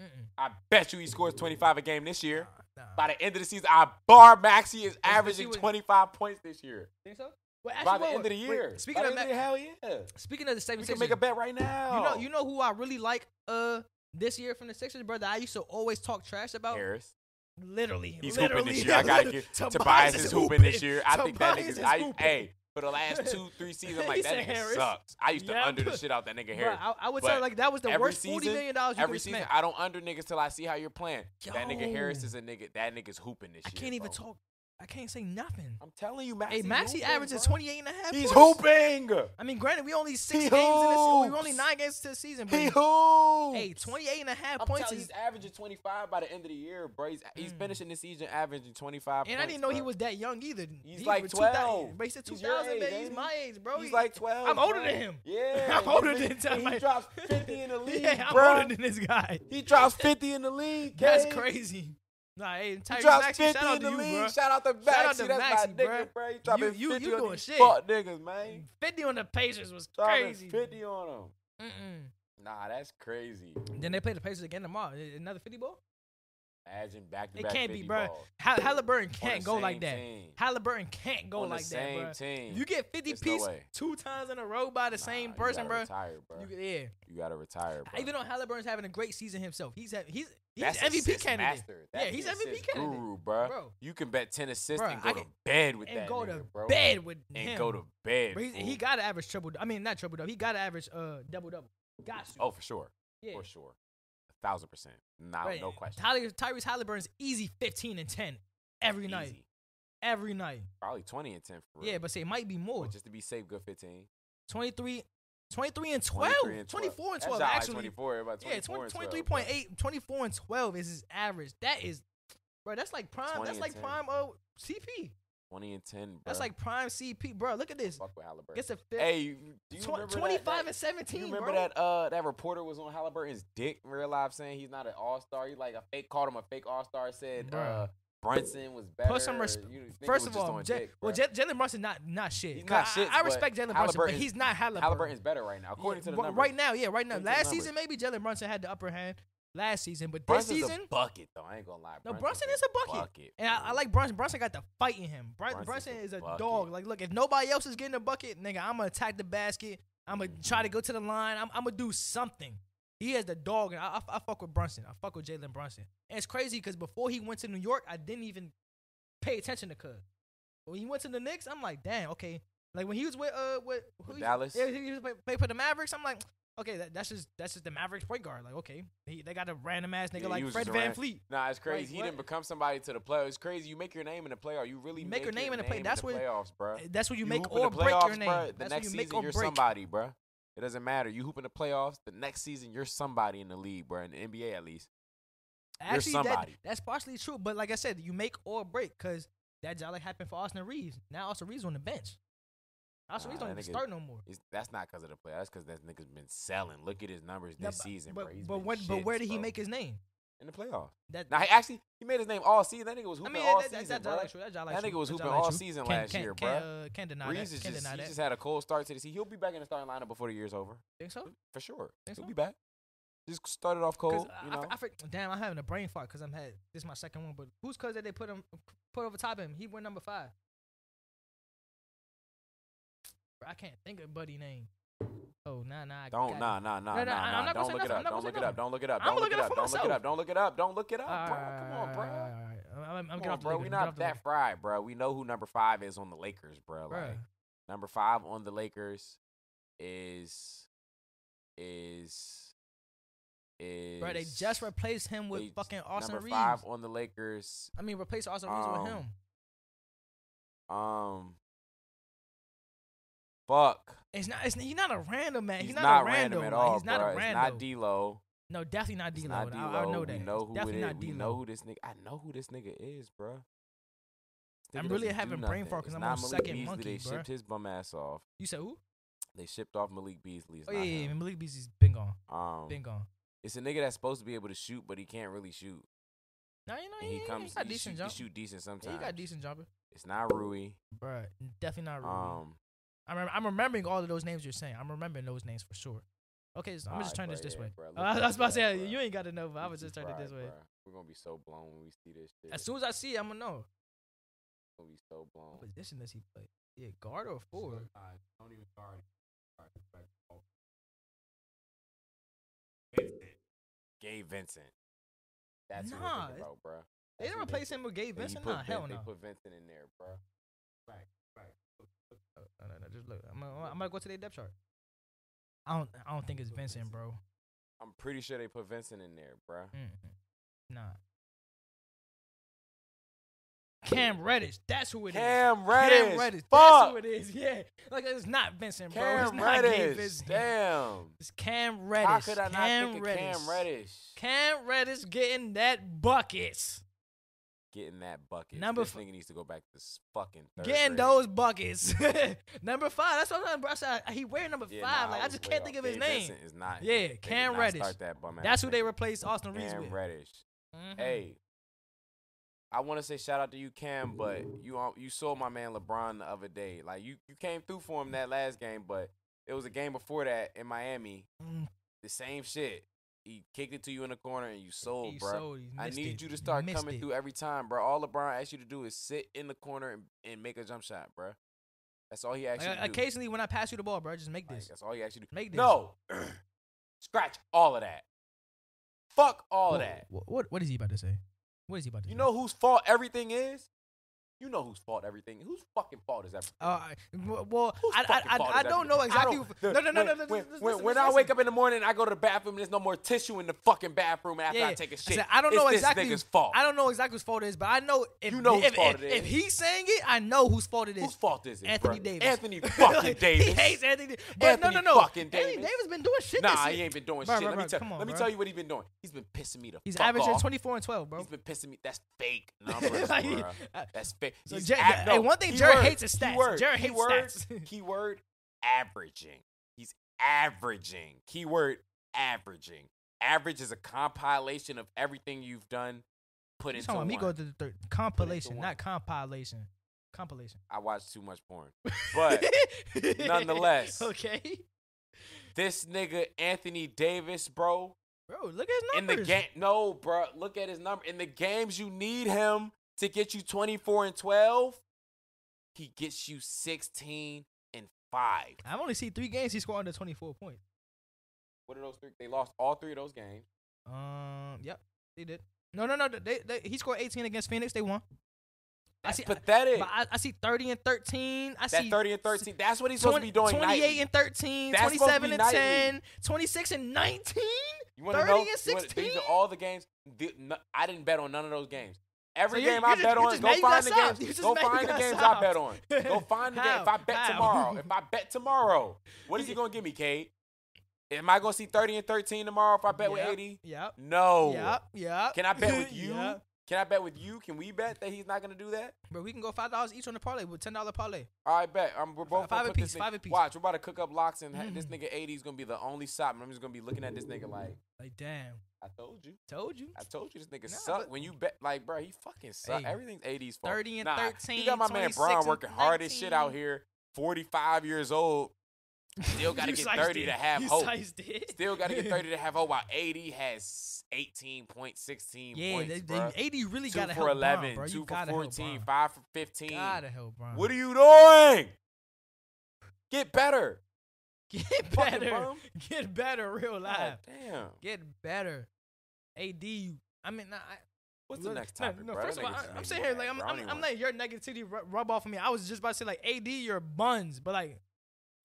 [SPEAKER 1] Mm-mm.
[SPEAKER 2] I bet you he scores 25 a game this year.
[SPEAKER 1] Nah.
[SPEAKER 2] By the end of the season, I bar Maxi is
[SPEAKER 1] he
[SPEAKER 2] averaging
[SPEAKER 1] was-
[SPEAKER 2] 25 points this year.
[SPEAKER 1] Think so? Well,
[SPEAKER 2] By
[SPEAKER 1] actually,
[SPEAKER 2] the
[SPEAKER 1] wait,
[SPEAKER 2] end of the
[SPEAKER 1] wait,
[SPEAKER 2] year.
[SPEAKER 1] speaking
[SPEAKER 2] By
[SPEAKER 1] of
[SPEAKER 2] the
[SPEAKER 1] Ma-
[SPEAKER 2] end hell yeah.
[SPEAKER 1] speaking of the
[SPEAKER 2] We
[SPEAKER 1] 76ers,
[SPEAKER 2] can make a bet right now.
[SPEAKER 1] you know you know who I really like uh this year from the Sixers, bro. That I used to always talk trash about.
[SPEAKER 2] Harris.
[SPEAKER 1] Literally,
[SPEAKER 2] He's
[SPEAKER 1] literally,
[SPEAKER 2] hooping this year. I gotta give Tobias is hooping this year. I think that
[SPEAKER 1] Tobias
[SPEAKER 2] nigga's
[SPEAKER 1] is
[SPEAKER 2] I,
[SPEAKER 1] hooping.
[SPEAKER 2] hey for the last two three seasons I'm
[SPEAKER 1] He
[SPEAKER 2] like that
[SPEAKER 1] said
[SPEAKER 2] nigga
[SPEAKER 1] Harris.
[SPEAKER 2] sucks. I used to
[SPEAKER 1] Yeah,
[SPEAKER 2] under the
[SPEAKER 1] but-
[SPEAKER 2] shit out that nigga
[SPEAKER 1] Bro,
[SPEAKER 2] Harris.
[SPEAKER 1] I, I would
[SPEAKER 2] But
[SPEAKER 1] tell you, like that was the
[SPEAKER 2] every
[SPEAKER 1] worst forty
[SPEAKER 2] season-
[SPEAKER 1] million dollars you
[SPEAKER 2] Every
[SPEAKER 1] could
[SPEAKER 2] season
[SPEAKER 1] spend.
[SPEAKER 2] I don't under niggas till I see how you're playing. That nigga
[SPEAKER 1] Yo.
[SPEAKER 2] Harris is a nigga. That nigga's hooping this
[SPEAKER 1] I
[SPEAKER 2] year.
[SPEAKER 1] can't even
[SPEAKER 2] bro.
[SPEAKER 1] talk. I can't say nothing.
[SPEAKER 2] I'm telling you, Maxie.
[SPEAKER 1] Hey, Maxi
[SPEAKER 2] hooping,
[SPEAKER 1] averages
[SPEAKER 2] bro.
[SPEAKER 1] 28 and a half.
[SPEAKER 2] He's
[SPEAKER 1] points.
[SPEAKER 2] hooping.
[SPEAKER 1] I mean, granted, we only six
[SPEAKER 2] He
[SPEAKER 1] games in the season. We
[SPEAKER 2] hoops.
[SPEAKER 1] only nine games to the season, but
[SPEAKER 2] He hoops.
[SPEAKER 1] hey, 28 and a half
[SPEAKER 2] I'm
[SPEAKER 1] points
[SPEAKER 2] telling you,
[SPEAKER 1] is. Mm.
[SPEAKER 2] he's averaging 25 by the end of the year, bro. He's, he's finishing the season averaging 25.
[SPEAKER 1] And I didn't know
[SPEAKER 2] points,
[SPEAKER 1] he
[SPEAKER 2] bro.
[SPEAKER 1] was that young either.
[SPEAKER 2] He's
[SPEAKER 1] He
[SPEAKER 2] like
[SPEAKER 1] was 2000
[SPEAKER 2] 12.
[SPEAKER 1] But he said
[SPEAKER 2] He's your
[SPEAKER 1] 2000,
[SPEAKER 2] age,
[SPEAKER 1] man. He's
[SPEAKER 2] ain't he?
[SPEAKER 1] my age, bro.
[SPEAKER 2] He's
[SPEAKER 1] He-
[SPEAKER 2] like 12.
[SPEAKER 1] I'm older
[SPEAKER 2] bro.
[SPEAKER 1] than him.
[SPEAKER 2] Yeah.
[SPEAKER 1] I'm older
[SPEAKER 2] this
[SPEAKER 1] than
[SPEAKER 2] nigga-
[SPEAKER 1] him.
[SPEAKER 2] He
[SPEAKER 1] Like-
[SPEAKER 2] drops 50 in the league,
[SPEAKER 1] Yeah, I'm
[SPEAKER 2] bro.
[SPEAKER 1] older than this guy.
[SPEAKER 2] He drops 50 in the league.
[SPEAKER 1] That's
[SPEAKER 2] Cade.
[SPEAKER 1] crazy. Nah, hey,
[SPEAKER 2] He
[SPEAKER 1] Tyrese
[SPEAKER 2] drops
[SPEAKER 1] Maxey,
[SPEAKER 2] 50
[SPEAKER 1] shout out
[SPEAKER 2] in
[SPEAKER 1] to
[SPEAKER 2] the
[SPEAKER 1] you,
[SPEAKER 2] league.
[SPEAKER 1] bro.
[SPEAKER 2] Shout out to Maxie.
[SPEAKER 1] Shout out to
[SPEAKER 2] That's
[SPEAKER 1] Maxie,
[SPEAKER 2] my
[SPEAKER 1] bruh.
[SPEAKER 2] nigga, bro. He dropping
[SPEAKER 1] you-
[SPEAKER 2] 50
[SPEAKER 1] you
[SPEAKER 2] on
[SPEAKER 1] doing
[SPEAKER 2] these
[SPEAKER 1] shit.
[SPEAKER 2] fuck niggas, man.
[SPEAKER 1] 50 on the Pacers was
[SPEAKER 2] Dropping
[SPEAKER 1] crazy.
[SPEAKER 2] 50 on him.
[SPEAKER 1] Mm-mm.
[SPEAKER 2] Nah, that's crazy.
[SPEAKER 1] Then they play the Pacers again tomorrow. A- Another 50 ball?
[SPEAKER 2] Imagine back to
[SPEAKER 1] It
[SPEAKER 2] back.
[SPEAKER 1] can't be,
[SPEAKER 2] 50
[SPEAKER 1] bro.
[SPEAKER 2] balls.
[SPEAKER 1] Ha- Halliburton
[SPEAKER 2] On the
[SPEAKER 1] can't go like
[SPEAKER 2] same
[SPEAKER 1] that.
[SPEAKER 2] team.
[SPEAKER 1] Halliburton can't go
[SPEAKER 2] On the
[SPEAKER 1] like
[SPEAKER 2] same
[SPEAKER 1] that, bro.
[SPEAKER 2] team.
[SPEAKER 1] You get 50
[SPEAKER 2] There's no
[SPEAKER 1] piece
[SPEAKER 2] way.
[SPEAKER 1] two times in a row by the same
[SPEAKER 2] Nah,
[SPEAKER 1] person,
[SPEAKER 2] you gotta
[SPEAKER 1] bro.
[SPEAKER 2] Retire, bro.
[SPEAKER 1] You, yeah.
[SPEAKER 2] You gotta retire, bro.
[SPEAKER 1] Even though Halliburton's having a great season himself, he's ha- he's he's
[SPEAKER 2] That's
[SPEAKER 1] MVP
[SPEAKER 2] assist
[SPEAKER 1] candidate.
[SPEAKER 2] master. That's
[SPEAKER 1] yeah, he's
[SPEAKER 2] the
[SPEAKER 1] MVP
[SPEAKER 2] assist
[SPEAKER 1] candidate.
[SPEAKER 2] Guru, bro.
[SPEAKER 1] Bro.
[SPEAKER 2] You can bet ten assists
[SPEAKER 1] Bruh,
[SPEAKER 2] and go
[SPEAKER 1] I
[SPEAKER 2] to
[SPEAKER 1] can-
[SPEAKER 2] bed with
[SPEAKER 1] And
[SPEAKER 2] that
[SPEAKER 1] go
[SPEAKER 2] nigga,
[SPEAKER 1] to
[SPEAKER 2] bro.
[SPEAKER 1] bed with
[SPEAKER 2] and
[SPEAKER 1] him.
[SPEAKER 2] go to bed.
[SPEAKER 1] But he's,
[SPEAKER 2] fool.
[SPEAKER 1] he got to average triple. I mean, not triple double. He got to average uh double double. Got to.
[SPEAKER 2] Oh, for sure.
[SPEAKER 1] yeah.
[SPEAKER 2] For sure. A thousand percent. Nah,
[SPEAKER 1] Right.
[SPEAKER 2] no question.
[SPEAKER 1] Tyler, Tyrese Halliburton's easy 15 and 10 every night.
[SPEAKER 2] Easy.
[SPEAKER 1] Every night.
[SPEAKER 2] Probably twenty and ten for real.
[SPEAKER 1] Yeah, but say it might be more.
[SPEAKER 2] But just to be safe, good fifteen.
[SPEAKER 1] 23, 23 and 12.
[SPEAKER 2] 23 and
[SPEAKER 1] 24 and 12,
[SPEAKER 2] That's
[SPEAKER 1] actually.
[SPEAKER 2] Twenty four. About
[SPEAKER 1] yeah,
[SPEAKER 2] 24
[SPEAKER 1] 20,
[SPEAKER 2] and
[SPEAKER 1] 23.8,
[SPEAKER 2] 12,
[SPEAKER 1] 24 and 12 is his average. That is, bro, that's like prime.
[SPEAKER 2] 20
[SPEAKER 1] That's
[SPEAKER 2] and
[SPEAKER 1] like
[SPEAKER 2] 10.
[SPEAKER 1] prime oh, CP.
[SPEAKER 2] bro. Twenty and ten. Bro.
[SPEAKER 1] That's like prime CP. Bro, look at this.
[SPEAKER 2] fuck with Halliburton.
[SPEAKER 1] Gets a fifth.
[SPEAKER 2] Hey, you- do you
[SPEAKER 1] tw-
[SPEAKER 2] remember that-
[SPEAKER 1] 25
[SPEAKER 2] that-
[SPEAKER 1] and
[SPEAKER 2] Do
[SPEAKER 1] 17,
[SPEAKER 2] you remember
[SPEAKER 1] bro.
[SPEAKER 2] that uh that reporter was on Halliburton's dick in real life saying he's not an all star. He like a fake called him a fake all star. Said
[SPEAKER 1] Bruh.
[SPEAKER 2] uh, Brunson was better.
[SPEAKER 1] Put some
[SPEAKER 2] or,
[SPEAKER 1] resp-
[SPEAKER 2] you know, nigga
[SPEAKER 1] First
[SPEAKER 2] was
[SPEAKER 1] of
[SPEAKER 2] just
[SPEAKER 1] all,
[SPEAKER 2] on
[SPEAKER 1] Ja-
[SPEAKER 2] dick,
[SPEAKER 1] well,
[SPEAKER 2] bruh.
[SPEAKER 1] J- Jalen Brunson not not shit.
[SPEAKER 2] He's
[SPEAKER 1] 'Cause
[SPEAKER 2] not
[SPEAKER 1] I-
[SPEAKER 2] shit,
[SPEAKER 1] I,
[SPEAKER 2] but
[SPEAKER 1] respect Jalen Brunson, but
[SPEAKER 2] Halliburton-
[SPEAKER 1] he's not Halliburton.
[SPEAKER 2] Halliburton's better right now according
[SPEAKER 1] Yeah,
[SPEAKER 2] to the
[SPEAKER 1] ri-
[SPEAKER 2] numbers.
[SPEAKER 1] right now, yeah, right now.
[SPEAKER 2] According to the
[SPEAKER 1] Last season,
[SPEAKER 2] numbers.
[SPEAKER 1] maybe Jalen Brunson had the upper hand. Last season, but this
[SPEAKER 2] Brunson's
[SPEAKER 1] season,
[SPEAKER 2] a bucket though. I ain't gonna lie.
[SPEAKER 1] no,
[SPEAKER 2] Brunson's
[SPEAKER 1] Brunson is a bucket, and I, I
[SPEAKER 2] bro.
[SPEAKER 1] like Brunson. Brunson got the fight in him. Brun-
[SPEAKER 2] Brunson's
[SPEAKER 1] Brunson
[SPEAKER 2] a
[SPEAKER 1] is a
[SPEAKER 2] bucket.
[SPEAKER 1] dog. Like, look, if nobody else is getting a bucket, nigga, I'm gonna attack the basket. I'm gonna try to go to the line. I'm, I'm gonna do something. He has the dog, and I, I, I fuck with Brunson. I fuck with Jalen Brunson. And it's crazy because before he went to New York, I didn't even pay attention to Cuz. When he went to the Knicks, I'm like, damn, okay. Like when he was with uh with, who
[SPEAKER 2] With
[SPEAKER 1] he-
[SPEAKER 2] Dallas?
[SPEAKER 1] yeah, he was play, play for the Mavericks. I'm like, okay, that, that's just that's just the Mavericks point guard. Like, okay, he, they got a random ass nigga
[SPEAKER 2] Yeah, he
[SPEAKER 1] like
[SPEAKER 2] was
[SPEAKER 1] Fred
[SPEAKER 2] just
[SPEAKER 1] Van
[SPEAKER 2] around-
[SPEAKER 1] Fleet.
[SPEAKER 2] Nah, it's crazy.
[SPEAKER 1] Like,
[SPEAKER 2] he
[SPEAKER 1] what?
[SPEAKER 2] didn't become somebody to the playoffs. It's crazy. You make your name in the playoff. You really
[SPEAKER 1] You make your name in the play-
[SPEAKER 2] play.
[SPEAKER 1] that's where-
[SPEAKER 2] playoffs, bro.
[SPEAKER 1] That's when you, make
[SPEAKER 2] hoop in
[SPEAKER 1] or
[SPEAKER 2] the
[SPEAKER 1] break your
[SPEAKER 2] playoffs,
[SPEAKER 1] name.
[SPEAKER 2] bruh, The
[SPEAKER 1] that's
[SPEAKER 2] next
[SPEAKER 1] when you make
[SPEAKER 2] season,
[SPEAKER 1] or
[SPEAKER 2] you're
[SPEAKER 1] break.
[SPEAKER 2] somebody, bro. It doesn't matter. You hoop in the playoffs. The next season, you're somebody in the league, bro. In the NBA, at least. You're
[SPEAKER 1] Actually, that,
[SPEAKER 2] somebody.
[SPEAKER 1] that's partially true. But like I said, you make or break because that jolly happened for Austin Reeves. Now Austin Reeves on the bench. Austin
[SPEAKER 2] Nah,
[SPEAKER 1] Reeves don't
[SPEAKER 2] that
[SPEAKER 1] even
[SPEAKER 2] nigga-
[SPEAKER 1] start no more.
[SPEAKER 2] It's, that's not because of the playoffs. That's because that nigga's been selling. Look at his numbers
[SPEAKER 1] Nah,
[SPEAKER 2] this
[SPEAKER 1] but-
[SPEAKER 2] season,
[SPEAKER 1] but
[SPEAKER 2] bro. He's
[SPEAKER 1] but,
[SPEAKER 2] been
[SPEAKER 1] when, but where
[SPEAKER 2] shits,
[SPEAKER 1] did he
[SPEAKER 2] bro.
[SPEAKER 1] make his name?
[SPEAKER 2] in the playoffs?
[SPEAKER 1] That
[SPEAKER 2] Now, he actually, he made his name all season. That nigga was
[SPEAKER 1] I
[SPEAKER 2] hooping
[SPEAKER 1] mean,
[SPEAKER 2] all
[SPEAKER 1] that, that,
[SPEAKER 2] season,
[SPEAKER 1] that,
[SPEAKER 2] bro.
[SPEAKER 1] jolly true. That, jolly
[SPEAKER 2] That
[SPEAKER 1] true.
[SPEAKER 2] nigga was
[SPEAKER 1] That
[SPEAKER 2] hooping
[SPEAKER 1] jolly
[SPEAKER 2] all
[SPEAKER 1] true.
[SPEAKER 2] season
[SPEAKER 1] Can't-
[SPEAKER 2] last
[SPEAKER 1] can't-
[SPEAKER 2] year,
[SPEAKER 1] can't,
[SPEAKER 2] bruh.
[SPEAKER 1] uh, Can't deny
[SPEAKER 2] Reeves
[SPEAKER 1] that.
[SPEAKER 2] is
[SPEAKER 1] Can't
[SPEAKER 2] just,
[SPEAKER 1] deny
[SPEAKER 2] he
[SPEAKER 1] that.
[SPEAKER 2] just had a cold start to the season. He'll be back in the starting lineup before the year's over,
[SPEAKER 1] Think so?
[SPEAKER 2] for sure.
[SPEAKER 1] Think
[SPEAKER 2] He'll
[SPEAKER 1] so?
[SPEAKER 2] be back. Just started off
[SPEAKER 1] Cause
[SPEAKER 2] cold,
[SPEAKER 1] I-
[SPEAKER 2] you
[SPEAKER 1] I,
[SPEAKER 2] know.
[SPEAKER 1] I, fr- damn, I'm having a brain fart because I'm had this is my second one. But who's cuz that they put him put over top him? He went number five. Bro, I can't think of buddy name. Oh nah nah. I
[SPEAKER 2] Don't
[SPEAKER 1] got
[SPEAKER 2] nah
[SPEAKER 1] it.
[SPEAKER 2] nah nah
[SPEAKER 1] No,
[SPEAKER 2] nah
[SPEAKER 1] no, I- I'm not
[SPEAKER 2] nah.
[SPEAKER 1] gonna
[SPEAKER 2] Don't
[SPEAKER 1] say
[SPEAKER 2] look it
[SPEAKER 1] nothing. I'm not
[SPEAKER 2] up. Don't
[SPEAKER 1] gonna
[SPEAKER 2] look
[SPEAKER 1] say
[SPEAKER 2] it up. Don't look it up.
[SPEAKER 1] I'ma
[SPEAKER 2] Don't look
[SPEAKER 1] look
[SPEAKER 2] it
[SPEAKER 1] it up
[SPEAKER 2] up.
[SPEAKER 1] for
[SPEAKER 2] Don't look it up.
[SPEAKER 1] myself.
[SPEAKER 2] Don't look it up. Don't look it up, bro.
[SPEAKER 1] Alright,
[SPEAKER 2] Come on, bro.
[SPEAKER 1] alright, alright, alright. Uh, I'm, I'm
[SPEAKER 2] Come
[SPEAKER 1] getting
[SPEAKER 2] on,
[SPEAKER 1] off the
[SPEAKER 2] bro.
[SPEAKER 1] liquor.
[SPEAKER 2] We
[SPEAKER 1] I'm getting off
[SPEAKER 2] not
[SPEAKER 1] the liquor.
[SPEAKER 2] that fried, bro. We know who number five is on the Lakers, bro. Like
[SPEAKER 1] Bruh.
[SPEAKER 2] number five on the Lakers is is is.
[SPEAKER 1] Bro, they just replaced him with
[SPEAKER 2] they-
[SPEAKER 1] fucking Austin
[SPEAKER 2] number
[SPEAKER 1] Reeves.
[SPEAKER 2] five on the Lakers.
[SPEAKER 1] I mean, replace Austin Reeves
[SPEAKER 2] Um,
[SPEAKER 1] with him.
[SPEAKER 2] Um, fuck.
[SPEAKER 1] It's not. It's, he's not a random man.
[SPEAKER 2] He's,
[SPEAKER 1] He's,
[SPEAKER 2] not, random, at
[SPEAKER 1] like,
[SPEAKER 2] all,
[SPEAKER 1] He's not
[SPEAKER 2] bro.
[SPEAKER 1] a
[SPEAKER 2] It's
[SPEAKER 1] random.
[SPEAKER 2] not D-Lo.
[SPEAKER 1] no, definitely not
[SPEAKER 2] It's
[SPEAKER 1] D-Lo.
[SPEAKER 2] not
[SPEAKER 1] I, I
[SPEAKER 2] D-Lo.
[SPEAKER 1] know
[SPEAKER 2] We
[SPEAKER 1] that. It's
[SPEAKER 2] know who
[SPEAKER 1] definitely
[SPEAKER 2] it is.
[SPEAKER 1] not
[SPEAKER 2] We
[SPEAKER 1] D-Lo.
[SPEAKER 2] know who this nigga. I know who this nigga is, bro.
[SPEAKER 1] I'm really having brain fart 'cause I'm on second monkey,
[SPEAKER 2] They
[SPEAKER 1] bruh.
[SPEAKER 2] shipped his bum ass off.
[SPEAKER 1] You said who?
[SPEAKER 2] They shipped off Malik Beasley. It's
[SPEAKER 1] Oh
[SPEAKER 2] not
[SPEAKER 1] yeah, yeah, yeah.
[SPEAKER 2] him.
[SPEAKER 1] Malik Beasley's been gone.
[SPEAKER 2] Um,
[SPEAKER 1] Been gone.
[SPEAKER 2] it's a nigga that's supposed to be able to shoot, but he can't really shoot.
[SPEAKER 1] No, you know
[SPEAKER 2] And he comes,
[SPEAKER 1] got
[SPEAKER 2] he,
[SPEAKER 1] decent
[SPEAKER 2] shoot, he
[SPEAKER 1] jump.
[SPEAKER 2] shoot decent
[SPEAKER 1] Yeah,
[SPEAKER 2] sometimes.
[SPEAKER 1] he got decent jumper.
[SPEAKER 2] It's not Rui.
[SPEAKER 1] Bruh, definitely not. Rudy.
[SPEAKER 2] Um,
[SPEAKER 1] I'm rem- I'm remembering all of those names you're saying. I'm remembering those names for sure. Okay, so I'm gonna just
[SPEAKER 2] Alright,
[SPEAKER 1] turn
[SPEAKER 2] bruh,
[SPEAKER 1] this this
[SPEAKER 2] yeah,
[SPEAKER 1] way.
[SPEAKER 2] bruh, look
[SPEAKER 1] Uh, I
[SPEAKER 2] up
[SPEAKER 1] was about to
[SPEAKER 2] that,
[SPEAKER 1] say
[SPEAKER 2] bruh.
[SPEAKER 1] you ain't got to know, but I
[SPEAKER 2] we
[SPEAKER 1] was just
[SPEAKER 2] too
[SPEAKER 1] turning it this
[SPEAKER 2] fried,
[SPEAKER 1] way.
[SPEAKER 2] bruh. We're gonna be so blown when we see this shit.
[SPEAKER 1] As soon as I see, it, I'm gonna know.
[SPEAKER 2] We're gonna be so blown.
[SPEAKER 1] What position does he play? Yeah, guard or forward?
[SPEAKER 3] Don't even guard it.
[SPEAKER 2] Gabe Vincent. That's what
[SPEAKER 1] Nah,
[SPEAKER 2] we're thinking
[SPEAKER 1] it's-
[SPEAKER 2] about, bro.
[SPEAKER 1] They didn't replace him with Gabe Vincent. Nah, hell
[SPEAKER 2] They
[SPEAKER 1] no.
[SPEAKER 2] put Vincent in there, bro.
[SPEAKER 1] Uh, No, no, no. Just look. I'm gonna, I'm gonna go to their depth chart. I don't. I don't think it's Vincent, bro.
[SPEAKER 2] I'm pretty sure they put Vincent in there, bro.
[SPEAKER 1] Mm-mm. Nah. Cam Reddish. That's who it is.
[SPEAKER 2] Cam
[SPEAKER 1] Cam
[SPEAKER 2] Reddish.
[SPEAKER 1] Reddish. That's
[SPEAKER 2] Fuck.
[SPEAKER 1] who it is. Yeah. Like it's not Vincent, bro. it's
[SPEAKER 2] Cam
[SPEAKER 1] not Gabe
[SPEAKER 2] Reddish.
[SPEAKER 1] Vincent.
[SPEAKER 2] Damn.
[SPEAKER 1] It's Cam Reddish.
[SPEAKER 2] How could I not
[SPEAKER 1] Cam
[SPEAKER 2] think of
[SPEAKER 1] Reddish.
[SPEAKER 2] Cam Reddish?
[SPEAKER 1] Cam Reddish getting that buckets.
[SPEAKER 2] Getting that bucket.
[SPEAKER 1] Number
[SPEAKER 2] this
[SPEAKER 1] f-
[SPEAKER 2] nigga needs to go back to s- fucking third
[SPEAKER 1] Getting
[SPEAKER 2] grade.
[SPEAKER 1] those buckets. number five. That's what I'm bro. I said, he wearing number
[SPEAKER 2] Yeah,
[SPEAKER 1] five.
[SPEAKER 2] nah,
[SPEAKER 1] like I
[SPEAKER 2] was
[SPEAKER 1] just
[SPEAKER 2] way
[SPEAKER 1] can't
[SPEAKER 2] off.
[SPEAKER 1] think of his
[SPEAKER 2] Gabe
[SPEAKER 1] name.
[SPEAKER 2] Vincent is not.
[SPEAKER 1] Yeah,
[SPEAKER 2] they did
[SPEAKER 1] Cam
[SPEAKER 2] not
[SPEAKER 1] Reddish.
[SPEAKER 2] Start that bum ass
[SPEAKER 1] That's who they
[SPEAKER 2] nigga.
[SPEAKER 1] replaced Austin Reeves
[SPEAKER 2] Cam
[SPEAKER 1] with.
[SPEAKER 2] Reddish.
[SPEAKER 1] Mhm.
[SPEAKER 2] Hey, I want to say shout out to you, Cam, but you um, you sold my man LeBron the other day. Like you you came through for him that last game, but it was a game before that in Miami.
[SPEAKER 1] Mm,
[SPEAKER 2] The same shit. He kicked it to you in the corner and you sold,
[SPEAKER 1] he
[SPEAKER 2] oh, bro.
[SPEAKER 1] sold. He
[SPEAKER 2] I
[SPEAKER 1] missed
[SPEAKER 2] need
[SPEAKER 1] it.
[SPEAKER 2] you to start
[SPEAKER 1] Missed
[SPEAKER 2] coming
[SPEAKER 1] it.
[SPEAKER 2] through every time, bro. All LeBron asks you to do is sit in the corner and, and make a jump shot, bro. That's all he asks
[SPEAKER 1] Like, uh,
[SPEAKER 2] you to do.
[SPEAKER 1] occasionally, when I pass you the ball, bro, just make
[SPEAKER 2] Like,
[SPEAKER 1] this.
[SPEAKER 2] that's all he asks you to do.
[SPEAKER 1] Make this.
[SPEAKER 2] No, scratch all of that. Fuck all of that.
[SPEAKER 1] What, what What is he about to say? What is he about to
[SPEAKER 2] You
[SPEAKER 1] say?
[SPEAKER 2] know whose fault everything is? You know whose fault everything. Whose fucking fault is everything?
[SPEAKER 1] Uh, I- w- well,
[SPEAKER 2] Whose
[SPEAKER 1] I,
[SPEAKER 2] fucking
[SPEAKER 1] I,
[SPEAKER 2] fault
[SPEAKER 1] I, I
[SPEAKER 2] is
[SPEAKER 1] don't
[SPEAKER 2] everything?
[SPEAKER 1] know exactly.
[SPEAKER 2] don't-
[SPEAKER 1] no, no, no,
[SPEAKER 2] the- when,
[SPEAKER 1] no, no.
[SPEAKER 2] When,
[SPEAKER 1] just- just
[SPEAKER 2] when,
[SPEAKER 1] listen,
[SPEAKER 2] when
[SPEAKER 1] just
[SPEAKER 2] I wake
[SPEAKER 1] listen.
[SPEAKER 2] up in the morning, I go to the bathroom. and There's no more tissue in the fucking bathroom after I take a shit.
[SPEAKER 1] said, I don't know
[SPEAKER 2] it's
[SPEAKER 1] exactly
[SPEAKER 2] this nigga's fault.
[SPEAKER 1] I don't know exactly whose fault it is, but I know if
[SPEAKER 2] You know whose
[SPEAKER 1] if,
[SPEAKER 2] fault
[SPEAKER 1] if,
[SPEAKER 2] it
[SPEAKER 1] if
[SPEAKER 2] is.
[SPEAKER 1] he's saying it, I know whose fault it is.
[SPEAKER 2] Whose fault is it?
[SPEAKER 1] Anthony
[SPEAKER 2] bruh?
[SPEAKER 1] Davis.
[SPEAKER 2] Anthony fucking
[SPEAKER 1] Like,
[SPEAKER 2] Davis.
[SPEAKER 1] He hates Anthony. But no,
[SPEAKER 2] Anthony
[SPEAKER 1] no, no.
[SPEAKER 2] fucking
[SPEAKER 1] Anthony
[SPEAKER 2] Davis.
[SPEAKER 1] Davis been doing shit this
[SPEAKER 2] Nah,
[SPEAKER 1] year.
[SPEAKER 2] he ain't been doing
[SPEAKER 1] Bruh,
[SPEAKER 2] shit.
[SPEAKER 1] bruh,
[SPEAKER 2] let me
[SPEAKER 1] bruh,
[SPEAKER 2] tell,
[SPEAKER 1] come on,
[SPEAKER 2] let me
[SPEAKER 1] bruh.
[SPEAKER 2] tell you what he's been doing. He's been pissing me the
[SPEAKER 1] He's
[SPEAKER 2] fuck
[SPEAKER 1] averaging
[SPEAKER 2] off.
[SPEAKER 1] 24 and 12, bro.
[SPEAKER 2] He's been pissing me. That's fake numbers,
[SPEAKER 1] Oh. Like,
[SPEAKER 2] bruh.
[SPEAKER 1] uh,
[SPEAKER 2] That's fake.
[SPEAKER 1] so
[SPEAKER 2] He's
[SPEAKER 1] Jer-
[SPEAKER 2] ab-
[SPEAKER 1] hey,
[SPEAKER 2] no,
[SPEAKER 1] one thing Jared
[SPEAKER 2] keyword,
[SPEAKER 1] hates is stats.
[SPEAKER 2] Keyword,
[SPEAKER 1] Jared hates
[SPEAKER 2] keyword,
[SPEAKER 1] stats.
[SPEAKER 2] keyword averaging. He's averaging. Keyword averaging. Average is a compilation of everything you've done. Put
[SPEAKER 1] You
[SPEAKER 2] into
[SPEAKER 1] talking about me
[SPEAKER 2] one.
[SPEAKER 1] go to the third compilation,
[SPEAKER 2] one.
[SPEAKER 1] not compilation. Compilation.
[SPEAKER 2] I watch too much porn, but nonetheless.
[SPEAKER 1] okay,
[SPEAKER 2] this nigga Anthony Davis, bro,
[SPEAKER 1] bro, look at his
[SPEAKER 2] in the
[SPEAKER 1] numbers.
[SPEAKER 2] game. No, bro. Look at his number. In the games you need him to get you 24 and 12, he gets you 16 and 5.
[SPEAKER 1] I've only seen three games. He scored under 24 points.
[SPEAKER 2] What are those three? They lost all three of those games.
[SPEAKER 1] Um, yep, they did. No, no, no. They, they he scored 18 against Phoenix. They won.
[SPEAKER 2] That's
[SPEAKER 1] I see,
[SPEAKER 2] pathetic.
[SPEAKER 1] but I, I see 30 and 13. I
[SPEAKER 2] that
[SPEAKER 1] see
[SPEAKER 2] 30 and 13, that's what he's supposed to be doing.
[SPEAKER 1] 28
[SPEAKER 2] nightly.
[SPEAKER 1] and 13,
[SPEAKER 2] That's supposed to
[SPEAKER 1] 27
[SPEAKER 2] be
[SPEAKER 1] and
[SPEAKER 2] nightly.
[SPEAKER 1] 10, 26 and 19.
[SPEAKER 2] you wanna
[SPEAKER 1] 30
[SPEAKER 2] know?
[SPEAKER 1] and
[SPEAKER 2] You wanna- these
[SPEAKER 1] 16?
[SPEAKER 2] are all the games. The- no- I didn't bet on none of those games. Every
[SPEAKER 1] So you-
[SPEAKER 2] game
[SPEAKER 1] you
[SPEAKER 2] I
[SPEAKER 1] just-
[SPEAKER 2] bet
[SPEAKER 1] you
[SPEAKER 2] on,
[SPEAKER 1] just
[SPEAKER 2] go
[SPEAKER 1] mad you got
[SPEAKER 2] find the
[SPEAKER 1] soft. You
[SPEAKER 2] games.
[SPEAKER 1] just
[SPEAKER 2] Go
[SPEAKER 1] mad you
[SPEAKER 2] find the
[SPEAKER 1] got
[SPEAKER 2] games I
[SPEAKER 1] soft.
[SPEAKER 2] bet on. Go find the game. If I bet
[SPEAKER 1] How?
[SPEAKER 2] tomorrow,
[SPEAKER 1] How?
[SPEAKER 2] if I bet tomorrow, what is he gonna give me, Cade? Am I gonna see 30 and 13 tomorrow if I bet with
[SPEAKER 1] Yep,
[SPEAKER 2] 80?
[SPEAKER 1] Yep.
[SPEAKER 2] No.
[SPEAKER 1] Yep. Yep.
[SPEAKER 2] Can I bet with you?
[SPEAKER 1] Yep.
[SPEAKER 2] Can I bet with you? Can we bet that he's not gonna do that?
[SPEAKER 1] But we can go five dollars each on the parlay with ten dollar parlay.
[SPEAKER 2] All right, bet. I'm, we're both
[SPEAKER 1] Five
[SPEAKER 2] gonna put
[SPEAKER 1] apiece,
[SPEAKER 2] this nigga-
[SPEAKER 1] five apiece.
[SPEAKER 2] Watch, we're about to cook up locks, and ha- this nigga 80 is gonna be the only stop. And I'm just gonna be looking at this nigga like,
[SPEAKER 1] Like damn,
[SPEAKER 2] I told you,
[SPEAKER 1] told you.
[SPEAKER 2] I told you, this nigga
[SPEAKER 1] Nah,
[SPEAKER 2] suck.
[SPEAKER 1] but-
[SPEAKER 2] When you bet, like, bro, he fucking suck.
[SPEAKER 1] Hey,
[SPEAKER 2] Everything's 80's fault.
[SPEAKER 1] 30 and
[SPEAKER 2] nah,
[SPEAKER 1] 13,
[SPEAKER 2] You got my man
[SPEAKER 1] 26
[SPEAKER 2] Brian
[SPEAKER 1] and
[SPEAKER 2] working hard as shit out
[SPEAKER 1] 19.
[SPEAKER 2] here. 45 years old, still gotta
[SPEAKER 1] You
[SPEAKER 2] get
[SPEAKER 1] sized
[SPEAKER 2] 30
[SPEAKER 1] it.
[SPEAKER 2] to have
[SPEAKER 1] You
[SPEAKER 2] hope.
[SPEAKER 1] sized it.
[SPEAKER 2] Still gotta get 30 to have hope. While 80 has 18 points, 16
[SPEAKER 1] Yeah,
[SPEAKER 2] points,
[SPEAKER 1] they, they,
[SPEAKER 2] bruh.
[SPEAKER 1] 80 really
[SPEAKER 2] two
[SPEAKER 1] gotta
[SPEAKER 2] for
[SPEAKER 1] help
[SPEAKER 2] 11,
[SPEAKER 1] Bron, bro. You
[SPEAKER 2] two for
[SPEAKER 1] gotta
[SPEAKER 2] 14,
[SPEAKER 1] help Bron.
[SPEAKER 2] five for 15.
[SPEAKER 1] Gotta help Bron.
[SPEAKER 2] What are you doing? Get better.
[SPEAKER 1] Get
[SPEAKER 2] fucking
[SPEAKER 1] better.
[SPEAKER 2] bum?
[SPEAKER 1] Get better, real life.
[SPEAKER 2] God damn.
[SPEAKER 1] Get better. AD, you. I mean, nah, I,
[SPEAKER 2] What's the
[SPEAKER 1] Look,
[SPEAKER 2] next
[SPEAKER 1] no,
[SPEAKER 2] topic?
[SPEAKER 1] No,
[SPEAKER 2] bro? That
[SPEAKER 1] first of all,
[SPEAKER 2] nigga
[SPEAKER 1] I,
[SPEAKER 2] just
[SPEAKER 1] I'm
[SPEAKER 2] made
[SPEAKER 1] saying
[SPEAKER 2] me
[SPEAKER 1] here,
[SPEAKER 2] mad,
[SPEAKER 1] like, I'm,
[SPEAKER 2] bro. I don't
[SPEAKER 1] I'm,
[SPEAKER 2] even
[SPEAKER 1] I'm letting your negativity ru- rub off on me. I was just about to say, like, AD, you're buns, but, like,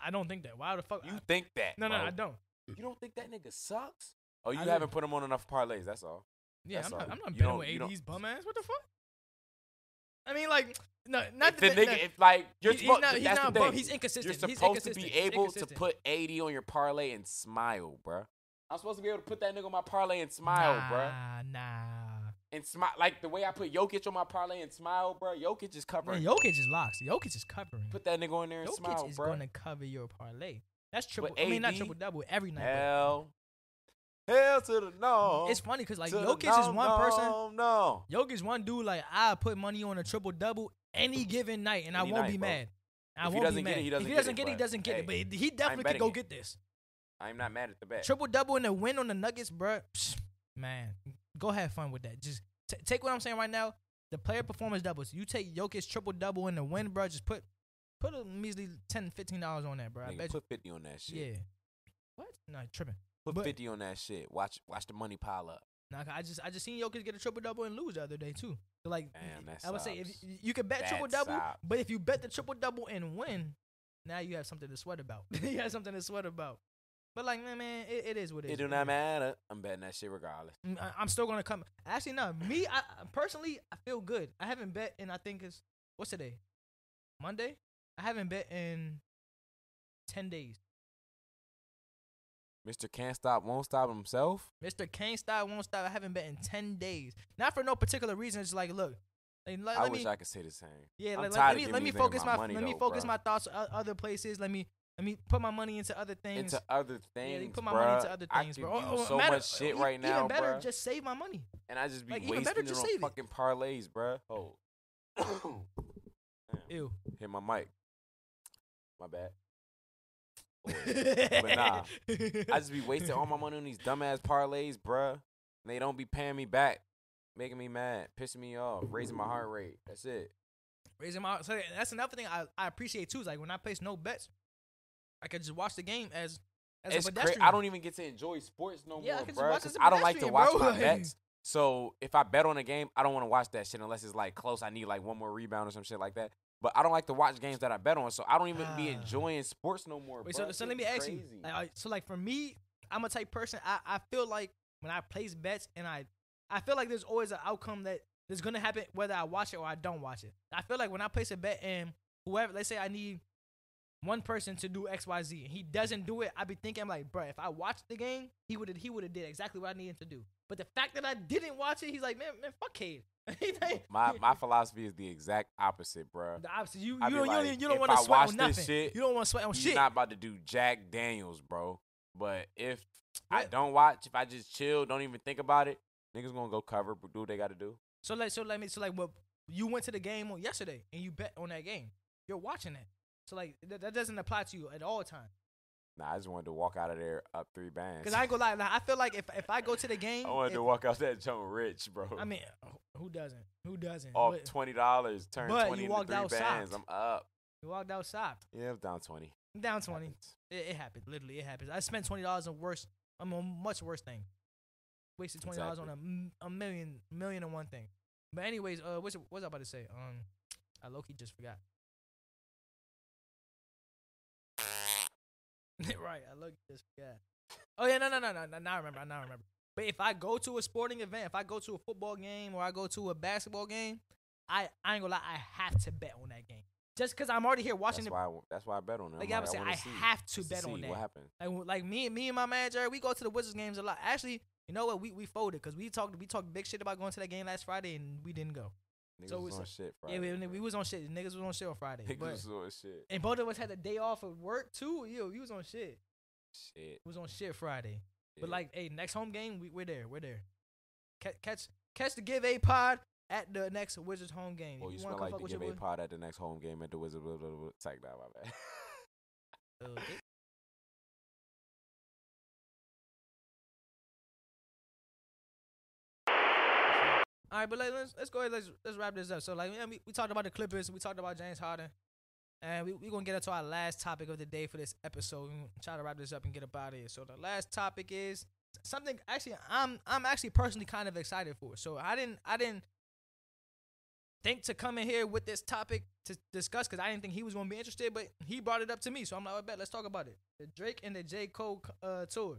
[SPEAKER 1] I don't think that. Why the fuck?
[SPEAKER 2] wanna- You
[SPEAKER 1] I-
[SPEAKER 2] think that?
[SPEAKER 1] no, no,
[SPEAKER 2] bro.
[SPEAKER 1] I don't.
[SPEAKER 2] You don't think that nigga sucks? Oh, you
[SPEAKER 1] I
[SPEAKER 2] haven't
[SPEAKER 1] do.
[SPEAKER 2] put him on enough parlays. That's all.
[SPEAKER 1] Yeah,
[SPEAKER 2] That's
[SPEAKER 1] I'm not,
[SPEAKER 2] all.
[SPEAKER 1] I'm not
[SPEAKER 2] You
[SPEAKER 1] betting
[SPEAKER 2] don't-
[SPEAKER 1] with
[SPEAKER 2] you don't-
[SPEAKER 1] AD's bum ass. What the fuck? I mean, like, no, not
[SPEAKER 2] If the
[SPEAKER 1] that- that-
[SPEAKER 2] nigga, if like you're
[SPEAKER 1] he- he's
[SPEAKER 2] supposed-
[SPEAKER 1] not- he's
[SPEAKER 2] that's
[SPEAKER 1] not
[SPEAKER 2] the
[SPEAKER 1] bum,
[SPEAKER 2] thing.
[SPEAKER 1] he's inconsistent,
[SPEAKER 2] You're
[SPEAKER 1] he's
[SPEAKER 2] supposed to
[SPEAKER 1] inconsistent,
[SPEAKER 2] be
[SPEAKER 1] he's
[SPEAKER 2] able to
[SPEAKER 1] inconsistent.
[SPEAKER 2] put 80 on your parlay and smile, bruh. I'm supposed to be able to put that nigga on my parlay and smile,
[SPEAKER 1] nah,
[SPEAKER 2] bruh.
[SPEAKER 1] Nah.
[SPEAKER 2] And smile like the way I put Jokic on my parlay and smile, bruh. Jokic
[SPEAKER 1] Man,
[SPEAKER 2] is covering.
[SPEAKER 1] Jokic is locks. Jokic is covering.
[SPEAKER 2] Put that nigga on there and
[SPEAKER 1] Jokic
[SPEAKER 2] smile,
[SPEAKER 1] is
[SPEAKER 2] bruh.
[SPEAKER 1] gonna cover your parlay. That's triple. I
[SPEAKER 2] AD
[SPEAKER 1] mean, not triple double every night. but
[SPEAKER 2] Hell, hell to the no.
[SPEAKER 1] It's funny because like
[SPEAKER 2] to the
[SPEAKER 1] Jokic is
[SPEAKER 2] no,
[SPEAKER 1] one person.
[SPEAKER 2] No, no.
[SPEAKER 1] Jokic's one dude like I put money on a triple double any given night, and I
[SPEAKER 2] Any
[SPEAKER 1] won't
[SPEAKER 2] night,
[SPEAKER 1] be
[SPEAKER 2] bro.
[SPEAKER 1] mad. I
[SPEAKER 2] If he
[SPEAKER 1] won't be
[SPEAKER 2] doesn't
[SPEAKER 1] mad.
[SPEAKER 2] get it, he doesn't
[SPEAKER 1] if he
[SPEAKER 2] get
[SPEAKER 1] doesn't
[SPEAKER 2] it,
[SPEAKER 1] get it, he
[SPEAKER 2] but,
[SPEAKER 1] doesn't get it.
[SPEAKER 2] hey,
[SPEAKER 1] But he definitely
[SPEAKER 2] betting
[SPEAKER 1] could go
[SPEAKER 2] it.
[SPEAKER 1] get this
[SPEAKER 2] I'm not mad at the bet.
[SPEAKER 1] triple double and a win on the Nuggets, bruh. Psh, man, go have fun with that. Just t- take what I'm saying right now. The player performance doubles. You take Jokic triple double and the win, bruh. Just put put a measly 10 dollars on that, bruh. I
[SPEAKER 2] Nigga,
[SPEAKER 1] bet you.
[SPEAKER 2] put fifty on that shit.
[SPEAKER 1] Yeah. What? No, tripping.
[SPEAKER 2] put
[SPEAKER 1] but-
[SPEAKER 2] fifty on that shit. Watch, watch the money pile up.
[SPEAKER 1] Nah, I just I just seen Jokic get a triple double and lose the other day too. So like
[SPEAKER 2] Damn, that
[SPEAKER 1] I would say if
[SPEAKER 2] sucks.
[SPEAKER 1] you, you could bet
[SPEAKER 2] That
[SPEAKER 1] triple double,
[SPEAKER 2] sucks.
[SPEAKER 1] but if you bet the triple double and win, now you have something to sweat about. you have something to sweat about. But like, man, man, it, it is what it is.
[SPEAKER 2] It do
[SPEAKER 1] man.
[SPEAKER 2] not matter. I'm betting that shit regardless.
[SPEAKER 1] Mm, I- I'm still gonna come. Actually, no. Me, I I- personally, I feel good. I haven't bet, and I think it's what's today, Monday. I haven't bet in ten days.
[SPEAKER 2] Mr. Can't Stop Won't Stop himself.
[SPEAKER 1] Mister can't stop, won't stop. I haven't bet in ten days. Not for no particular reason. It's like, look, like, let,
[SPEAKER 2] I
[SPEAKER 1] let
[SPEAKER 2] wish
[SPEAKER 1] me,
[SPEAKER 2] I could say the same.
[SPEAKER 1] yeah,
[SPEAKER 2] I'm
[SPEAKER 1] let, let
[SPEAKER 2] tired
[SPEAKER 1] me
[SPEAKER 2] of
[SPEAKER 1] let
[SPEAKER 2] giving
[SPEAKER 1] me
[SPEAKER 2] these niggas
[SPEAKER 1] focus
[SPEAKER 2] my
[SPEAKER 1] my,
[SPEAKER 2] money,
[SPEAKER 1] let me
[SPEAKER 2] though,
[SPEAKER 1] focus
[SPEAKER 2] bruh.
[SPEAKER 1] my thoughts o- other places. Let me let me put my money into other things.
[SPEAKER 2] Into other things,
[SPEAKER 1] yeah, put my
[SPEAKER 2] bruh.
[SPEAKER 1] money into other
[SPEAKER 2] I
[SPEAKER 1] things,
[SPEAKER 2] could
[SPEAKER 1] bro.
[SPEAKER 2] use so
[SPEAKER 1] matter-
[SPEAKER 2] much shit
[SPEAKER 1] e-
[SPEAKER 2] right now,
[SPEAKER 1] Even better,
[SPEAKER 2] bruh.
[SPEAKER 1] just save my money.
[SPEAKER 2] and I just be
[SPEAKER 1] Like, even
[SPEAKER 2] wasting
[SPEAKER 1] better
[SPEAKER 2] it
[SPEAKER 1] just
[SPEAKER 2] on
[SPEAKER 1] save it.
[SPEAKER 2] fucking parlays, bruh. Oh,
[SPEAKER 1] Ew.
[SPEAKER 2] hit my mic. My bad. But nah, I just be wasting all my money on these dumbass parlays, bruh. And they don't be paying me back, making me mad, pissing me off, raising my heart rate. That's it.
[SPEAKER 1] raising my so that's another thing I, I appreciate too. Is like when I place no bets, I could just watch the game as as
[SPEAKER 2] It's
[SPEAKER 1] a
[SPEAKER 2] cra-
[SPEAKER 1] pedestrian.
[SPEAKER 2] I don't even get to enjoy sports no
[SPEAKER 1] Yeah, I
[SPEAKER 2] more,
[SPEAKER 1] could just
[SPEAKER 2] bro.
[SPEAKER 1] watch as a
[SPEAKER 2] I don't like to watch
[SPEAKER 1] pedestrian, bro.
[SPEAKER 2] my bets. So if I bet on a game, I don't want to watch that shit unless it's like close. I need like one more rebound or some shit like that. But I don't like to watch games that I bet on, so I don't even be
[SPEAKER 1] Ah.
[SPEAKER 2] enjoying sports no more.
[SPEAKER 1] Wait,
[SPEAKER 2] bro.
[SPEAKER 1] so,
[SPEAKER 2] That
[SPEAKER 1] so
[SPEAKER 2] shit
[SPEAKER 1] let me
[SPEAKER 2] is
[SPEAKER 1] ask you.
[SPEAKER 2] crazy.
[SPEAKER 1] Like, I- so like for me, I'm a type person. I, I feel like when I place bets and I I feel like there's always an outcome that that's gonna happen whether I watch it or I don't watch it. I feel like when I place a bet and whoever, let's say I need one person to do X Y Z and he doesn't do it, I be thinking I'm like, bro, if I watched the game, he would he would have did exactly what I needed to do. But the fact that I didn't watch it, he's like, man, man, fuck Cade. He like-
[SPEAKER 2] my my philosophy is the exact opposite, bro.
[SPEAKER 1] the opposite. You you don't,
[SPEAKER 2] I be
[SPEAKER 1] you don't
[SPEAKER 2] like,
[SPEAKER 1] even- you don't
[SPEAKER 2] if
[SPEAKER 1] want
[SPEAKER 2] I
[SPEAKER 1] to sweat
[SPEAKER 2] watch
[SPEAKER 1] on
[SPEAKER 2] this
[SPEAKER 1] nothing.
[SPEAKER 2] shit,
[SPEAKER 1] you don't want to sweat on
[SPEAKER 2] You're
[SPEAKER 1] oh, shit.
[SPEAKER 2] not about to do Jack Daniels, bro. But if I
[SPEAKER 1] Yeah.
[SPEAKER 2] don't watch, if I just chill, don't even think about it, niggas gonna go cover, do what they gotta do.
[SPEAKER 1] So like so let me so like what you went to the game on yesterday and you bet on that game. You're watching it. So like that, that doesn't apply to you at all time.
[SPEAKER 2] Nah, I just wanted to walk out of there up three bands.
[SPEAKER 1] Cause I ain't gonna lie, like, I feel like if if I go to the game,
[SPEAKER 2] I wanted
[SPEAKER 1] if-
[SPEAKER 2] to walk out that jump rich, bro.
[SPEAKER 1] I mean, who- who doesn't? Who doesn't?
[SPEAKER 2] off
[SPEAKER 1] But
[SPEAKER 2] twenty dollars, turn
[SPEAKER 1] but
[SPEAKER 2] twenty
[SPEAKER 1] you
[SPEAKER 2] into
[SPEAKER 1] walked
[SPEAKER 2] three
[SPEAKER 1] out
[SPEAKER 2] bands. I'm
[SPEAKER 1] socked.
[SPEAKER 2] up.
[SPEAKER 1] you walked out sopped.
[SPEAKER 2] Yeah, I'm down twenty.
[SPEAKER 1] I'm down twenty.
[SPEAKER 2] Happens.
[SPEAKER 1] It, it happened. Literally, it happens. I spent twenty dollars on worse. I'm on much worse thing. Wasted twenty dollars
[SPEAKER 2] Exactly.
[SPEAKER 1] on a m- a, million million and one thing. But anyways, uh, what's what was I about to say? Um, I low key just forgot. right, I low key just forgot. Oh yeah, no, no, no, no, no. Now I remember. Now I remember. But if I go to a sporting event, if I go to a football game or I go to a basketball game, I, I ain't gonna lie, I have to bet on that game. Just cause I'm already here watching
[SPEAKER 2] That's
[SPEAKER 1] the
[SPEAKER 2] why. I, that's why I bet on it. I'm
[SPEAKER 1] like, I would say,
[SPEAKER 2] wanna
[SPEAKER 1] I
[SPEAKER 2] see,
[SPEAKER 1] have to
[SPEAKER 2] just
[SPEAKER 1] bet on
[SPEAKER 2] see
[SPEAKER 1] that.
[SPEAKER 2] What happened?
[SPEAKER 1] Like, w- like me, me and my manager, we go to the Wizards games a lot. Actually, you know what? We we folded because we talked we talked big shit about going to that game last Friday and we didn't go.
[SPEAKER 2] Niggas
[SPEAKER 1] So
[SPEAKER 2] was
[SPEAKER 1] it's
[SPEAKER 2] on
[SPEAKER 1] like-
[SPEAKER 2] shit.
[SPEAKER 1] yeah,
[SPEAKER 2] Friday,
[SPEAKER 1] we,
[SPEAKER 2] bro.
[SPEAKER 1] we was on shit. Niggas was on shit on Friday.
[SPEAKER 2] Niggas
[SPEAKER 1] but-
[SPEAKER 2] was on shit.
[SPEAKER 1] and both of us had the day off of work too. Yo, we was on shit.
[SPEAKER 2] Shit.
[SPEAKER 1] We was on shit Friday. But
[SPEAKER 2] Yeah.
[SPEAKER 1] like, hey, next home game, we, we're there. We're there. Catch catch catch the give a pod at the next Wizards home game.
[SPEAKER 2] Well, Oh, you,
[SPEAKER 1] wanna
[SPEAKER 2] smell
[SPEAKER 1] come
[SPEAKER 2] like
[SPEAKER 1] fuck
[SPEAKER 2] the
[SPEAKER 1] with
[SPEAKER 2] give
[SPEAKER 1] your
[SPEAKER 2] a
[SPEAKER 1] boy?
[SPEAKER 2] pod at the next home game at the Wizard. Blah, blah, blah. Take that, my bad.
[SPEAKER 1] Uh, it- All right, but like, let's let's go ahead. Let's let's wrap this up. So like, yeah, we, we talked about the Clippers. We talked about James Harden, and we we gonna get into our last topic of the day for this episode. and try to wrap this up and get up out of here. So the last topic is something. Actually, I'm I'm actually personally kind of excited for. So I didn't I didn't think to come in here with this topic to discuss because I didn't think he was gonna be interested, but he brought it up to me. So I'm like, I bet let's talk about it. The Drake and the J Cole uh, tour.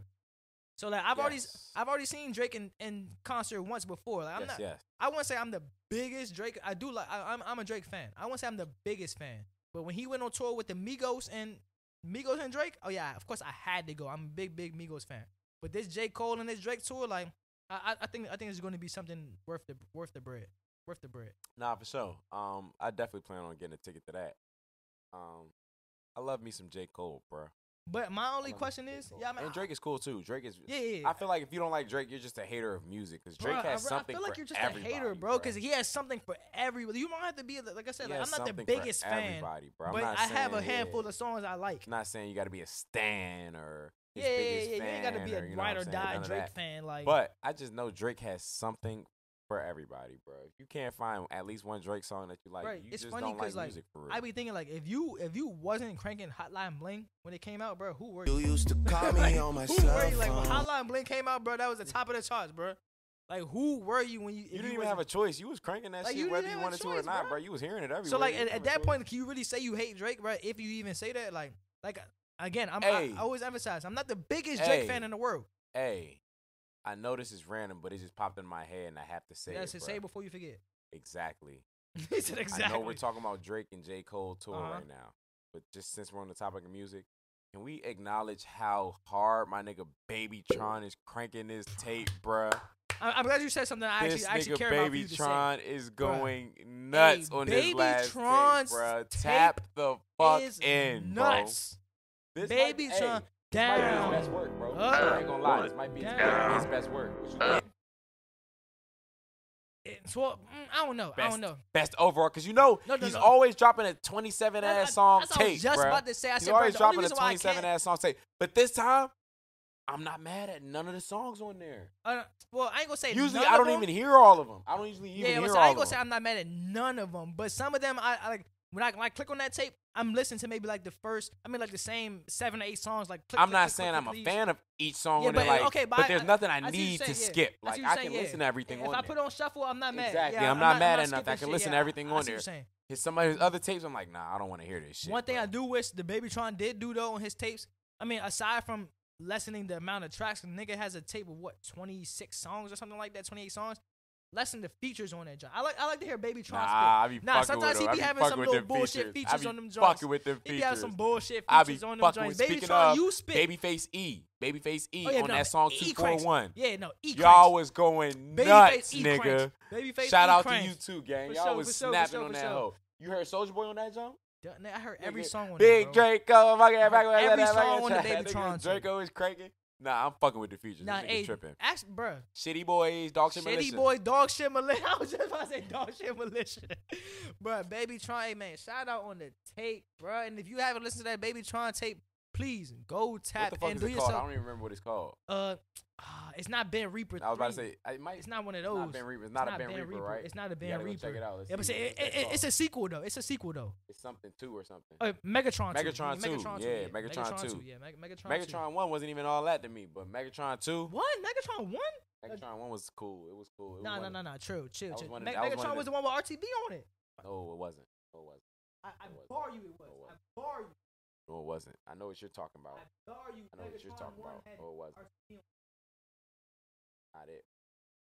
[SPEAKER 1] So like, I've already
[SPEAKER 2] Yes.
[SPEAKER 1] I've already seen Drake in, in concert once before. Like, I'm
[SPEAKER 2] yes,
[SPEAKER 1] not.
[SPEAKER 2] yes.
[SPEAKER 1] I won't say I'm the biggest Drake. I do like I, I'm I'm a Drake fan. I won't say I'm the biggest fan, but when he went on tour with the Migos and Migos and Drake, oh yeah, of course I had to go. I'm a big big Migos fan. But this J Cole and this Drake tour, like I I- I think I think it's going to be something worth the worth the bread, worth the bread.
[SPEAKER 2] Nah, for sure. Um, I definitely plan on getting a ticket to that. Um, I love me some J Cole, bro.
[SPEAKER 1] But my only
[SPEAKER 2] love
[SPEAKER 1] question
[SPEAKER 2] J.
[SPEAKER 1] is,
[SPEAKER 2] Cole.
[SPEAKER 1] yeah, I mean,
[SPEAKER 2] and Drake is cool too. Drake is.
[SPEAKER 1] yeah, yeah, yeah.
[SPEAKER 2] I feel like if you don't like Drake, you're just a hater of music because Drake
[SPEAKER 1] Bruh,
[SPEAKER 2] has
[SPEAKER 1] I, re-
[SPEAKER 2] something
[SPEAKER 1] I feel like
[SPEAKER 2] for
[SPEAKER 1] you're just a
[SPEAKER 2] everybody,
[SPEAKER 1] hater, bro, because he has something for everybody. You don't have to be like I said.
[SPEAKER 2] He
[SPEAKER 1] Like,
[SPEAKER 2] has
[SPEAKER 1] I'm not the
[SPEAKER 2] something for
[SPEAKER 1] biggest fan,
[SPEAKER 2] everybody, bro. I'm
[SPEAKER 1] but
[SPEAKER 2] not
[SPEAKER 1] I have a
[SPEAKER 2] saying-
[SPEAKER 1] handful
[SPEAKER 2] yeah.
[SPEAKER 1] of songs I like.
[SPEAKER 2] I'm not saying you got to be a stan or his
[SPEAKER 1] yeah, yeah,
[SPEAKER 2] biggest
[SPEAKER 1] yeah, yeah. You ain't gotta
[SPEAKER 2] fan
[SPEAKER 1] be a
[SPEAKER 2] you know what
[SPEAKER 1] ride
[SPEAKER 2] I'm
[SPEAKER 1] or
[SPEAKER 2] saying,
[SPEAKER 1] die
[SPEAKER 2] none of
[SPEAKER 1] Drake
[SPEAKER 2] that.
[SPEAKER 1] fan, like.
[SPEAKER 2] But I just know Drake has something for everybody, bro. If you can't find at least one Drake song that you like,
[SPEAKER 1] Right,
[SPEAKER 2] you
[SPEAKER 1] it's
[SPEAKER 2] just
[SPEAKER 1] funny
[SPEAKER 2] don't like
[SPEAKER 1] 'cause, like,
[SPEAKER 2] music for real.
[SPEAKER 1] I be thinking like if you if you wasn't cranking Hotline Bling when it came out, bro, who were you?
[SPEAKER 5] You used to call me
[SPEAKER 1] Like,
[SPEAKER 5] on my
[SPEAKER 1] who
[SPEAKER 5] cell
[SPEAKER 1] were you? Like when
[SPEAKER 5] phone.
[SPEAKER 1] Hotline Bling came out, bro, that was the top of the charts, bro. Like who were you when you? if
[SPEAKER 2] you didn't even have a
[SPEAKER 1] wasn't-
[SPEAKER 2] choice. You was cranking that
[SPEAKER 1] Like, you
[SPEAKER 2] shit
[SPEAKER 1] didn't
[SPEAKER 2] whether you
[SPEAKER 1] have a
[SPEAKER 2] wanted to or
[SPEAKER 1] choice,
[SPEAKER 2] not,
[SPEAKER 1] bruh.
[SPEAKER 2] bro. You was hearing it everywhere.
[SPEAKER 1] So like
[SPEAKER 2] You
[SPEAKER 1] at,
[SPEAKER 2] didn't
[SPEAKER 1] at
[SPEAKER 2] have a
[SPEAKER 1] that
[SPEAKER 2] choice.
[SPEAKER 1] point, can you really say you hate Drake, bro? If you even say that, like like Again, I'm,
[SPEAKER 2] Hey.
[SPEAKER 1] I, I always emphasize I'm not the biggest
[SPEAKER 2] Hey.
[SPEAKER 1] Drake fan in the world.
[SPEAKER 2] Hey, I know this is random, but it just popped in my head, and I have to say
[SPEAKER 1] That's
[SPEAKER 2] it.
[SPEAKER 1] it.
[SPEAKER 2] bruh.
[SPEAKER 1] Say it before you forget.
[SPEAKER 2] exactly.
[SPEAKER 1] he said exactly.
[SPEAKER 2] I know we're talking about Drake and J. Cole tour
[SPEAKER 1] Uh-huh.
[SPEAKER 2] right now, but just since we're on the topic of music, can we acknowledge how hard my nigga Baby Tron is cranking this tape, bruh?
[SPEAKER 1] I, I'm glad you said something I actually,
[SPEAKER 2] this
[SPEAKER 1] I actually
[SPEAKER 2] nigga
[SPEAKER 1] care about for
[SPEAKER 2] Baby
[SPEAKER 1] you to
[SPEAKER 2] Tron is going nuts on
[SPEAKER 1] Baby
[SPEAKER 2] this last
[SPEAKER 1] Tron's
[SPEAKER 2] tape, bruh.
[SPEAKER 1] tape
[SPEAKER 2] Tap the fuck
[SPEAKER 1] say. Is
[SPEAKER 2] in,
[SPEAKER 1] nuts.
[SPEAKER 2] bro. This
[SPEAKER 1] Baby
[SPEAKER 2] might,
[SPEAKER 1] Tron
[SPEAKER 2] hey, this might be his
[SPEAKER 1] down.
[SPEAKER 2] best work, bro.
[SPEAKER 1] Uh,
[SPEAKER 2] I ain't gonna lie, this might be his,
[SPEAKER 1] down.
[SPEAKER 2] his best work. What you think?
[SPEAKER 1] It's well, mm, I don't know. I
[SPEAKER 2] Best
[SPEAKER 1] don't know.
[SPEAKER 2] best overall because you know
[SPEAKER 1] No, no,
[SPEAKER 2] he's
[SPEAKER 1] no.
[SPEAKER 2] always dropping a 27
[SPEAKER 1] That-
[SPEAKER 2] ass song
[SPEAKER 1] that's what I was
[SPEAKER 2] tape.
[SPEAKER 1] just
[SPEAKER 2] bruh.
[SPEAKER 1] about to say. I
[SPEAKER 2] he's
[SPEAKER 1] said, bruh,
[SPEAKER 2] always
[SPEAKER 1] the only
[SPEAKER 2] dropping a
[SPEAKER 1] reason why I
[SPEAKER 2] 27
[SPEAKER 1] can't-
[SPEAKER 2] ass song tape. But this time, I'm not mad at none of the songs on there.
[SPEAKER 1] Uh, well, I ain't gonna say.
[SPEAKER 2] Usually,
[SPEAKER 1] none
[SPEAKER 2] I
[SPEAKER 1] of
[SPEAKER 2] don't
[SPEAKER 1] them.
[SPEAKER 2] even hear all of them. I don't usually even
[SPEAKER 1] Yeah,
[SPEAKER 2] hear
[SPEAKER 1] but so I
[SPEAKER 2] all
[SPEAKER 1] ain't gonna
[SPEAKER 2] of
[SPEAKER 1] say
[SPEAKER 2] them.
[SPEAKER 1] I'm not mad at none of them, but some of them I, I like when I, when I click on that tape, I'm listening to maybe like the first, I mean like the same seven or eight songs. Like click,
[SPEAKER 2] I'm
[SPEAKER 1] click,
[SPEAKER 2] not
[SPEAKER 1] click,
[SPEAKER 2] saying
[SPEAKER 1] click,
[SPEAKER 2] I'm
[SPEAKER 1] click,
[SPEAKER 2] a
[SPEAKER 1] leaves.
[SPEAKER 2] fan of each song
[SPEAKER 1] Yeah,
[SPEAKER 2] on there,
[SPEAKER 1] but,
[SPEAKER 2] like,
[SPEAKER 1] okay, but
[SPEAKER 2] but,
[SPEAKER 1] I-
[SPEAKER 2] there's
[SPEAKER 1] I-
[SPEAKER 2] nothing I,
[SPEAKER 1] I see what you're
[SPEAKER 2] need to
[SPEAKER 1] saying, yeah. I
[SPEAKER 2] skip.
[SPEAKER 1] see
[SPEAKER 2] Like
[SPEAKER 1] what you're
[SPEAKER 2] I
[SPEAKER 1] saying,
[SPEAKER 2] can
[SPEAKER 1] yeah.
[SPEAKER 2] listen to everything
[SPEAKER 1] if
[SPEAKER 2] on
[SPEAKER 1] I
[SPEAKER 2] there.
[SPEAKER 1] put it on shuffle, I'm not mad.
[SPEAKER 2] Exactly,
[SPEAKER 1] Yeah,
[SPEAKER 2] I'm not mad at
[SPEAKER 1] skipping
[SPEAKER 2] nothing. I can
[SPEAKER 1] shit.
[SPEAKER 2] listen to
[SPEAKER 1] Yeah, I-
[SPEAKER 2] everything
[SPEAKER 1] I see
[SPEAKER 2] on
[SPEAKER 1] what
[SPEAKER 2] there.
[SPEAKER 1] you're saying.
[SPEAKER 2] His some of his other tapes, I'm like, nah, I don't want to hear this shit.
[SPEAKER 1] One thing
[SPEAKER 2] bruh.
[SPEAKER 1] I do wish the Babytron did do though on his tapes, I mean, aside from lessening the amount of tracks, the nigga has a tape of what 26 songs or something like that, 28 songs. Lessen the features on that joint. I like I like to hear Baby Tron.
[SPEAKER 2] Nah, I
[SPEAKER 1] spit.
[SPEAKER 2] be
[SPEAKER 1] nah
[SPEAKER 2] fucking
[SPEAKER 1] sometimes
[SPEAKER 2] with
[SPEAKER 1] he
[SPEAKER 2] them.
[SPEAKER 1] be
[SPEAKER 2] I be
[SPEAKER 1] having some
[SPEAKER 2] fucking with
[SPEAKER 1] little
[SPEAKER 2] them
[SPEAKER 1] bullshit
[SPEAKER 2] features. I
[SPEAKER 1] features
[SPEAKER 2] be
[SPEAKER 1] on them joints.
[SPEAKER 2] fucking with them
[SPEAKER 1] He be having some
[SPEAKER 2] features.
[SPEAKER 1] bullshit
[SPEAKER 2] I be
[SPEAKER 1] features on them
[SPEAKER 2] fucking
[SPEAKER 1] joints.
[SPEAKER 2] with
[SPEAKER 1] Baby
[SPEAKER 2] speaking
[SPEAKER 1] Tron,
[SPEAKER 2] of
[SPEAKER 1] you spit.
[SPEAKER 2] Babyface E, Babyface E
[SPEAKER 1] Oh, yeah,
[SPEAKER 2] on
[SPEAKER 1] no,
[SPEAKER 2] that song
[SPEAKER 1] E
[SPEAKER 2] two four
[SPEAKER 1] cranks.
[SPEAKER 2] one.
[SPEAKER 1] Yeah, no, E
[SPEAKER 2] Y'all
[SPEAKER 1] cranks.
[SPEAKER 2] was going
[SPEAKER 1] Babyface
[SPEAKER 2] nuts,
[SPEAKER 1] E cranks.
[SPEAKER 2] nigga.
[SPEAKER 1] Babyface
[SPEAKER 2] Shout
[SPEAKER 1] E
[SPEAKER 2] out
[SPEAKER 1] cranks.
[SPEAKER 2] to you too, gang.
[SPEAKER 1] For
[SPEAKER 2] Y'all
[SPEAKER 1] sure, for
[SPEAKER 2] was
[SPEAKER 1] sure, for
[SPEAKER 2] snapping
[SPEAKER 1] sure,
[SPEAKER 2] on
[SPEAKER 1] for
[SPEAKER 2] that
[SPEAKER 1] sure.
[SPEAKER 2] hoe. You heard Soldier Boy on that jump?
[SPEAKER 1] Duh, nigga, I heard every
[SPEAKER 2] Nigga,
[SPEAKER 1] song on
[SPEAKER 2] Big
[SPEAKER 1] that, bro.
[SPEAKER 2] Draco, fuck it, fuck it, fuck it,
[SPEAKER 1] Every
[SPEAKER 2] fuck it, fuck
[SPEAKER 1] song
[SPEAKER 2] it.
[SPEAKER 1] on the
[SPEAKER 2] Nigga,
[SPEAKER 1] Baby Tron tape.
[SPEAKER 2] Draco is cranking. Nah, I'm fucking with the features.
[SPEAKER 1] Nah,
[SPEAKER 2] this nigga
[SPEAKER 1] hey,
[SPEAKER 2] tripping.
[SPEAKER 1] actually, bro,
[SPEAKER 2] Shitty boys, dog shit
[SPEAKER 1] Shitty
[SPEAKER 2] militia.
[SPEAKER 1] boy, dog shit militia. I was just about to say dog shit militia. bruh, Baby Tron, hey, man, shout out on the tape, bruh. And if you haven't listened to that Baby Tron tape, please go
[SPEAKER 2] What
[SPEAKER 1] tap
[SPEAKER 2] the fuck
[SPEAKER 1] and
[SPEAKER 2] is
[SPEAKER 1] do
[SPEAKER 2] it called? I
[SPEAKER 1] yourself.
[SPEAKER 2] don't even remember what it's called.
[SPEAKER 1] Uh, ah, it's not Ben Reaper.
[SPEAKER 2] I was about to
[SPEAKER 1] 3.
[SPEAKER 2] say, I- it might.
[SPEAKER 1] It's not one of
[SPEAKER 2] it's
[SPEAKER 1] those.
[SPEAKER 2] Not ben Reaper. It's not a Ben Reaper, right?
[SPEAKER 1] It's not a
[SPEAKER 2] You
[SPEAKER 1] Ben
[SPEAKER 2] gotta go
[SPEAKER 1] Reaper.
[SPEAKER 2] Check it out. Let's
[SPEAKER 1] yeah, but
[SPEAKER 2] see
[SPEAKER 1] say,
[SPEAKER 2] what
[SPEAKER 1] it,
[SPEAKER 2] that
[SPEAKER 1] it- it's
[SPEAKER 2] called.
[SPEAKER 1] a sequel though. It's a sequel though.
[SPEAKER 2] It's something two or something.
[SPEAKER 1] Uh, Megatron. 2.
[SPEAKER 2] Megatron 2,
[SPEAKER 1] Megatron 2.
[SPEAKER 2] yeah, Megatron 2.
[SPEAKER 1] Yeah, Meg- Megatron. 2.
[SPEAKER 2] Megatron one wasn't even all that to me, but Megatron two,
[SPEAKER 1] One Megatron one?
[SPEAKER 2] Megatron one was cool. It was cool. It was
[SPEAKER 1] Nah,
[SPEAKER 2] one
[SPEAKER 1] nah,
[SPEAKER 2] of-
[SPEAKER 1] nah, nah. True, chill,
[SPEAKER 2] That was
[SPEAKER 1] chill.
[SPEAKER 2] one of-
[SPEAKER 1] Meg-
[SPEAKER 2] that was one
[SPEAKER 1] Megatron
[SPEAKER 2] of
[SPEAKER 1] was the
[SPEAKER 2] the-
[SPEAKER 1] one with RTB on it.
[SPEAKER 2] No, it wasn't. No, it wasn't.
[SPEAKER 1] I, I
[SPEAKER 2] It was.
[SPEAKER 1] bar you, it was.
[SPEAKER 2] It was.
[SPEAKER 1] I bar you.
[SPEAKER 2] No, it wasn't. I know what you're talking about.
[SPEAKER 1] I bar you.
[SPEAKER 2] I know what you're
[SPEAKER 1] Megatron
[SPEAKER 2] talking
[SPEAKER 1] one
[SPEAKER 2] about.
[SPEAKER 1] had
[SPEAKER 2] Oh, it wasn't.
[SPEAKER 1] RTB on
[SPEAKER 2] Not it.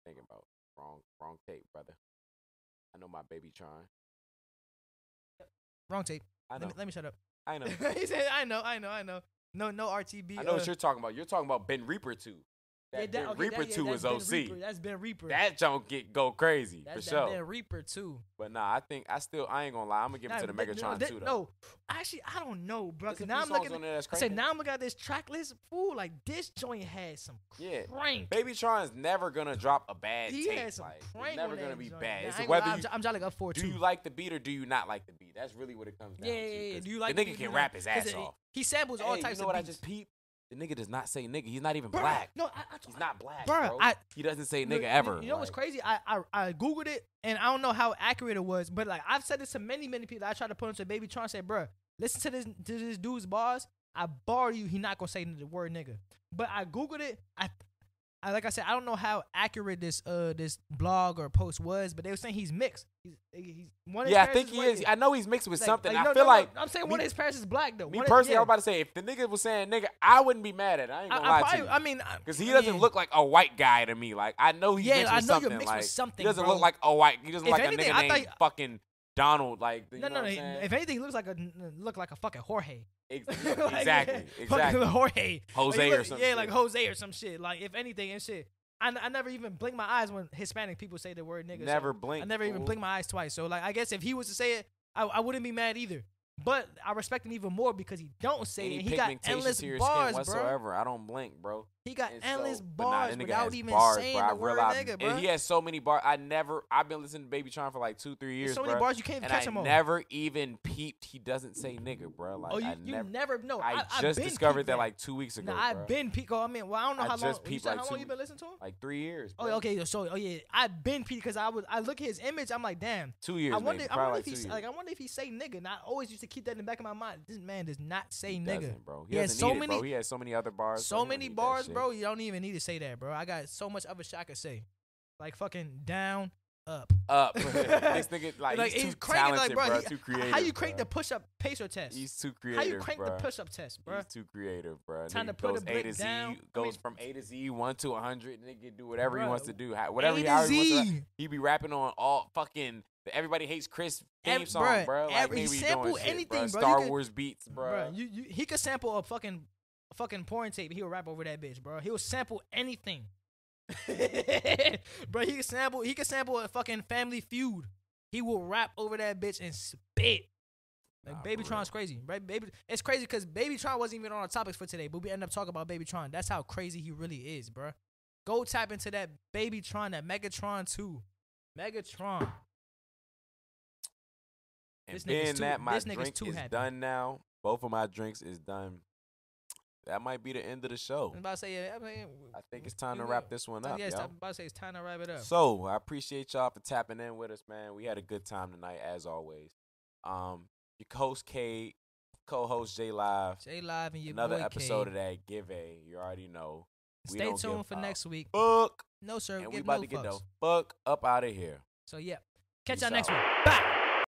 [SPEAKER 2] Thinking about wrong, wrong tape, brother. I know my baby Tron.
[SPEAKER 1] it. Wrong tape.
[SPEAKER 2] I
[SPEAKER 1] Let
[SPEAKER 2] know.
[SPEAKER 1] me, let me shut up.
[SPEAKER 2] I know.
[SPEAKER 1] he said, I know, I know, I know. No, no RTB.
[SPEAKER 2] I know
[SPEAKER 1] uh,
[SPEAKER 2] what you're talking about. You're talking about Ben Reaper two. That
[SPEAKER 1] yeah,
[SPEAKER 2] Ben
[SPEAKER 1] okay,
[SPEAKER 2] Reaper
[SPEAKER 1] that- yeah,
[SPEAKER 2] two
[SPEAKER 1] that's
[SPEAKER 2] was
[SPEAKER 1] Ben
[SPEAKER 2] OC.
[SPEAKER 1] Reaper. That's Ben Reaper.
[SPEAKER 2] That jump get go crazy
[SPEAKER 1] that's
[SPEAKER 2] for
[SPEAKER 1] that
[SPEAKER 2] sure.
[SPEAKER 1] Ben Reaper too.
[SPEAKER 2] But nah, I think I still I ain't gonna lie. I'm gonna give it to the
[SPEAKER 1] Nah, th-
[SPEAKER 2] Megatron
[SPEAKER 1] no,
[SPEAKER 2] too
[SPEAKER 1] that-
[SPEAKER 2] though.
[SPEAKER 1] No, actually, I don't know, bro.
[SPEAKER 2] There's
[SPEAKER 1] 'cause
[SPEAKER 2] a few
[SPEAKER 1] Now I'm
[SPEAKER 2] songs
[SPEAKER 1] looking.
[SPEAKER 2] on there that's
[SPEAKER 1] I said,
[SPEAKER 2] cranking.
[SPEAKER 1] now I'm looking at this track list. Fool, like this joint had some
[SPEAKER 2] Yeah.
[SPEAKER 1] crank.
[SPEAKER 2] Baby Tron's never gonna drop a bad
[SPEAKER 1] He
[SPEAKER 2] tape.
[SPEAKER 1] had some
[SPEAKER 2] like, it's
[SPEAKER 1] crank.
[SPEAKER 2] never
[SPEAKER 1] on
[SPEAKER 2] gonna
[SPEAKER 1] that
[SPEAKER 2] be
[SPEAKER 1] joint.
[SPEAKER 2] bad.
[SPEAKER 1] Nah,
[SPEAKER 2] It's
[SPEAKER 1] I ain't
[SPEAKER 2] whether
[SPEAKER 1] gonna lie,
[SPEAKER 2] you,
[SPEAKER 1] I'm, j- I'm jolly up for
[SPEAKER 2] do you
[SPEAKER 1] too.
[SPEAKER 2] like the beat or do you not like the beat. That's really what it comes down
[SPEAKER 1] Yeah,
[SPEAKER 2] to.
[SPEAKER 1] yeah, yeah.
[SPEAKER 2] 'cause
[SPEAKER 1] Do you like
[SPEAKER 2] the
[SPEAKER 1] beat
[SPEAKER 2] nigga
[SPEAKER 1] or
[SPEAKER 2] can
[SPEAKER 1] not?
[SPEAKER 2] rap his
[SPEAKER 1] 'Cause
[SPEAKER 2] ass
[SPEAKER 1] it-
[SPEAKER 2] off?
[SPEAKER 1] He samples
[SPEAKER 2] Hey,
[SPEAKER 1] all
[SPEAKER 2] you
[SPEAKER 1] types
[SPEAKER 2] know
[SPEAKER 1] of
[SPEAKER 2] what I
[SPEAKER 1] beats.
[SPEAKER 2] just peeped? The nigga does not say nigga. He's not even
[SPEAKER 1] Bruh,
[SPEAKER 2] black.
[SPEAKER 1] No, I, I,
[SPEAKER 2] He's not black,
[SPEAKER 1] Bruh,
[SPEAKER 2] bro.
[SPEAKER 1] I-
[SPEAKER 2] he doesn't say
[SPEAKER 1] You know-
[SPEAKER 2] nigga
[SPEAKER 1] you-
[SPEAKER 2] ever.
[SPEAKER 1] You know what's
[SPEAKER 2] like,
[SPEAKER 1] crazy? I, I I googled it and I don't know how accurate it was, but like I've said this to many many people. I tried to put into Baby Tron said, "Bruh, listen to this to this dude's bars. I bar you, he not gonna say the word nigga." But I googled it. I, I like I said, I don't know how accurate this uh this blog or post was, but they were saying he's mixed. He's, he's one. of his
[SPEAKER 2] Yeah, I
[SPEAKER 1] parents
[SPEAKER 2] think he
[SPEAKER 1] white.
[SPEAKER 2] is. I know he's mixed with
[SPEAKER 1] Like-
[SPEAKER 2] something.
[SPEAKER 1] like,
[SPEAKER 2] I
[SPEAKER 1] no,
[SPEAKER 2] feel
[SPEAKER 1] no, no,
[SPEAKER 2] like
[SPEAKER 1] I'm saying
[SPEAKER 2] me-
[SPEAKER 1] one of his parents is black though.
[SPEAKER 2] Me
[SPEAKER 1] One of-
[SPEAKER 2] personally,
[SPEAKER 1] yeah.
[SPEAKER 2] I'm about to say if the nigga was saying nigga, I wouldn't be mad at. it. I ain't
[SPEAKER 1] I-
[SPEAKER 2] gonna
[SPEAKER 1] I
[SPEAKER 2] lie
[SPEAKER 1] probably-
[SPEAKER 2] to you.
[SPEAKER 1] I mean, I-
[SPEAKER 2] because he
[SPEAKER 1] I
[SPEAKER 2] doesn't
[SPEAKER 1] mean-
[SPEAKER 2] look like a white guy to me. Like I know he's
[SPEAKER 1] Yeah,
[SPEAKER 2] mixed
[SPEAKER 1] I
[SPEAKER 2] with
[SPEAKER 1] know you're
[SPEAKER 2] something.
[SPEAKER 1] mixed with
[SPEAKER 2] like
[SPEAKER 1] something,
[SPEAKER 2] he doesn't
[SPEAKER 1] bro.
[SPEAKER 2] look like a white. He doesn't
[SPEAKER 1] If
[SPEAKER 2] look like
[SPEAKER 1] anything,
[SPEAKER 2] a
[SPEAKER 1] I
[SPEAKER 2] nigga named
[SPEAKER 1] thought-
[SPEAKER 2] fucking Donald. Like you
[SPEAKER 1] No,
[SPEAKER 2] know
[SPEAKER 1] no,
[SPEAKER 2] what
[SPEAKER 1] no.
[SPEAKER 2] I'm saying?
[SPEAKER 1] If anything, he looks like a look like a fucking Jorge.
[SPEAKER 2] Ex-
[SPEAKER 1] Like, yeah,
[SPEAKER 2] exactly,
[SPEAKER 1] Fucking
[SPEAKER 2] exactly.
[SPEAKER 1] Jorge.
[SPEAKER 2] Jose
[SPEAKER 1] Like, you
[SPEAKER 2] or
[SPEAKER 1] look-
[SPEAKER 2] some
[SPEAKER 1] Yeah,
[SPEAKER 2] shit.
[SPEAKER 1] like Jose or some shit. Like if anything and shit. I, I never even blink my eyes when Hispanic people say the word nigga. so
[SPEAKER 2] Never
[SPEAKER 1] I
[SPEAKER 2] blink,
[SPEAKER 1] never even
[SPEAKER 2] fool.
[SPEAKER 1] blink my eyes twice. So like I guess if he was to say it, I, I wouldn't be mad either. But I respect him even more because he don't say it.
[SPEAKER 2] Any
[SPEAKER 1] And he got
[SPEAKER 2] pigmentation
[SPEAKER 1] endless
[SPEAKER 2] to your
[SPEAKER 1] bars,
[SPEAKER 2] skin
[SPEAKER 1] bro.
[SPEAKER 2] whatsoever. I don't blink, bro.
[SPEAKER 1] He got
[SPEAKER 2] And
[SPEAKER 1] endless
[SPEAKER 2] so- but nah,
[SPEAKER 1] bars
[SPEAKER 2] that nigga
[SPEAKER 1] without
[SPEAKER 2] has
[SPEAKER 1] even
[SPEAKER 2] bars,
[SPEAKER 1] saying
[SPEAKER 2] bro. I
[SPEAKER 1] the word
[SPEAKER 2] realized-
[SPEAKER 1] nigga,
[SPEAKER 2] and
[SPEAKER 1] bro.
[SPEAKER 2] he has so many bars. I never. I've been listening to Baby Tron for like two, three years.
[SPEAKER 1] so many
[SPEAKER 2] bruh,
[SPEAKER 1] bars, you can't even
[SPEAKER 2] and
[SPEAKER 1] catch
[SPEAKER 2] I
[SPEAKER 1] 'em all.
[SPEAKER 2] Never even peeped. He doesn't say nigga, bro. Like
[SPEAKER 1] oh, you,
[SPEAKER 2] I
[SPEAKER 1] you
[SPEAKER 2] never.
[SPEAKER 1] never know. I,
[SPEAKER 2] I,
[SPEAKER 1] I've
[SPEAKER 2] just
[SPEAKER 1] been
[SPEAKER 2] discovered
[SPEAKER 1] peeped
[SPEAKER 2] that like two weeks ago.
[SPEAKER 1] Nah, I've
[SPEAKER 2] bruh.
[SPEAKER 1] been peep. I mean, well, I don't know
[SPEAKER 2] I
[SPEAKER 1] how long.
[SPEAKER 2] just
[SPEAKER 1] You
[SPEAKER 2] peeped,
[SPEAKER 1] said
[SPEAKER 2] like,
[SPEAKER 1] how
[SPEAKER 2] two
[SPEAKER 1] long you been
[SPEAKER 2] weeks.
[SPEAKER 1] listening to him?
[SPEAKER 2] like three years.
[SPEAKER 1] Oh,
[SPEAKER 2] bruh.
[SPEAKER 1] okay. So, oh yeah, I've been peeped because I was. I look at his image. I'm like, damn.
[SPEAKER 2] Two years.
[SPEAKER 1] I wonder.
[SPEAKER 2] maybe.
[SPEAKER 1] I
[SPEAKER 2] Probably
[SPEAKER 1] wonder
[SPEAKER 2] like
[SPEAKER 1] if
[SPEAKER 2] two
[SPEAKER 1] he's
[SPEAKER 2] years.
[SPEAKER 1] like. I wonder if he say nigga. And I always used to keep that in the back of my mind. This man does not say
[SPEAKER 2] He
[SPEAKER 1] nigga.
[SPEAKER 2] doesn't, bro. He,
[SPEAKER 1] He, has
[SPEAKER 2] doesn't
[SPEAKER 1] so
[SPEAKER 2] need
[SPEAKER 1] many,
[SPEAKER 2] it, bro. He has so many other bars.
[SPEAKER 1] so
[SPEAKER 2] bro. He don't
[SPEAKER 1] many
[SPEAKER 2] need that
[SPEAKER 1] bars,
[SPEAKER 2] shit.
[SPEAKER 1] bro. You don't even need to say that, bro. I got so much other shit I could say, like fucking down. up.
[SPEAKER 2] up. this nigga like,
[SPEAKER 1] Like,
[SPEAKER 2] he's,
[SPEAKER 1] he's
[SPEAKER 2] too
[SPEAKER 1] cranking, like,
[SPEAKER 2] talented,
[SPEAKER 1] bruh,
[SPEAKER 2] bro.
[SPEAKER 1] he-
[SPEAKER 2] Too creative.
[SPEAKER 1] How you crank
[SPEAKER 2] bruh.
[SPEAKER 1] the push up pacer test?
[SPEAKER 2] He's too
[SPEAKER 1] How
[SPEAKER 2] creative.
[SPEAKER 1] you crank the
[SPEAKER 2] bruh.
[SPEAKER 1] push up test, bro?
[SPEAKER 2] He's too creative, bro.
[SPEAKER 1] Time to
[SPEAKER 2] nigga
[SPEAKER 1] put a
[SPEAKER 2] goes A
[SPEAKER 1] brick
[SPEAKER 2] to Z,
[SPEAKER 1] down. I
[SPEAKER 2] goes
[SPEAKER 1] mean-
[SPEAKER 2] from A to Z, one to a hundred. Nigga do whatever he
[SPEAKER 1] Bruh,
[SPEAKER 2] wants to do, how- whatever
[SPEAKER 1] A
[SPEAKER 2] he
[SPEAKER 1] to
[SPEAKER 2] already wants to.
[SPEAKER 1] Z.
[SPEAKER 2] rap. He be rapping on all fucking. Everybody hates Chris theme
[SPEAKER 1] Every-
[SPEAKER 2] song,
[SPEAKER 1] bruh,
[SPEAKER 2] bro. Like
[SPEAKER 1] every-
[SPEAKER 2] nigga be
[SPEAKER 1] sample
[SPEAKER 2] doing shit, bruh.
[SPEAKER 1] anything, bruh. You
[SPEAKER 2] Star
[SPEAKER 1] could-
[SPEAKER 2] Wars beats, bro.
[SPEAKER 1] Bruh, you, you, he could sample a fucking a fucking porn tape. He'll rap over that bitch, bro. He'll sample anything. bro, he could sample he could sample a fucking family feud. He will rap over that bitch and spit. Like
[SPEAKER 2] Nah,
[SPEAKER 1] Baby
[SPEAKER 2] for
[SPEAKER 1] Tron's crazy, right? Baby, it's crazy because Baby Tron wasn't even on our topics for today, but we end up talking about Baby Tron. That's how crazy he really is, bro. Go tap into that Baby Tron, that Megatron too, Megatron.
[SPEAKER 2] And
[SPEAKER 1] This nigga's
[SPEAKER 2] being
[SPEAKER 1] too-
[SPEAKER 2] that my
[SPEAKER 1] this nigga's
[SPEAKER 2] drink
[SPEAKER 1] too
[SPEAKER 2] is
[SPEAKER 1] happy.
[SPEAKER 2] done now, both of my drinks is done. That might be the end of the show.
[SPEAKER 1] I'm about to say, yeah, I, mean,
[SPEAKER 2] I think it's time to
[SPEAKER 1] we-
[SPEAKER 2] wrap this one up,
[SPEAKER 1] Yeah, it's
[SPEAKER 2] yo.
[SPEAKER 1] time- I'm about to say it's time to wrap it up.
[SPEAKER 2] So I appreciate y'all for tapping in with us, man. We had a good time tonight, as always. Um, your host K, co-host J Live.
[SPEAKER 1] J Live and your
[SPEAKER 2] Another
[SPEAKER 1] boy
[SPEAKER 2] episode
[SPEAKER 1] K.
[SPEAKER 2] of that give a. You already know. We
[SPEAKER 1] Stay
[SPEAKER 2] don't
[SPEAKER 1] tuned
[SPEAKER 2] give
[SPEAKER 1] for
[SPEAKER 2] a
[SPEAKER 1] next week.
[SPEAKER 2] Fuck,
[SPEAKER 1] No sir,
[SPEAKER 2] and we
[SPEAKER 1] give
[SPEAKER 2] about
[SPEAKER 1] no
[SPEAKER 2] to get
[SPEAKER 1] fucks.
[SPEAKER 2] the fuck up out of here.
[SPEAKER 1] So yeah, catch
[SPEAKER 2] Peace
[SPEAKER 1] y'all next
[SPEAKER 2] out.
[SPEAKER 1] week. Bye.